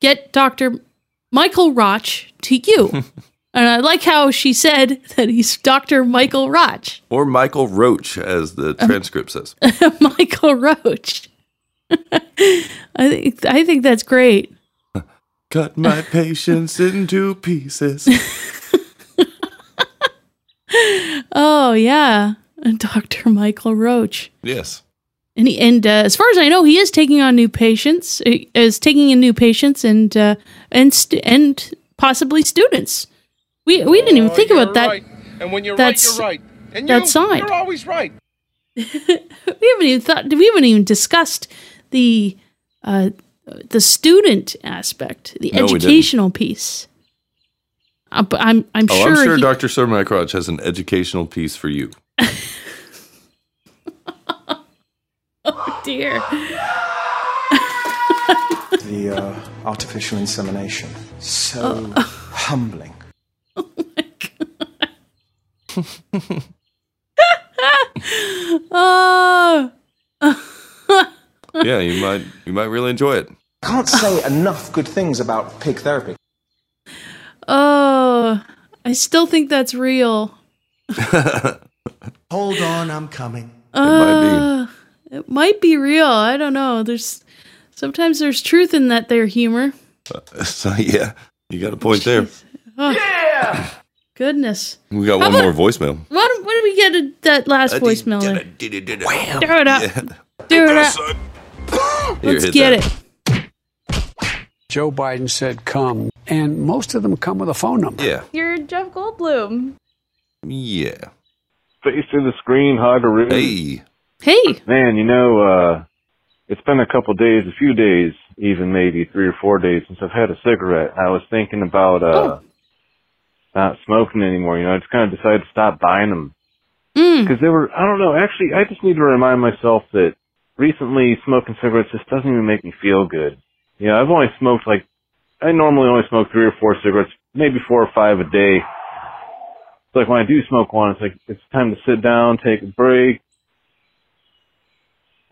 Speaker 5: Get Doctor Michael Roch to you, and I like how she said that he's Doctor Michael Roch,
Speaker 4: Or Michael Roach, as the
Speaker 5: Um,
Speaker 4: transcript says.
Speaker 5: Michael Roach. I think I think that's great.
Speaker 4: Cut my patience into pieces.
Speaker 5: Oh yeah, Doctor Michael Roach.
Speaker 4: Yes.
Speaker 5: And, he, and uh, as far as I know, he is taking on new patients, uh, is taking in new patients and uh, and stu- and possibly students. We we didn't even think about that.
Speaker 15: Oh, And when you're
Speaker 5: That's-
Speaker 15: right, you're right. And
Speaker 5: that's
Speaker 15: you,
Speaker 5: signed.
Speaker 15: You're always right.
Speaker 5: We haven't even thought. We haven't even discussed the uh, the student aspect, the
Speaker 4: No, we didn't.
Speaker 5: educational piece. Uh, but I'm I'm
Speaker 4: oh,
Speaker 5: sure.
Speaker 4: I'm sure
Speaker 5: he-
Speaker 4: Dr. Sir Mycrotch has an educational piece for you.
Speaker 5: oh dear.
Speaker 23: the uh, artificial insemination. So humbling.
Speaker 5: Oh.
Speaker 4: yeah, you might you might really enjoy it.
Speaker 23: Can't say enough good things about pig therapy.
Speaker 5: Oh, I still think that's real.
Speaker 24: Hold on, I'm coming.
Speaker 5: Uh, it might be real. I don't know. There's sometimes there's truth in that their humor.
Speaker 4: So yeah, you got a point there.
Speaker 5: Yeah. Goodness.
Speaker 4: We got
Speaker 5: How
Speaker 4: one more voicemail.
Speaker 5: What what did we get at that last
Speaker 4: Uh, did-
Speaker 5: voicemail? there?
Speaker 4: Did it, did it.
Speaker 5: Do it up. Do it up.
Speaker 4: Here,
Speaker 5: Let's
Speaker 4: hit
Speaker 5: get
Speaker 4: that.
Speaker 5: it.
Speaker 13: Joe Biden said come, and most of them come with a phone number.
Speaker 4: Yeah.
Speaker 25: You're Jeff Goldblum.
Speaker 4: Yeah.
Speaker 27: Face in the screen, hi Haru.
Speaker 4: Hey.
Speaker 5: Hey.
Speaker 27: Man, you know, uh, it's been a couple days, a few days, even maybe three or four days since I've had a cigarette. I was thinking about, uh, not smoking anymore. You know, I just kind of decided to stop buying them. Because they were, I don't know, actually, I just need to remind myself that recently smoking cigarettes just doesn't even make me feel good. You know, I've only smoked like, I normally only smoke three or four cigarettes, maybe four or five a day. It's like when I do smoke one, it's like, it's time to sit down, take a break,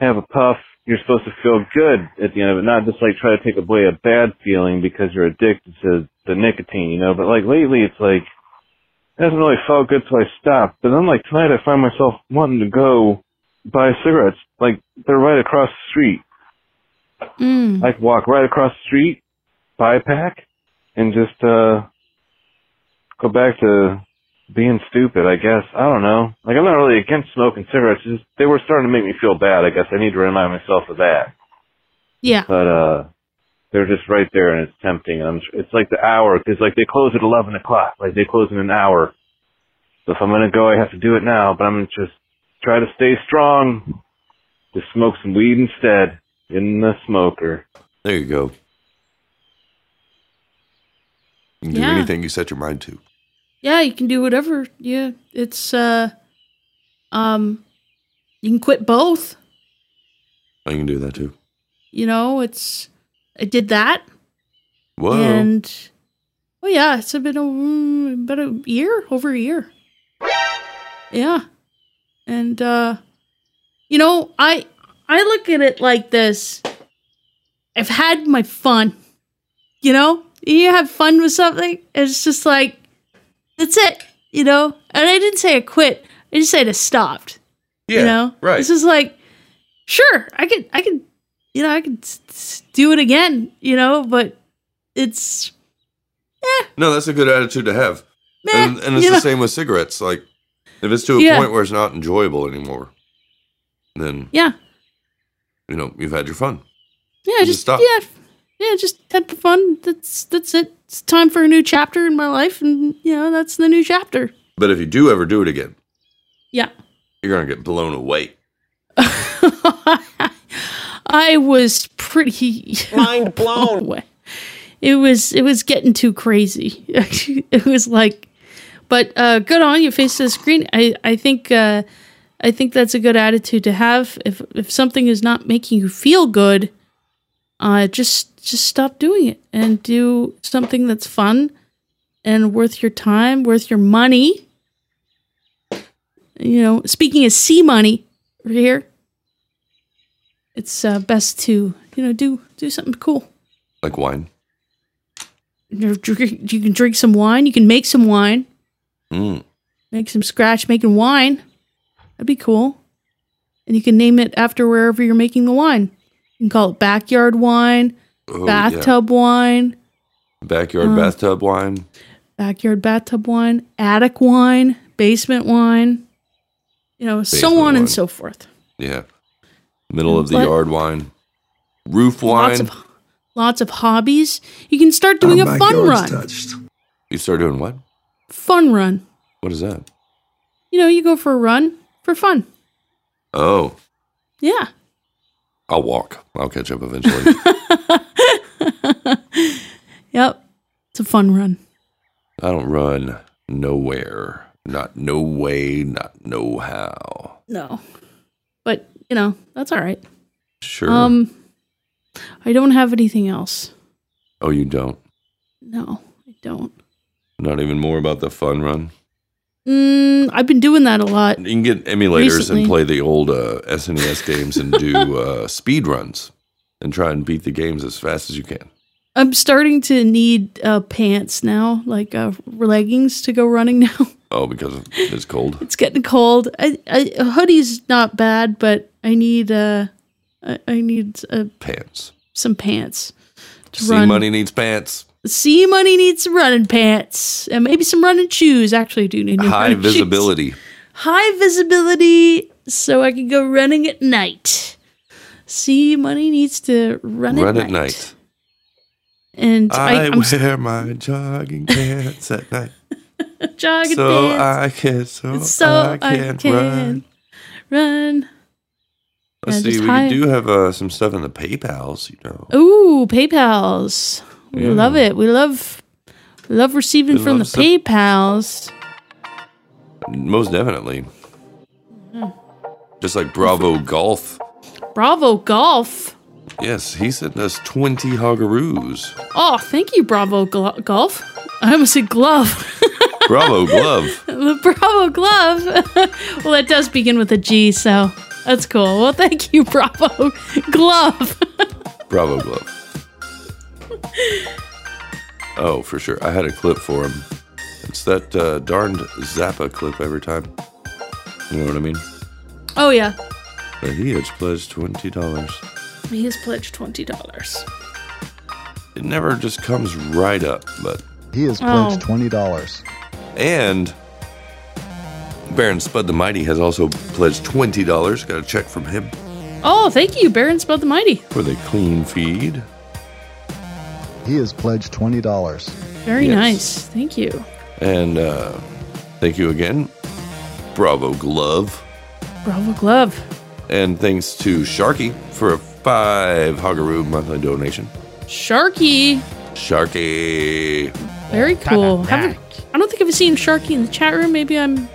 Speaker 27: have a puff. You're supposed to feel good at the end of it, not just like try to take away a bad feeling because you're addicted to the nicotine, you know. But like lately, it's like it hasn't really felt good, so I stopped. But then like tonight, I find myself wanting to go buy cigarettes. Like they're right across the street.
Speaker 5: Mm.
Speaker 27: I could walk right across the street, buy a pack, and just uh go back to being stupid, I guess. I don't know. Like I'm not really against smoking cigarettes, it's just they were starting to make me feel bad, I guess. I need to remind myself of that.
Speaker 5: Yeah.
Speaker 27: But uh they're just right there and it's tempting and I'm it's like the hour because like they close at eleven o'clock. Like they close in an hour. So if I'm gonna go I have to do it now, but I'm gonna just try to stay strong. Just smoke some weed instead. In the smoker.
Speaker 4: There you go. You can do
Speaker 5: Yeah.
Speaker 4: anything you set your mind to.
Speaker 5: Yeah, you can do whatever. Yeah. It's uh um you can quit both.
Speaker 4: I Oh, can do that too.
Speaker 5: You know, it's I did that.
Speaker 4: Whoa.
Speaker 5: And oh yeah, it's been a, mm, about a year, over a year. Yeah, and uh, you know, I I look at it like this: I've had my fun. You know, you have fun with something. It's just like that's it. You know, and I didn't say I quit. I just said I stopped.
Speaker 4: Yeah,
Speaker 5: you know,
Speaker 4: right.
Speaker 5: This is like, sure, I could, I could, you know, I could s- s- do it again. You know, but it's
Speaker 4: No, that's a good attitude to have.
Speaker 5: Meh,
Speaker 4: and, and it's
Speaker 5: you
Speaker 4: the
Speaker 5: know.
Speaker 4: same with cigarettes. Like, if it's to a
Speaker 5: Yeah.
Speaker 4: point where it's not enjoyable anymore, then
Speaker 5: yeah,
Speaker 4: you know you've had your fun.
Speaker 5: yeah,
Speaker 4: Just
Speaker 5: just
Speaker 4: stop.
Speaker 5: yeah, yeah, just had the fun. That's that's it. It's time for a new chapter in my life, and you know, that's the new chapter.
Speaker 4: But if you do ever do it again,
Speaker 5: Yeah.
Speaker 4: you're gonna get blown away.
Speaker 5: I was pretty
Speaker 16: mind blown.
Speaker 5: It was it was getting too crazy. it was like, but uh, good on you, face to the screen. I I think uh, I think that's a good attitude to have. If if something is not making you feel good, uh, just just stop doing it and do something that's fun and worth your time, worth your money. You know, speaking of C money over here, it's uh, best to you know do do something cool.
Speaker 4: Like wine.
Speaker 5: You drink- you can drink some wine. You can make some wine.
Speaker 4: Mm.
Speaker 5: Make some scratch making wine. That'd be cool. And you can name it after wherever you're making the wine. You can call it backyard wine,
Speaker 4: Oh, yeah.
Speaker 5: bathtub wine,
Speaker 4: Backyard
Speaker 5: Um,
Speaker 4: bathtub wine.
Speaker 5: backyard bathtub wine, attic wine, basement wine. You know, so
Speaker 4: Basement
Speaker 5: on
Speaker 4: wine.
Speaker 5: and so forth.
Speaker 4: Yeah. Middle of the
Speaker 5: But-
Speaker 4: yard wine. Roof
Speaker 5: Lots
Speaker 4: wine.
Speaker 5: of lots of hobbies. You can start doing a fun run.
Speaker 4: you start doing what?
Speaker 5: Fun run.
Speaker 4: What is that?
Speaker 5: You know, you go for a run for fun.
Speaker 4: Oh,
Speaker 5: Yeah.
Speaker 4: I'll walk. I'll catch up eventually.
Speaker 5: Yep. It's a fun run.
Speaker 4: I don't run nowhere. Not no way, not no how.
Speaker 5: No. But, you know, that's all right.
Speaker 4: Sure.
Speaker 5: Um I don't have anything else.
Speaker 4: oh, you don't.
Speaker 5: No, I don't.
Speaker 4: Not even more about the fun run.
Speaker 5: Mm, I've been doing that a lot.
Speaker 4: You can get emulators
Speaker 5: Recently.
Speaker 4: and play the old uh, SNES games and do uh, speed runs and try and beat the games as fast as you can.
Speaker 5: I'm starting to need uh pants now, like uh leggings to go running now.
Speaker 4: Oh, because it's cold.
Speaker 5: it's getting cold. I, I a hoodie's not bad, but I need uh I, I need uh,
Speaker 4: Pants.
Speaker 5: some pants to
Speaker 4: See,
Speaker 5: run.
Speaker 4: money needs pants.
Speaker 5: See, money needs some running pants and maybe some running shoes. Actually, I do need new
Speaker 4: High
Speaker 5: running shoes.
Speaker 4: visibility.
Speaker 5: High visibility, so I can go running at night. See, money needs to run,
Speaker 4: Run
Speaker 5: at,
Speaker 4: at
Speaker 5: night.
Speaker 4: night.
Speaker 5: And I,
Speaker 4: I,
Speaker 5: am
Speaker 4: wear my jogging pants at night.
Speaker 5: jogging
Speaker 4: so
Speaker 5: pants.
Speaker 4: I can so,
Speaker 5: so
Speaker 4: I
Speaker 5: I
Speaker 4: can't
Speaker 5: can
Speaker 4: run.
Speaker 5: run.
Speaker 4: Let's
Speaker 5: Yeah,
Speaker 4: see.
Speaker 5: just
Speaker 4: We
Speaker 5: high-
Speaker 4: do have uh, some stuff in the PayPal's, you know.
Speaker 5: Ooh, PayPal's. We
Speaker 4: Yeah.
Speaker 5: love it. We love we love receiving
Speaker 4: We
Speaker 5: from the
Speaker 4: love some-
Speaker 5: PayPal's.
Speaker 4: Most definitely. Just like Bravo Golf.
Speaker 5: Bravo Golf.
Speaker 4: Yes, he sent us 20 hogaroos.
Speaker 5: Oh, thank you, Bravo Glo- Golf. I almost said glove.
Speaker 4: Bravo Glove.
Speaker 5: the Bravo glove. well, it does begin with a G, so that's cool. Well, thank you, Bravo glove.
Speaker 4: Bravo Glove. Oh, for sure. I had a clip for him. It's that uh, darned Zappa clip every time. You know what I mean?
Speaker 5: oh yeah,
Speaker 4: But he has pledged $20.
Speaker 5: he has pledged twenty dollars.
Speaker 4: It never just comes right up, but.
Speaker 2: He has
Speaker 5: Oh.
Speaker 2: pledged $20.
Speaker 4: And Baron Spud the Mighty has also pledged $20. Got a check from him
Speaker 5: Oh, thank you, Baron Spud the Mighty.
Speaker 4: for the clean feed.
Speaker 2: He has pledged $20.
Speaker 5: Very
Speaker 4: Yes.
Speaker 5: nice. Thank you,
Speaker 4: And uh, thank you again, Bravo Glove.
Speaker 5: Bravo glove.
Speaker 4: And thanks to Sharky for a five Hogaroo monthly donation.
Speaker 5: Sharky,
Speaker 4: Sharky.
Speaker 5: very cool.
Speaker 4: kinda
Speaker 5: Haven't- I don't think I've seen Sharky in the chat room. Maybe I'm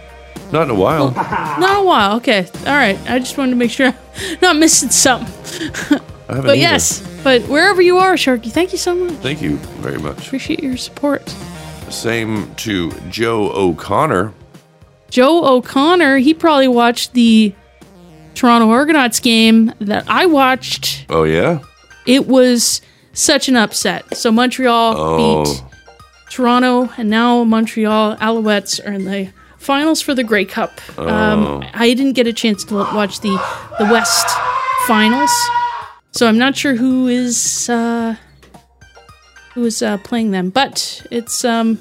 Speaker 4: Not in a while.
Speaker 5: not a while. Okay, all right. I just wanted to make sure I'm not missing something.
Speaker 4: I haven't
Speaker 5: But
Speaker 4: either.
Speaker 5: yes, but wherever you are, Sharky, thank you so much.
Speaker 4: Thank you very much.
Speaker 5: Appreciate your support.
Speaker 4: Same to Joe O'Connor.
Speaker 5: Joe O'Connor, he probably watched the Toronto Argonauts game that I watched.
Speaker 4: Oh, yeah?
Speaker 5: It was such an upset. So Montreal
Speaker 4: Oh.
Speaker 5: beat Toronto, and now Montreal Alouettes are in the finals for the Grey Cup. Um,
Speaker 4: Oh.
Speaker 5: I didn't get a chance to l- watch the the West finals, so I'm not sure who is uh, who is uh, playing them. But it's um,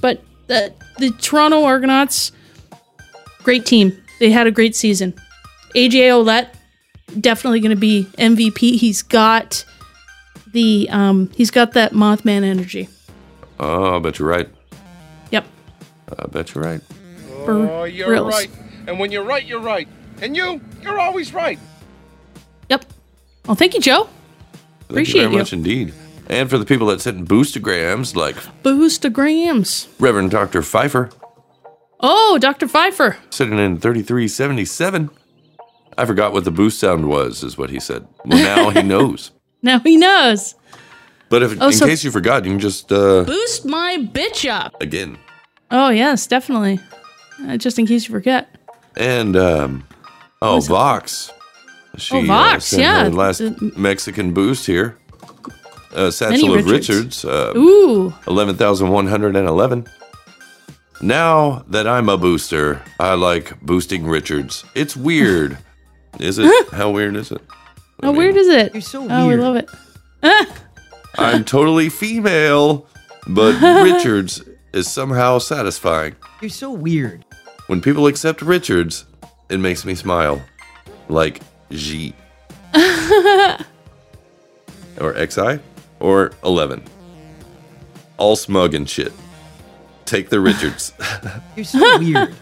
Speaker 5: but the the Toronto Argonauts, great team. They had a great season. AJ Olet definitely going to be MVP. He's got the um, he's got that Mothman energy.
Speaker 4: Oh, I bet you're right.
Speaker 5: Yep.
Speaker 4: I bet you're right.
Speaker 5: For
Speaker 1: Oh, you're
Speaker 5: reals.
Speaker 1: right. And when you're right, you're right. And you, you're always right.
Speaker 5: Yep. Well, Oh, thank you, Joe. Appreciate
Speaker 4: Thank you very
Speaker 5: you.
Speaker 4: much indeed. And for the people that sent boostograms, like
Speaker 5: Boostograms.
Speaker 4: Reverend Dr. Pfeiffer,
Speaker 5: Oh, Dr. Pfeiffer.
Speaker 4: sitting in 3377. I forgot what the boost sound was, is what he said. Well, now he knows.
Speaker 5: Now he knows.
Speaker 4: But if,
Speaker 5: Oh,
Speaker 4: in
Speaker 5: so-
Speaker 4: case you forgot, you can just, uh,
Speaker 5: Boost my bitch up.
Speaker 4: again.
Speaker 5: Oh, yes, definitely. Uh, just in case you forget.
Speaker 4: And, um, oh, Vox. She, uh,
Speaker 5: Oh, Vox,
Speaker 4: sent
Speaker 5: yeah.
Speaker 4: her last
Speaker 5: Uh,
Speaker 4: Mexican boost here. Uh, Satchel of Richards.
Speaker 5: Richards.
Speaker 4: uh,
Speaker 5: Ooh.
Speaker 4: 11,111. Now that I'm a booster, I like boosting Richards. It's weird. is it? How weird is it?
Speaker 5: How weird is it? You're so Oh, we
Speaker 4: weird.
Speaker 5: love it.
Speaker 4: I'm totally female, but Richards is somehow satisfying.
Speaker 18: You're so weird.
Speaker 4: When people accept Richards, it makes me smile. Like G or XI or 11. All smug and shit. Take the Richards.
Speaker 18: You're so weird.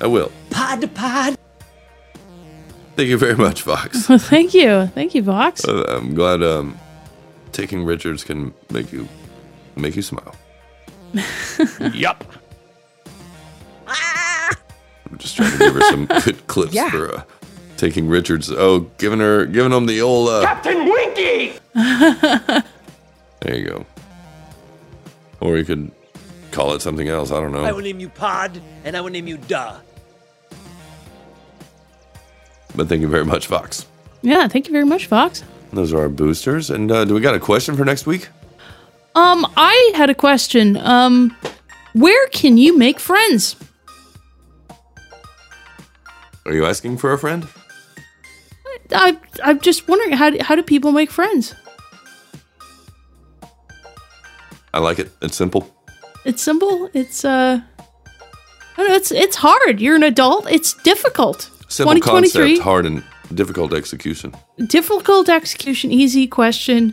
Speaker 4: I will.
Speaker 18: Pod to pod.
Speaker 4: Thank you very much, Vox.
Speaker 5: Well, thank you. Thank you, Vox.
Speaker 4: Uh, I'm glad um, taking Richards can make you make you smile. yup. I'm just trying to give her some good clips
Speaker 1: Yeah.
Speaker 4: for uh, taking Richards. Oh, giving her, giving him the old. Uh,
Speaker 1: Captain Winky!
Speaker 4: there you go. Or you could call it something else. I don't know.
Speaker 10: I will name you Pod, and I will name you Duh.
Speaker 4: but thank you very much, Fox.
Speaker 5: Yeah, thank you very much, Vox.
Speaker 4: Those are our boosters. And uh, do we got a question for next week?
Speaker 5: Um, I had a question. Um, where can you make friends?
Speaker 4: Are you asking for a friend?
Speaker 5: I, I'm just wondering how do, how do people make friends?
Speaker 4: I like it. It's simple.
Speaker 5: It's simple. It's uh, I don't know. It's it's hard. You're an adult. It's difficult.
Speaker 4: Simple concept, hard and difficult execution.
Speaker 5: difficult execution, easy question.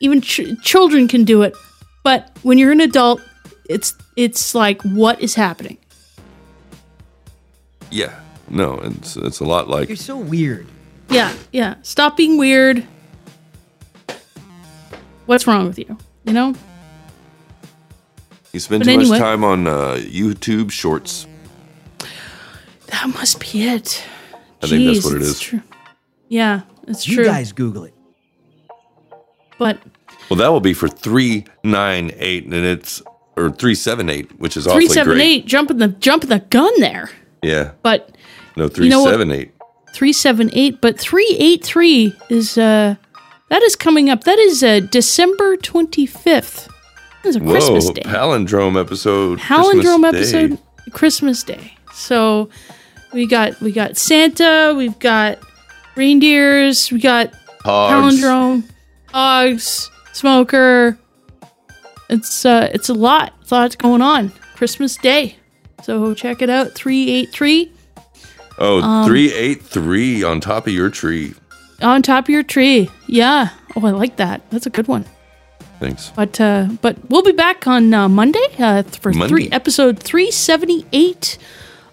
Speaker 5: Even ch- children can do it, but when you're an adult, it's it's like what is happening?
Speaker 4: Yeah. No, it's it's a lot like
Speaker 18: You're so weird.
Speaker 5: Yeah, yeah. Stop being weird. What's wrong with you? You know?
Speaker 4: you spend
Speaker 5: but
Speaker 4: too
Speaker 5: anyway.
Speaker 4: much time on uh, YouTube Shorts.
Speaker 5: That must be it.
Speaker 4: I think that's
Speaker 5: Jeez,
Speaker 4: what it
Speaker 5: it's
Speaker 4: is.
Speaker 5: True. Yeah, it's
Speaker 18: You
Speaker 5: true.
Speaker 18: guys Google it.
Speaker 5: but
Speaker 4: Well, that will be for three nine eight, and it's or three seven eight, which is
Speaker 5: three
Speaker 4: awfully
Speaker 5: seven
Speaker 4: great.
Speaker 5: eight jumping the jumping the gun there.
Speaker 4: Yeah.
Speaker 5: But
Speaker 4: No, three
Speaker 5: You know what-
Speaker 4: seven eight.
Speaker 5: three seven eight, but three eight three is uh that is coming up. That is uh December twenty fifth. It's a
Speaker 4: Whoa,
Speaker 5: Christmas day.
Speaker 4: palindrome episode.
Speaker 5: Palindrome
Speaker 4: Christmas
Speaker 5: episode
Speaker 4: Day.
Speaker 5: Christmas Day. So we got we got Santa, we've got reindeers, we got
Speaker 4: Hogs.
Speaker 5: palindrome, hogs, smoker. It's uh it's a lot. It's a lot going on. Christmas Day. So check it out. Three eight three.
Speaker 4: Oh,
Speaker 5: um,
Speaker 4: three eight three on top of your tree.
Speaker 5: on top of your tree. Yeah. Oh, I like that. That's a good one.
Speaker 4: Thanks.
Speaker 5: But uh, but we'll be back on uh, Monday uh, th- for
Speaker 4: Monday.
Speaker 5: three episode three seventy eight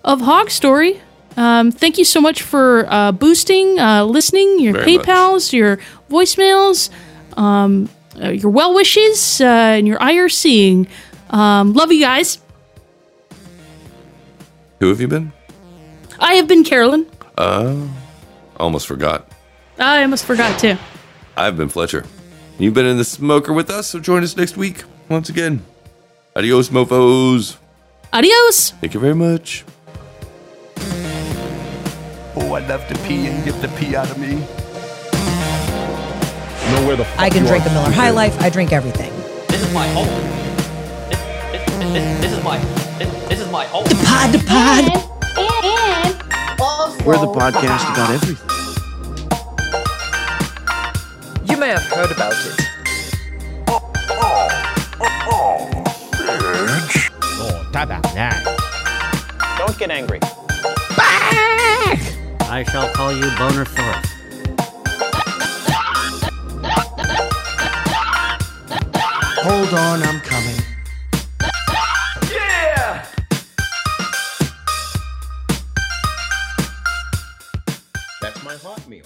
Speaker 5: of Hog Story. Um, thank you so much for uh, boosting, uh, listening, your
Speaker 4: Very much.
Speaker 5: PayPal's, your voicemails, um, uh, your well wishes, uh, and your IRCing. Um, love you guys.
Speaker 4: Who have you been?
Speaker 5: I have been Carolyn.
Speaker 4: Uh, almost forgot.
Speaker 5: I almost forgot too.
Speaker 4: I've been Fletcher. You've been in the smoker with us, so join us next week once again. Adios, mofos.
Speaker 5: Adios.
Speaker 4: Thank you very much.
Speaker 14: Oh, I'd love to pee and get the pee out of me.
Speaker 1: know where the
Speaker 17: I can drink a Miller High Life. I drink everything.
Speaker 28: This is my home. This, this, this, this is my. This, this is my home.
Speaker 17: The pod, the pod.
Speaker 15: We're the podcast about everything.
Speaker 29: You may have heard about it.
Speaker 15: Oh, talk about that.
Speaker 18: Don't get angry.
Speaker 19: I shall call you Boner Philip.
Speaker 15: Hold on, I'm coming.
Speaker 18: Yeah!
Speaker 15: That's my hot meal.